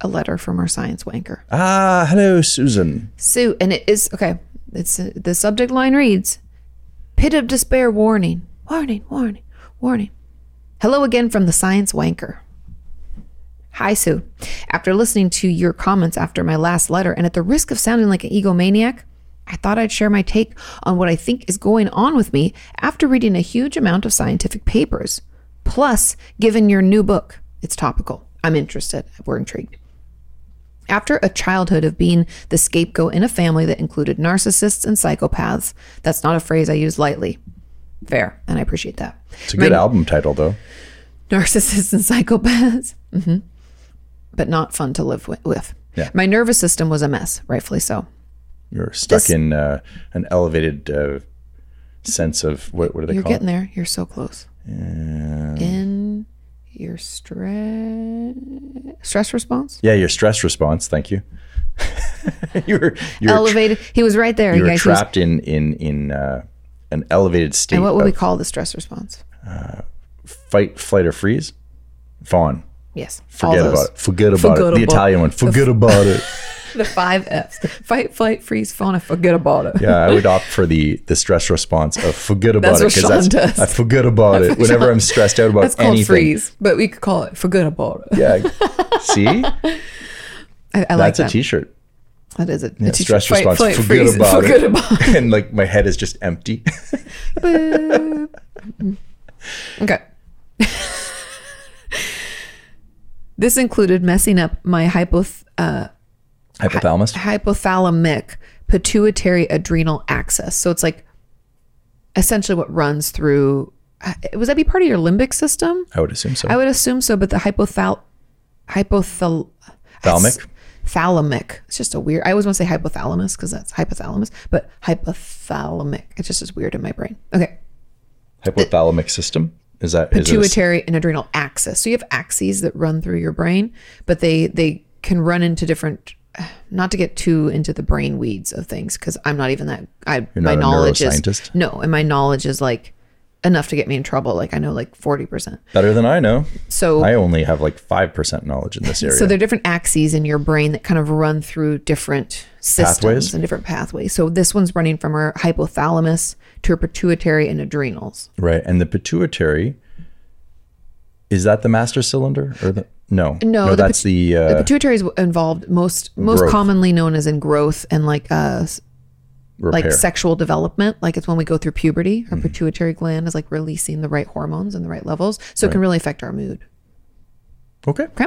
a letter from our science wanker. Ah, hello, Susan. Sue, and it is okay. It's uh, the subject line reads Pit of Despair Warning. Warning, warning, warning. Hello again from the Science Wanker. Hi, Sue. After listening to your comments after my last letter, and at the risk of sounding like an egomaniac, I thought I'd share my take on what I think is going on with me after reading a huge amount of scientific papers. Plus, given your new book, it's topical. I'm interested. We're intrigued. After a childhood of being the scapegoat in a family that included narcissists and psychopaths, that's not a phrase I use lightly. Fair, and I appreciate that. It's a good My- album title, though. narcissists and psychopaths, hmm but not fun to live wi- with. Mm-hmm. Yeah. My nervous system was a mess, rightfully so. You're stuck in uh, an elevated uh, sense of what, what do they You're call getting there. You're so close. In your stress stress response, it? Yeah, your stress response. Thank you. you were you were, tra- elevated. he was right there. you You were guys. He was- trapped in in in uh, an elevated state and what would we of call the stress response? fight, flight, or freeze. Fawn. Yes. all Forget those. about it. Forget about it. The Forgettable. Italian one. Forget about it. The five F's fight, flight, freeze, fawn, and forget about it. Yeah, I would opt for the the stress response of forget about That's it what that's Sean does. I forget about it whenever I'm stressed out about That's called anything. freeze, but we could call it forget about it. Yeah. See? I, I like That's a that. t-shirt. that is it. Yeah, stress response. forget about forget it. about it. and like my head is just empty. Okay. this included messing up my hypoth- uh, Hypothalamus. hypothalamic pituitary adrenal axis. So it's like essentially what runs through. Would that be part of your limbic system? I would assume so. I would assume so, but the hypothal hypothal Thalamic? thalamic. It's just a weird. I always want to say hypothalamus because that's hypothalamus, but hypothalamic. It just is weird in my brain. Okay, Hypothalamic system. Is that is it a- pituitary and adrenal axis. So you have axes that run through your brain, but they they can run into different. Not to get too into the brain weeds of things because I'm not even that. I my not a knowledge is neuroscientist? no, and my knowledge is like enough to get me in trouble. Like I know like forty percent. better than I know? So I only have like 5% knowledge in this area. So there are different axes in your brain that kind of run through different systems Pathways? and different pathways. So this one's running from her hypothalamus to her pituitary and adrenals. right. And the pituitary is that the master cylinder or the no? No, the that's pitu- the, uh, the pituitary is involved most most Growth. commonly known as in growth and like uh s- repair. like sexual development. Like it's when we go through puberty, our pituitary gland is like releasing the right hormones and the right levels, so it can really affect our mood. okay. Okay.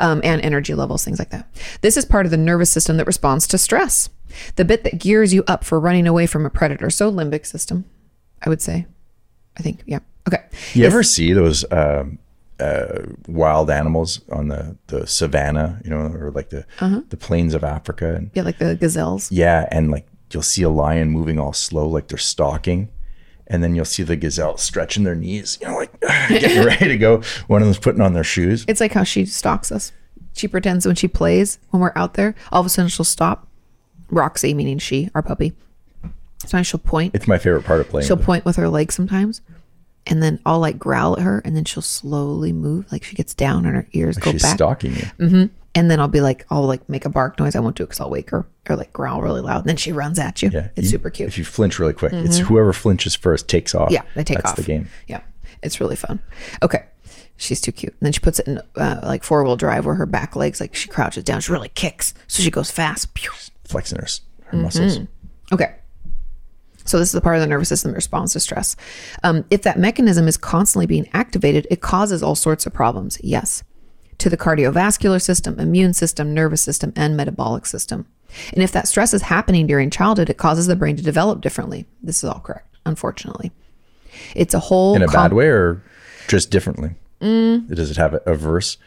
Um, and energy levels, things like that. This is part of the nervous system that responds to stress, the bit that gears you up for running away from a predator. So, limbic system, I would say. I think, yeah. Okay. You ever see those um, uh, wild animals on the, the savannah, you know, or like the Uh-huh. the plains of Africa? And Yeah, like the gazelles. yeah, and like you'll see a lion moving all slow, like they're stalking, and then you'll see the gazelle stretching their knees, you know, like getting ready to go. One of them's putting on their shoes. It's like how she stalks us. She pretends when she plays, when we're out there, all of a sudden she'll stop. Roxy, meaning she, our puppy. Sometimes she'll point. It's my favorite part of playing. She'll with point with her leg sometimes, and then I'll like growl at her, and then she'll slowly move. Like she gets down and her ears them. go She's back. Mm, stalking you. and then I'll be like, I'll like make a bark noise. I won't do it because I'll wake her or like growl really loud. And then she runs at you. Yeah, it's you- super cute. Mm-hmm. If you flinch really quick, it's whoever flinches first takes off. yeah, they take That's off. the game. Yeah, it's really fun. Okay, she's too cute. And then she puts it in uh, like four wheel drive where her back legs like she crouches down. She really kicks, so she goes fast. Pew. Flexing her, s- her Mm-hmm. muscles. Okay. So this is the part of the nervous system that responds to stress. Um, if that mechanism is constantly being activated, it causes all sorts of problems. Yes, to the cardiovascular system, immune system, nervous system, and metabolic system. And if that stress is happening during childhood, it causes the brain to develop differently. This is all correct, unfortunately. It's a whole In a com- Mm. bad way or just differently? Does it have adverse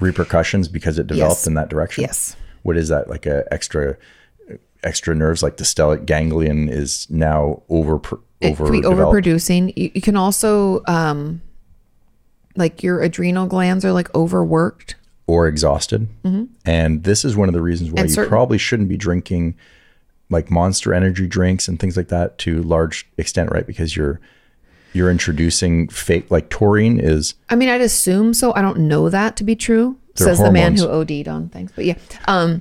repercussions because it developed Yes. in that direction? Yes. What is that? Like a extra extra nerves, like the stellate ganglion is now over it over could be overproducing. You, you can also, um, like your adrenal glands are like overworked. or exhausted. And this is one of the reasons why Mm-hmm. And you certain- probably shouldn't be drinking like monster energy drinks and things like that to large extent, right? Because you're you're introducing fake like taurine is I mean, I'd assume so. I don't know that to be true. They're says the man hormones. who OD'd on things. But yeah, um,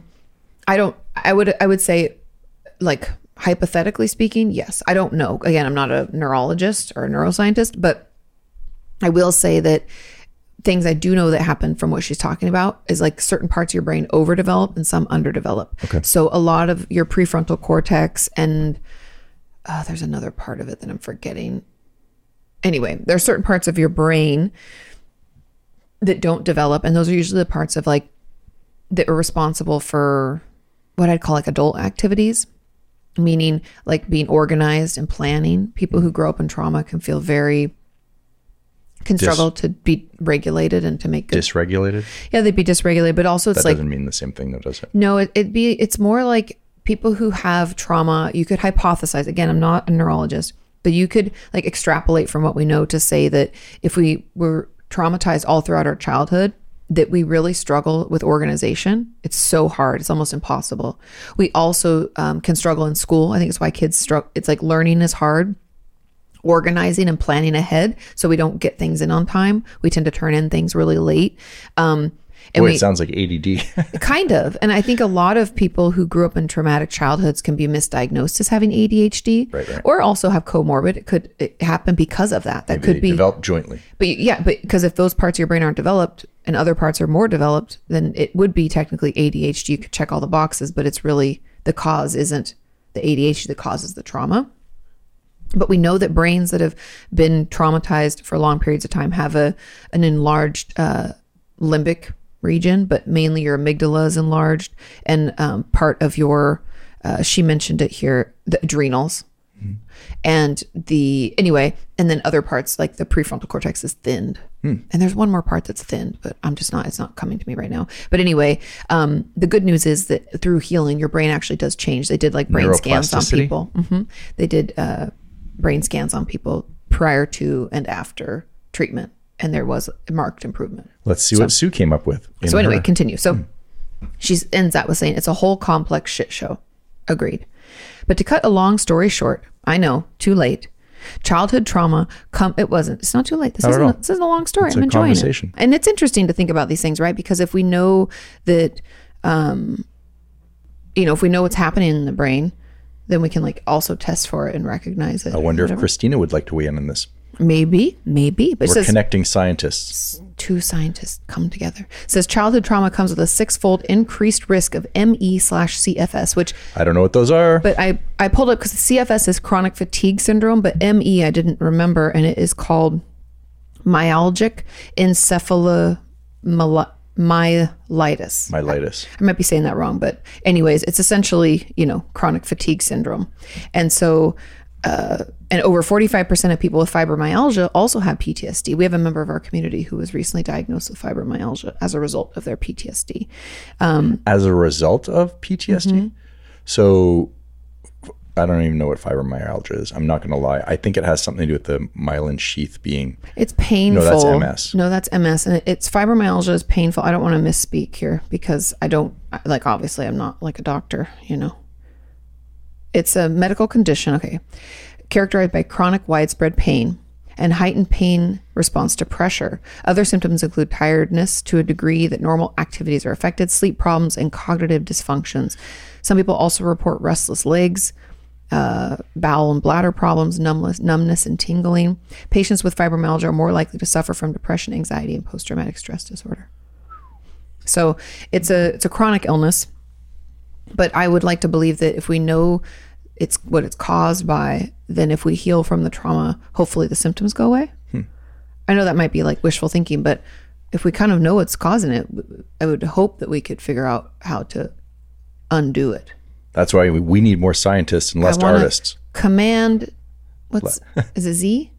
I don't. I would. I would say, like hypothetically speaking, yes. I don't know. Again, I'm not a neurologist or a neuroscientist, but I will say that things I do know that happen from what she's talking about is like certain parts of your brain overdevelop and some underdevelop. Okay. So a lot of your prefrontal cortex and oh, there's another part of it that I'm forgetting. Anyway, there are certain parts of your brain that don't develop, and those are usually the parts of like that are responsible for what I'd call like adult activities, meaning like being organized and planning. People who grow up in trauma can feel very can struggle to be regulated and to make good. dysregulated. yeah, they'd be dysregulated, but also it's That like doesn't mean the same thing though, does it? no, it, it'd be it's more like people who have trauma. You could hypothesize. Again, I'm not a neurologist, but you could like extrapolate from what we know to say that if we were traumatized all throughout our childhood, that we really struggle with organization. It's so hard. It's almost impossible. We also um, can struggle in school. I think it's why kids struggle. It's like learning is hard organizing and planning ahead so we don't get things in on time. We tend to turn in things really late. Um, and Boy, we, it sounds like ADD. kind of and i think a lot of people who grew up in traumatic childhoods can be misdiagnosed as having adhd Right, right. or also have comorbid it could it happen because of that that they could be develop jointly. but you- yeah but because if those parts of your brain aren't developed and other parts are more developed then it would be technically adhd you could check all the boxes but it's really the cause isn't the adhd that causes the trauma but we know that brains that have been traumatized for long periods of time have a an enlarged uh, limbic region, but mainly your amygdala is enlarged, and um, part of your uh, she mentioned it here the adrenals, and the anyway, and then other parts like the prefrontal cortex is thinned, and there's one more part that's thinned, but I'm just not it's not coming to me right now. But anyway, um, the good news is that through healing, your brain actually does change. They did like brain scans on Neuroplasticity? people people. hmm They did uh, brain scans on people prior to and after treatment, and there was a marked improvement. Let's see what Sue came up with. in So anyway, her- Hmm. continue. So she ends that with saying it's a whole complex shit show. Agreed. But to cut a long story short, I know too late. Childhood trauma come. It wasn't. It's not too late. This at isn't. A, all. this isn't a long story. It's I'm a enjoying it, conversation. and it's interesting to think about these things, right? Because if we know that, um, you know, if we know what's happening in the brain, then we can like also test for it and recognize it. I wonder if Christina would like to weigh in on this. Maybe, maybe. But it We're says connecting scientists. two scientists come together. It says childhood trauma comes with a six-fold increased risk of ME slash CFS, which I don't know what those are. but I I pulled up because CFS is chronic fatigue syndrome, but ME I didn't remember, and it is called myalgic encephalomyelitis. Myelitis. I might be saying that wrong, but anyways, it's essentially, you know, chronic fatigue syndrome. And so, uh, and over 45% of people with fibromyalgia also have PTSD. We have a member of our community who was recently diagnosed with fibromyalgia as a result of their PTSD. as a result of PTSD. Mm-hmm. So I don't even know what fibromyalgia is. I'm not going to lie. I think it has something to do with the myelin sheath being. It's painful. MS. No, that's MS, and it's fibromyalgia is painful. I don't want to misspeak here because I don't I- like. Obviously, I'm not like a doctor, you know. It's a medical condition, okay, characterized by chronic, widespread pain and heightened pain response to pressure. Other symptoms include tiredness to a degree that normal activities are affected, sleep problems, and cognitive dysfunctions. Some people also report restless legs, uh, bowel and bladder problems, numbness, numbness and tingling. Patients with fibromyalgia are more likely to suffer from depression, anxiety, and post-traumatic stress disorder. So it's a it's a chronic illness, but I would like to believe that if we know it's what it's caused by, then if we heal from the trauma, hopefully the symptoms go away. I know that might be like wishful thinking, but if we kind of know what's causing it, w- I would hope that we could figure out how to undo it. That's why we, we need more scientists and less wanna- artists. Command, what's is it Z?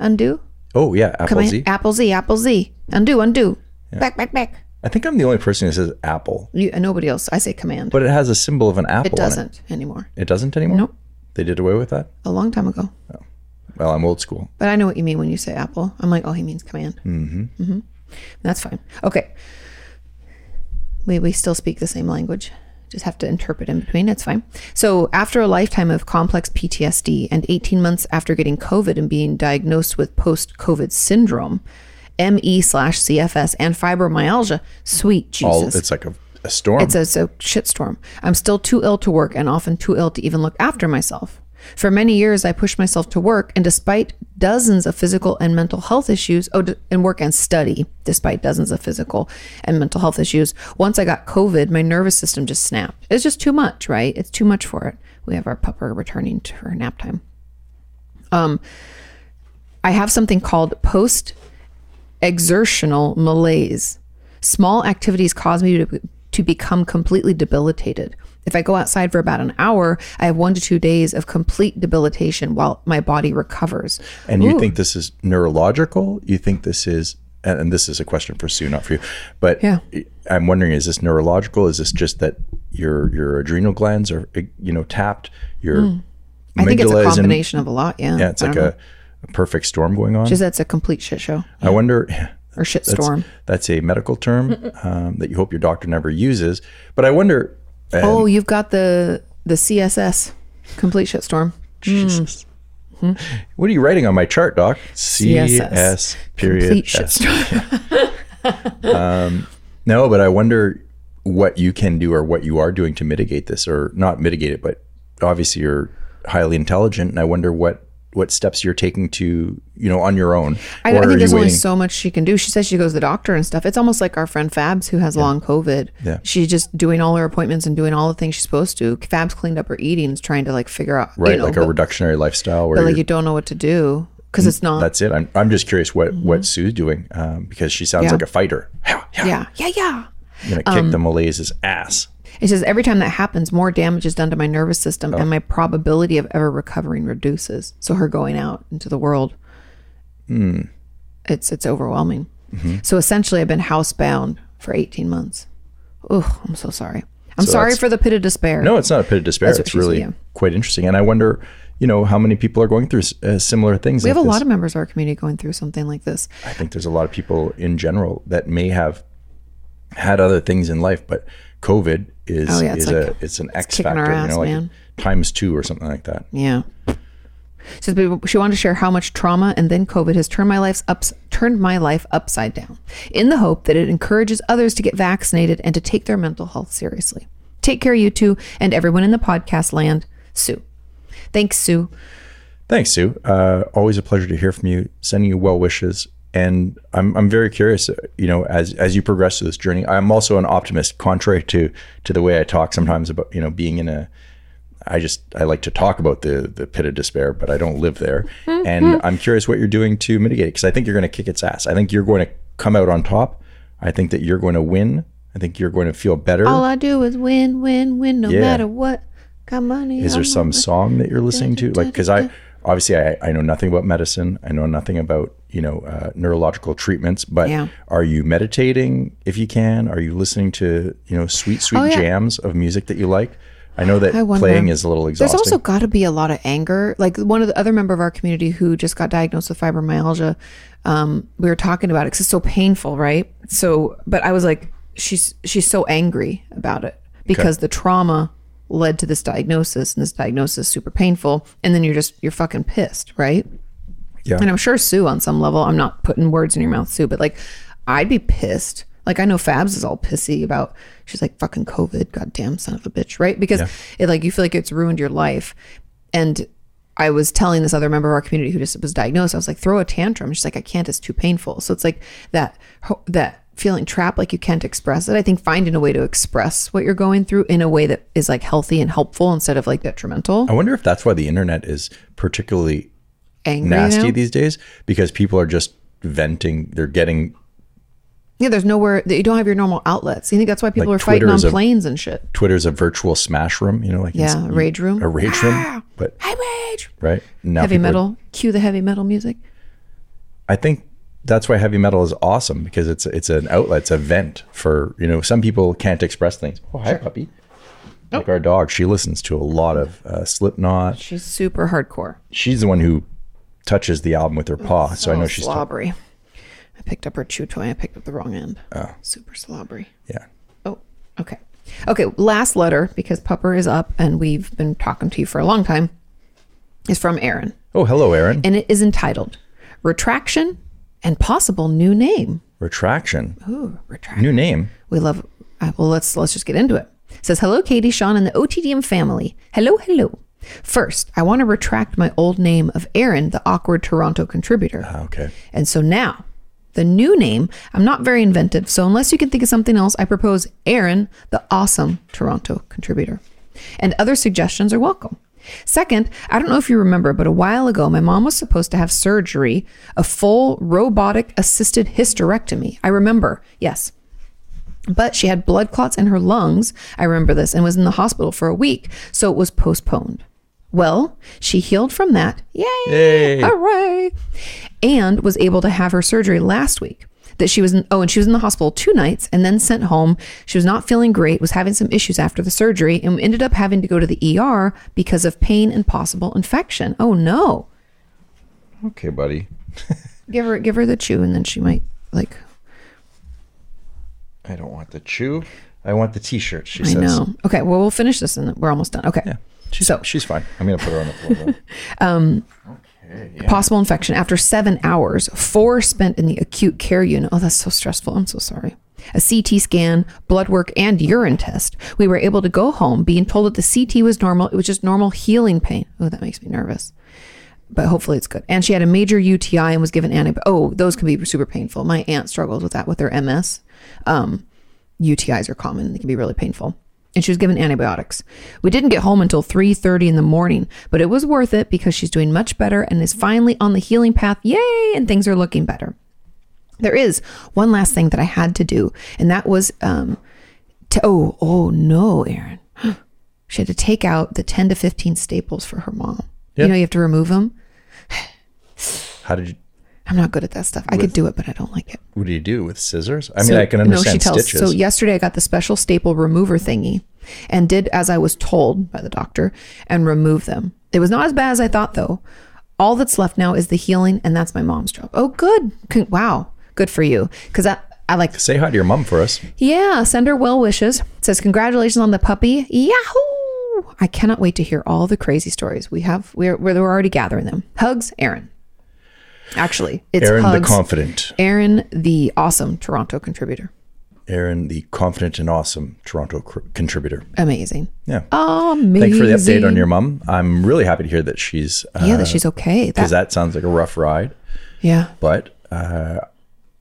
Undo. Oh yeah, Apple Command Z. Apple Z. Apple Z. Undo. Undo. Back. Back. Back. I think I'm the only person who says Apple, You, and nobody else. I say command. but it has a symbol of an apple. it On it. doesn't anymore. it doesn't anymore. Nope. They did away with that. A long time ago. Well, I'm old school. But I know what you mean when you say Apple. I'm like, oh, he means command. Mm-hmm. Mm-hmm. That's fine. Okay. We, we still speak the same language. Just have to interpret in between. It's fine. So, after a lifetime of complex PTSD and 18 months after getting COVID and being diagnosed with post COVID syndrome, ME slash CFS, and fibromyalgia, sweet Jesus. All it's like a, a storm. It's a, it's a shitstorm. I'm still too ill to work and often too ill to even look after myself. For many years, I pushed myself to work, and despite dozens of physical and mental health issues, oh, d- and work and study, despite dozens of physical and mental health issues, once I got COVID, my nervous system just snapped. It's just too much, right? It's too much for it. We have our pupper returning to her nap time. I have something called post exertional malaise. Small activities cause me to, to become completely debilitated. If I go outside for about an hour, I have one to two days of complete debilitation while my body recovers. And you think this is neurological? You think this is, and, and this is a question for Sue, not for you, but Yeah. I'm wondering: is this neurological? Is this just that your your adrenal glands are eh, you know tapped? Your Hmm. I think it's a amygdala is in- combination of a lot. Yeah. yeah, it's I like don't know. a, a perfect storm going on. Just that's a complete shit show I wonder. or shit storm. That's a medical term um, that you hope your doctor never uses. But I wonder. Oh, you've got the the CSS, complete shit storm. Jesus. What are you writing on my chart, Doc? CSS. CS period. Complete shit S. Um, storm. No, but I wonder what you can do or what you are doing to mitigate this, or not mitigate it, but obviously you're highly intelligent, and I wonder what what steps you're taking to you know on your own. I, or I are you think there's only waiting- so much she can do. She says she goes to the doctor and stuff. It's almost like our friend Fabs who has long COVID. Yeah. She's just doing all her appointments and doing all the things she's supposed to. Fabs cleaned up her eatings, trying to like figure out, right you know, like a but, reductionary lifestyle where but, like you're- you don't know what to do because it's not. that's it. I'm I'm just curious what what Sue's doing um, because she sounds Mm-hmm. Yeah. Um, like a fighter. Yeah, yeah. yeah, yeah, yeah. I'm gonna kick the Malay's ass. It says every time that happens, more damage is done to my nervous system, Oh. and my probability of ever recovering reduces. So her going out into the world, Hmm. it's it's overwhelming. Mm-hmm. So essentially, I've been housebound for eighteen months. Oh, I'm so sorry. I'm sorry that's- for the pit of despair. No, it's not a pit of despair. what It's she said, really yeah. quite interesting, and I wonder, you know, how many people are going through uh, similar things. we have a lot of members of our community going through something like this. I think there's a lot of people in general that may have had other things in life, but COVID is Oh, yeah, it's is like- a it's an X kicking factor, our you ass, know, like man. times two or something like that. Yeah. So the- she wanted to share how much trauma and then COVID has turned my life's ups, turned my life upside down, in the hope that it encourages others to get vaccinated and to take their mental health seriously. Take care, you two, and everyone in the podcast land. Sue, thanks, Sue. Thanks, Sue. Uh, always a pleasure to hear from you. Sending you well wishes, and I'm I'm very curious. uh, You know, as as you progress through this journey, I'm also an optimist. Contrary to to the way I talk sometimes about you know being in a, I just I like to talk about the the pit of despair, but I don't live there. and I'm curious what you're doing to mitigate it because I think you're going to kick its ass. I think you're going to come out on top. I think that you're going to win. I think you're going to feel better. All I do is win, win, win, no Yeah. matter what. Got money? is there I'm some song that you're listening to like because i obviously I, I know nothing about medicine i know nothing about you know uh, neurological treatments but Yeah. are you meditating if you can are you listening to you know sweet sweet Oh, yeah. jams of music that you like i know that I wonder. playing is a little There's exhausting also got to be a lot of anger. Like one of the other member of our community who just got diagnosed with fibromyalgia, um, we were talking about it because it's so painful, right? So, but I was like, she's she's so angry about it because the trauma led to this diagnosis, and this diagnosis is super painful, and then you're just you're fucking pissed, right? Yeah. And I'm sure Sue, on some level, I'm not putting words in your mouth, Sue, but like, I'd be pissed. Like I know Fabs is all pissy about. She's like fucking COVID, goddamn son of a bitch, right? Because it like you feel like it's ruined your life. And I was telling this other member of our community who just was diagnosed. I was like, throw a tantrum. She's like, I can't. It's too painful. So it's like that ho- that feeling trapped, like you can't express it. I think finding a way to express what you're going through in a way that is like healthy and helpful instead of like detrimental, i wonder if that's why the internet is particularly angry. nasty now. these days because people are just venting they're getting Yeah, there's nowhere that you don't have your normal outlets. You think that's why people Like are fighting Twitter on is a- planes and shit. twitter's a virtual smash room you know like it's- Yeah, rage room. a rage room but High rage. right now Heavy people are metal. Cue the heavy metal music. I think that's why heavy metal is awesome because it's it's an outlet, it's a vent for you know some people can't express things. Oh hi puppy, Oh. like our dog, she listens to a lot of uh, Slipknot. She's super hardcore. She's the one who touches the album with her paw, so I know she's slobbery. I picked up her chew toy. I picked up the wrong end. Oh. Super slobbery. yeah. Oh, okay. Okay, last letter because Pupper is up and we've been talking to you for a long time is from Aaron Oh hello, Aaron. and it is entitled Retraction and Possible New Name. Retraction, Ooh, retraction. new name. We love. Uh, well, let's let's just get into it. Says hello, Katie, Sean, and the OTDM family. Hello, hello. First, I want to retract my old name of Aaron, the awkward Toronto contributor. Ah, Okay, And so now, the new name, I'm not very inventive, so unless you can think of something else, I propose Aaron, the awesome Toronto contributor. And other suggestions are welcome. Second, I don't know if you remember, but a while ago, my mom was supposed to have surgery, a full robotic assisted hysterectomy. I remember, yes but she had blood clots in her lungs. I remember this and was in the hospital for a week, so it was postponed. Well, she healed from that. Yay! Yay. Hooray! And was able to have her surgery last week. That she was in, oh, and she was in the hospital two nights and then sent home. She was not feeling great, was having some issues after the surgery, and ended up having to go to the ER because of pain and possible infection. Oh no! okay, buddy. Give her give her the chew, and then she might like. I don't want the chew. I want the T-shirt. She I says. know. Okay, well we'll finish this and we're almost done. Okay. She's, So- she's fine. I'm gonna put her on the floor. though. Possible infection after seven hours, four spent in the acute care unit. Oh, that's so stressful. I'm so sorry. A CT scan, blood work, and urine test. We were able to go home being told that the CT was normal. It was just normal healing pain. Oh, that makes me nervous but hopefully it's good. And she had a major UTI and was given antibiotics. Oh, those can be super painful. My aunt struggles with that with her MS. Um, UTIs are common; they can be really painful. And she was given antibiotics. We didn't get home until 3:30 in the morning, but it was worth it because she's doing much better and is finally on the healing path. Yay! And things are looking better. There is one last thing that I had to do, and that was um, to oh oh no, Aaron. she had to take out the 10 to 15 staples for her mom. Yeah. You know, you have to remove them. How did you? I'm not good at that stuff. I could do it, but I don't like it. What do you do with scissors? I mean, I can understand stitches. So yesterday I got the special staple remover thingy and did as I was told by the doctor and removed them. It was not as bad as I thought though. All that's left now is the healing and that's my mom's job. Oh, good. Con- Wow. Good for you. Cause I, I like, Say hi to your mom for us. yeah, send her well wishes. It says congratulations on the puppy. Yahoo. I cannot wait to hear all the crazy stories we have. We're, we're, we're already gathering them. Hugs, Aaron. Actually, it's Aaron the hugs. confident. Aaron, the awesome Toronto contributor. Aaron the confident and awesome Toronto cr- contributor. Amazing. Yeah. Amazing. Thanks for the update on your mom. I'm really happy to hear that she's uh, Yeah, that she's okay. That, because that sounds like a rough ride, yeah. but uh,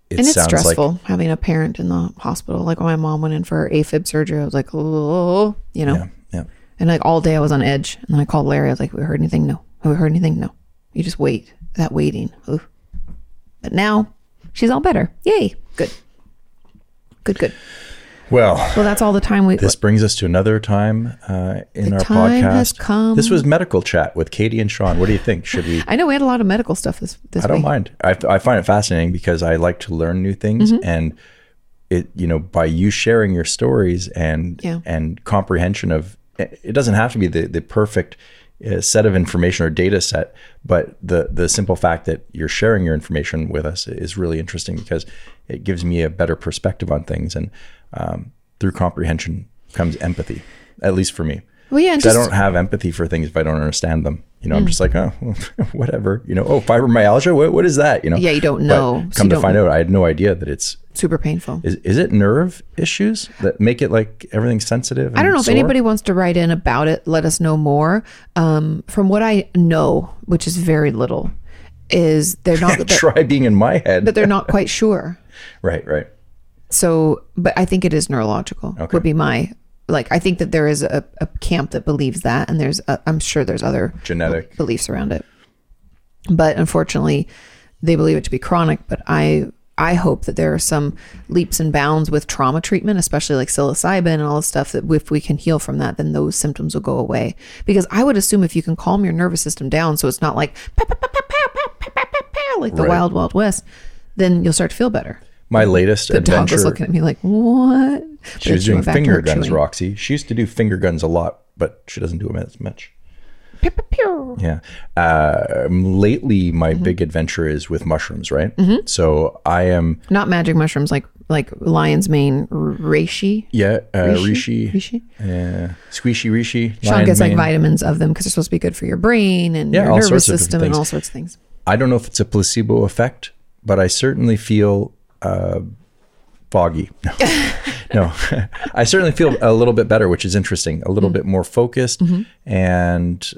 it And it's sounds stressful like having a parent in the hospital. Like when my mom went in for her AFib surgery, I was like, oh, you know, yeah. and like all day I was on edge. And then I called Larry. I was like, we heard anything? No. Have we heard anything? No. You just wait. That waiting. Ooh. But now she's all better. Yay. Good. Good, good. Well, Well, that's all the time we. this brings us to another time uh, in The our time podcast. has come. This was medical chat with Katie and Sean. What do you think? Should we? I know we had a lot of medical stuff this this I don't week. mind. I, I find it fascinating because I like to learn new things Mm-hmm. and it you know by you sharing your stories and Yeah. and comprehension of it doesn't have to be the the perfect uh, set of information or data set but the the simple fact that you're sharing your information with us is really interesting because it gives me a better perspective on things and um, through comprehension comes empathy at least for me Well, yeah, and 'Cause just- Mm. I don't have empathy for things if I don't understand them. You know, I'm just like, oh, whatever. You know, oh, fibromyalgia. What, what is that? You know, Yeah, you don't But know, so come you to don't- find out, I had no idea that it's Super painful. is, is it nerve issues that make it like everything sensitive. I don't know if anybody wants to write in about it. Let us know more. Um, from what I know, which is very little, is they're not they're, try being in my head. but they're not quite sure. right, right. So, but I think it is neurological. Would be my like. I think that there is a, a camp that believes that, and there's i I'm sure there's other Genetic. be- beliefs around it. But unfortunately, they believe it to be chronic. But I I hope that there are some leaps and bounds with trauma treatment, especially like psilocybin and all this stuff. That if we can heal from that, then those symptoms will go away. Because I would assume if you can calm your nervous system down, so it's not like "Pow, pow, pow, pow, pow, pow, pow, pow, pow, pow," like the Right. wild wild west, then you'll start to feel better. My latest The dog was adventure. looking at me like, "What?" But she then was doing went back to her finger guns, chewing. Roxy. She used to do finger guns a lot, but she doesn't do them as much. Pew, pew, pew. Yeah. Uh, lately, my Mm-hmm. big adventure is with mushrooms, right? So I am, Not magic mushrooms, like like lion's mane, r- reishi. yeah, uh, Rishi. Reishi. Yeah. Squishy Rishi. Sean Lion gets Mane. like vitamins of them because they're supposed to be good for your brain and Yeah, your all nervous sorts of different system and things. all sorts of things. I don't know if it's a placebo effect, but I certainly feel uh, foggy. No, no. I certainly feel a little bit better, which is interesting. A Mm-hmm. little bit more focused, and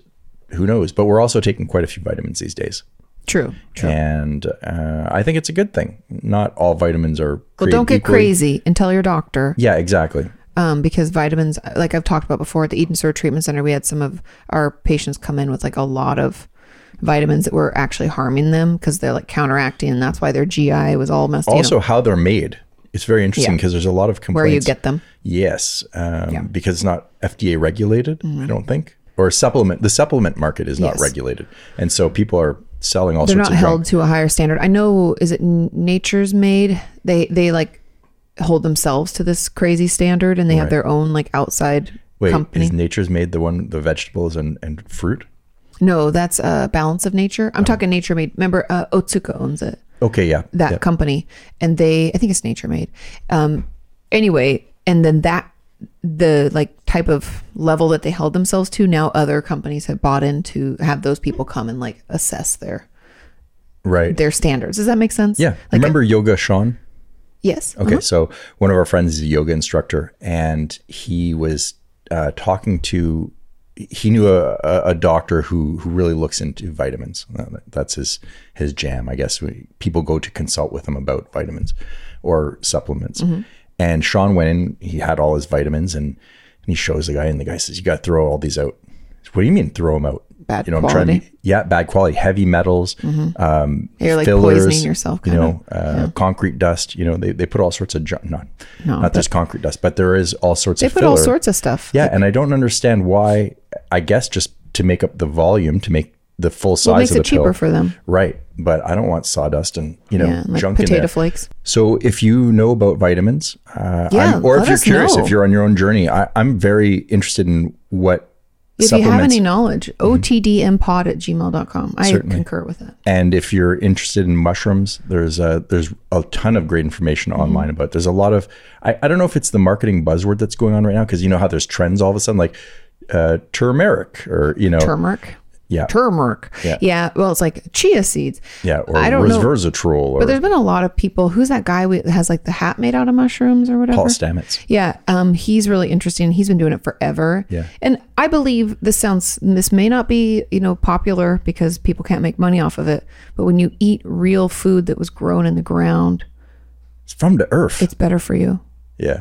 who knows? But we're also taking quite a few vitamins these days, True. True. and uh, I think it's a good thing. Not all vitamins are. well, created don't get equally. crazy and tell your doctor Yeah, exactly. um, because vitamins, like I've talked about before, at the Eden Sur Treatment Center, we had some of our patients come in with like a lot of vitamins that were actually harming them because they're like counteracting, and that's why their GI was all messed up. Also, how they're made. It's very interesting Yeah. because there's a lot of Where complaints. you get them? Yes, um, because it's not FDA regulated. I don't think, or supplement. The supplement market is not Yes. regulated, and so people are selling all They're sorts not of held junk. to a higher standard. I know. Is it N- Nature's Made? They they like hold themselves to this crazy standard, and they have Right. their own like outside Wait, company. is Nature's Made the one the vegetables and and fruit? No, that's uh, Balance of Nature. Oh. I'm talking Nature Made. Remember, uh, Otsuka owns it, Okay, yeah, that yeah. company, and they, I think it's Nature Made. Um, anyway, and then that the like type of level that they held themselves to now other companies have bought in to have those people come and like assess their right. their standards does that make sense yeah. like Remember Yoga Sean? yes Okay, so one of our friends is a yoga instructor, and he was uh, talking to. He knew a, a a doctor who who really looks into vitamins. Uh, That's his his jam, I guess. We, people go to consult with him about vitamins or supplements. Mm-hmm. And Sean went in. He had all his vitamins, and, and he shows the guy, and the guy says, "You got to throw all these out." What do you mean throw them out? Bad you know, I'm trying to quality. Mm-hmm. be, yeah, bad quality, heavy metals, um, You're, like, fillers, poisoning yourself, You kinda. know, uh, concrete dust. You know, they, they put all sorts of junk, not, No, not just concrete dust, but there is all sorts they of put filler. all sorts of stuff Yeah, and I don't understand why. I guess just to make up the volume to make the full size it makes of the it cheaper pill. for them right, but I don't want sawdust and you know yeah like junk in potato there. flakes So if you know about vitamins, uh, Yeah, I'm, or let if you're us curious, know. if you're on your own journey, I, I'm very interested in what if you have supplements Mm-hmm. any knowledge otdmpod at gmail.com i Certainly. concur with that And if you're interested in mushrooms, there's a there's a ton of great information Mm-hmm. online about. it. There's a lot of I, I don't know if it's the marketing buzzword that's going on right now because you know how there's trends all of a sudden like uh, turmeric or you know turmeric yeah turmeric Yeah. well it's like chia seeds yeah or I don't know. resveratrol or but there's been a lot of people who's that guy we- that has like the hat made out of mushrooms or whatever Paul Stamets. Yeah, um, he's really interesting. He's been doing it forever. Yeah. and I believe this sounds. This may not be you know popular because people can't make money off of it. But when you eat real food that was grown in the ground, It's from the earth. it's better for you. yeah,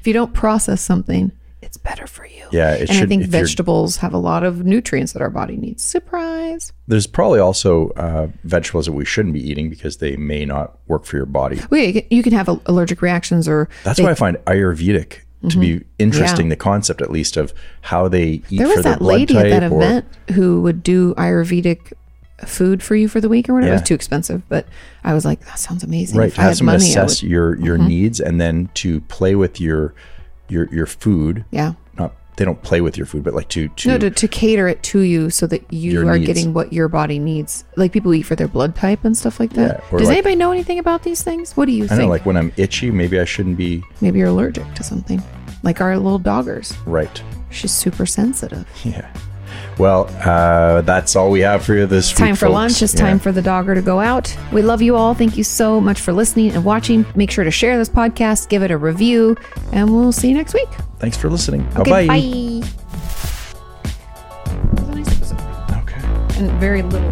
If you don't process something, it's better for you. Yeah, it and I should- think if you're- vegetables have a lot of nutrients that our body needs. Surprise. there's probably also uh, vegetables that we shouldn't be eating because they may not work for your body. Well, yeah, you can- you can have a- allergic reactions or That's they- Mm-hmm. why I find Ayurvedic to be interesting. The concept, at least, of how they eat there for was their that blood lady type at that or- event who would do Ayurvedic food for you for the week or whatever. It Yeah. was too expensive, but I was like, that sounds amazing. right If to I have had someone money, I assess would. Mm-hmm. your your needs and then to play with your your your food Yeah. not they don't play with your food but like to to No, to, to cater it to you so that you Your are needs. getting what your body needs. Like people eat for their blood type and stuff like that. Yeah, or Does like- anybody know anything about these things? What do you i think? know like when i'm itchy maybe i shouldn't be Maybe you're allergic to something. Like our little doggers. right She's super sensitive. yeah well uh that's all we have for you this It's time for lunch. It's time for the dogger to go out. We love you all. Thank you so much for listening and watching. Make sure to share this podcast, give it a review, and we'll see you next week. thanks for listening Oh, Okay, bye bye. That was a nice episode. okay And very little.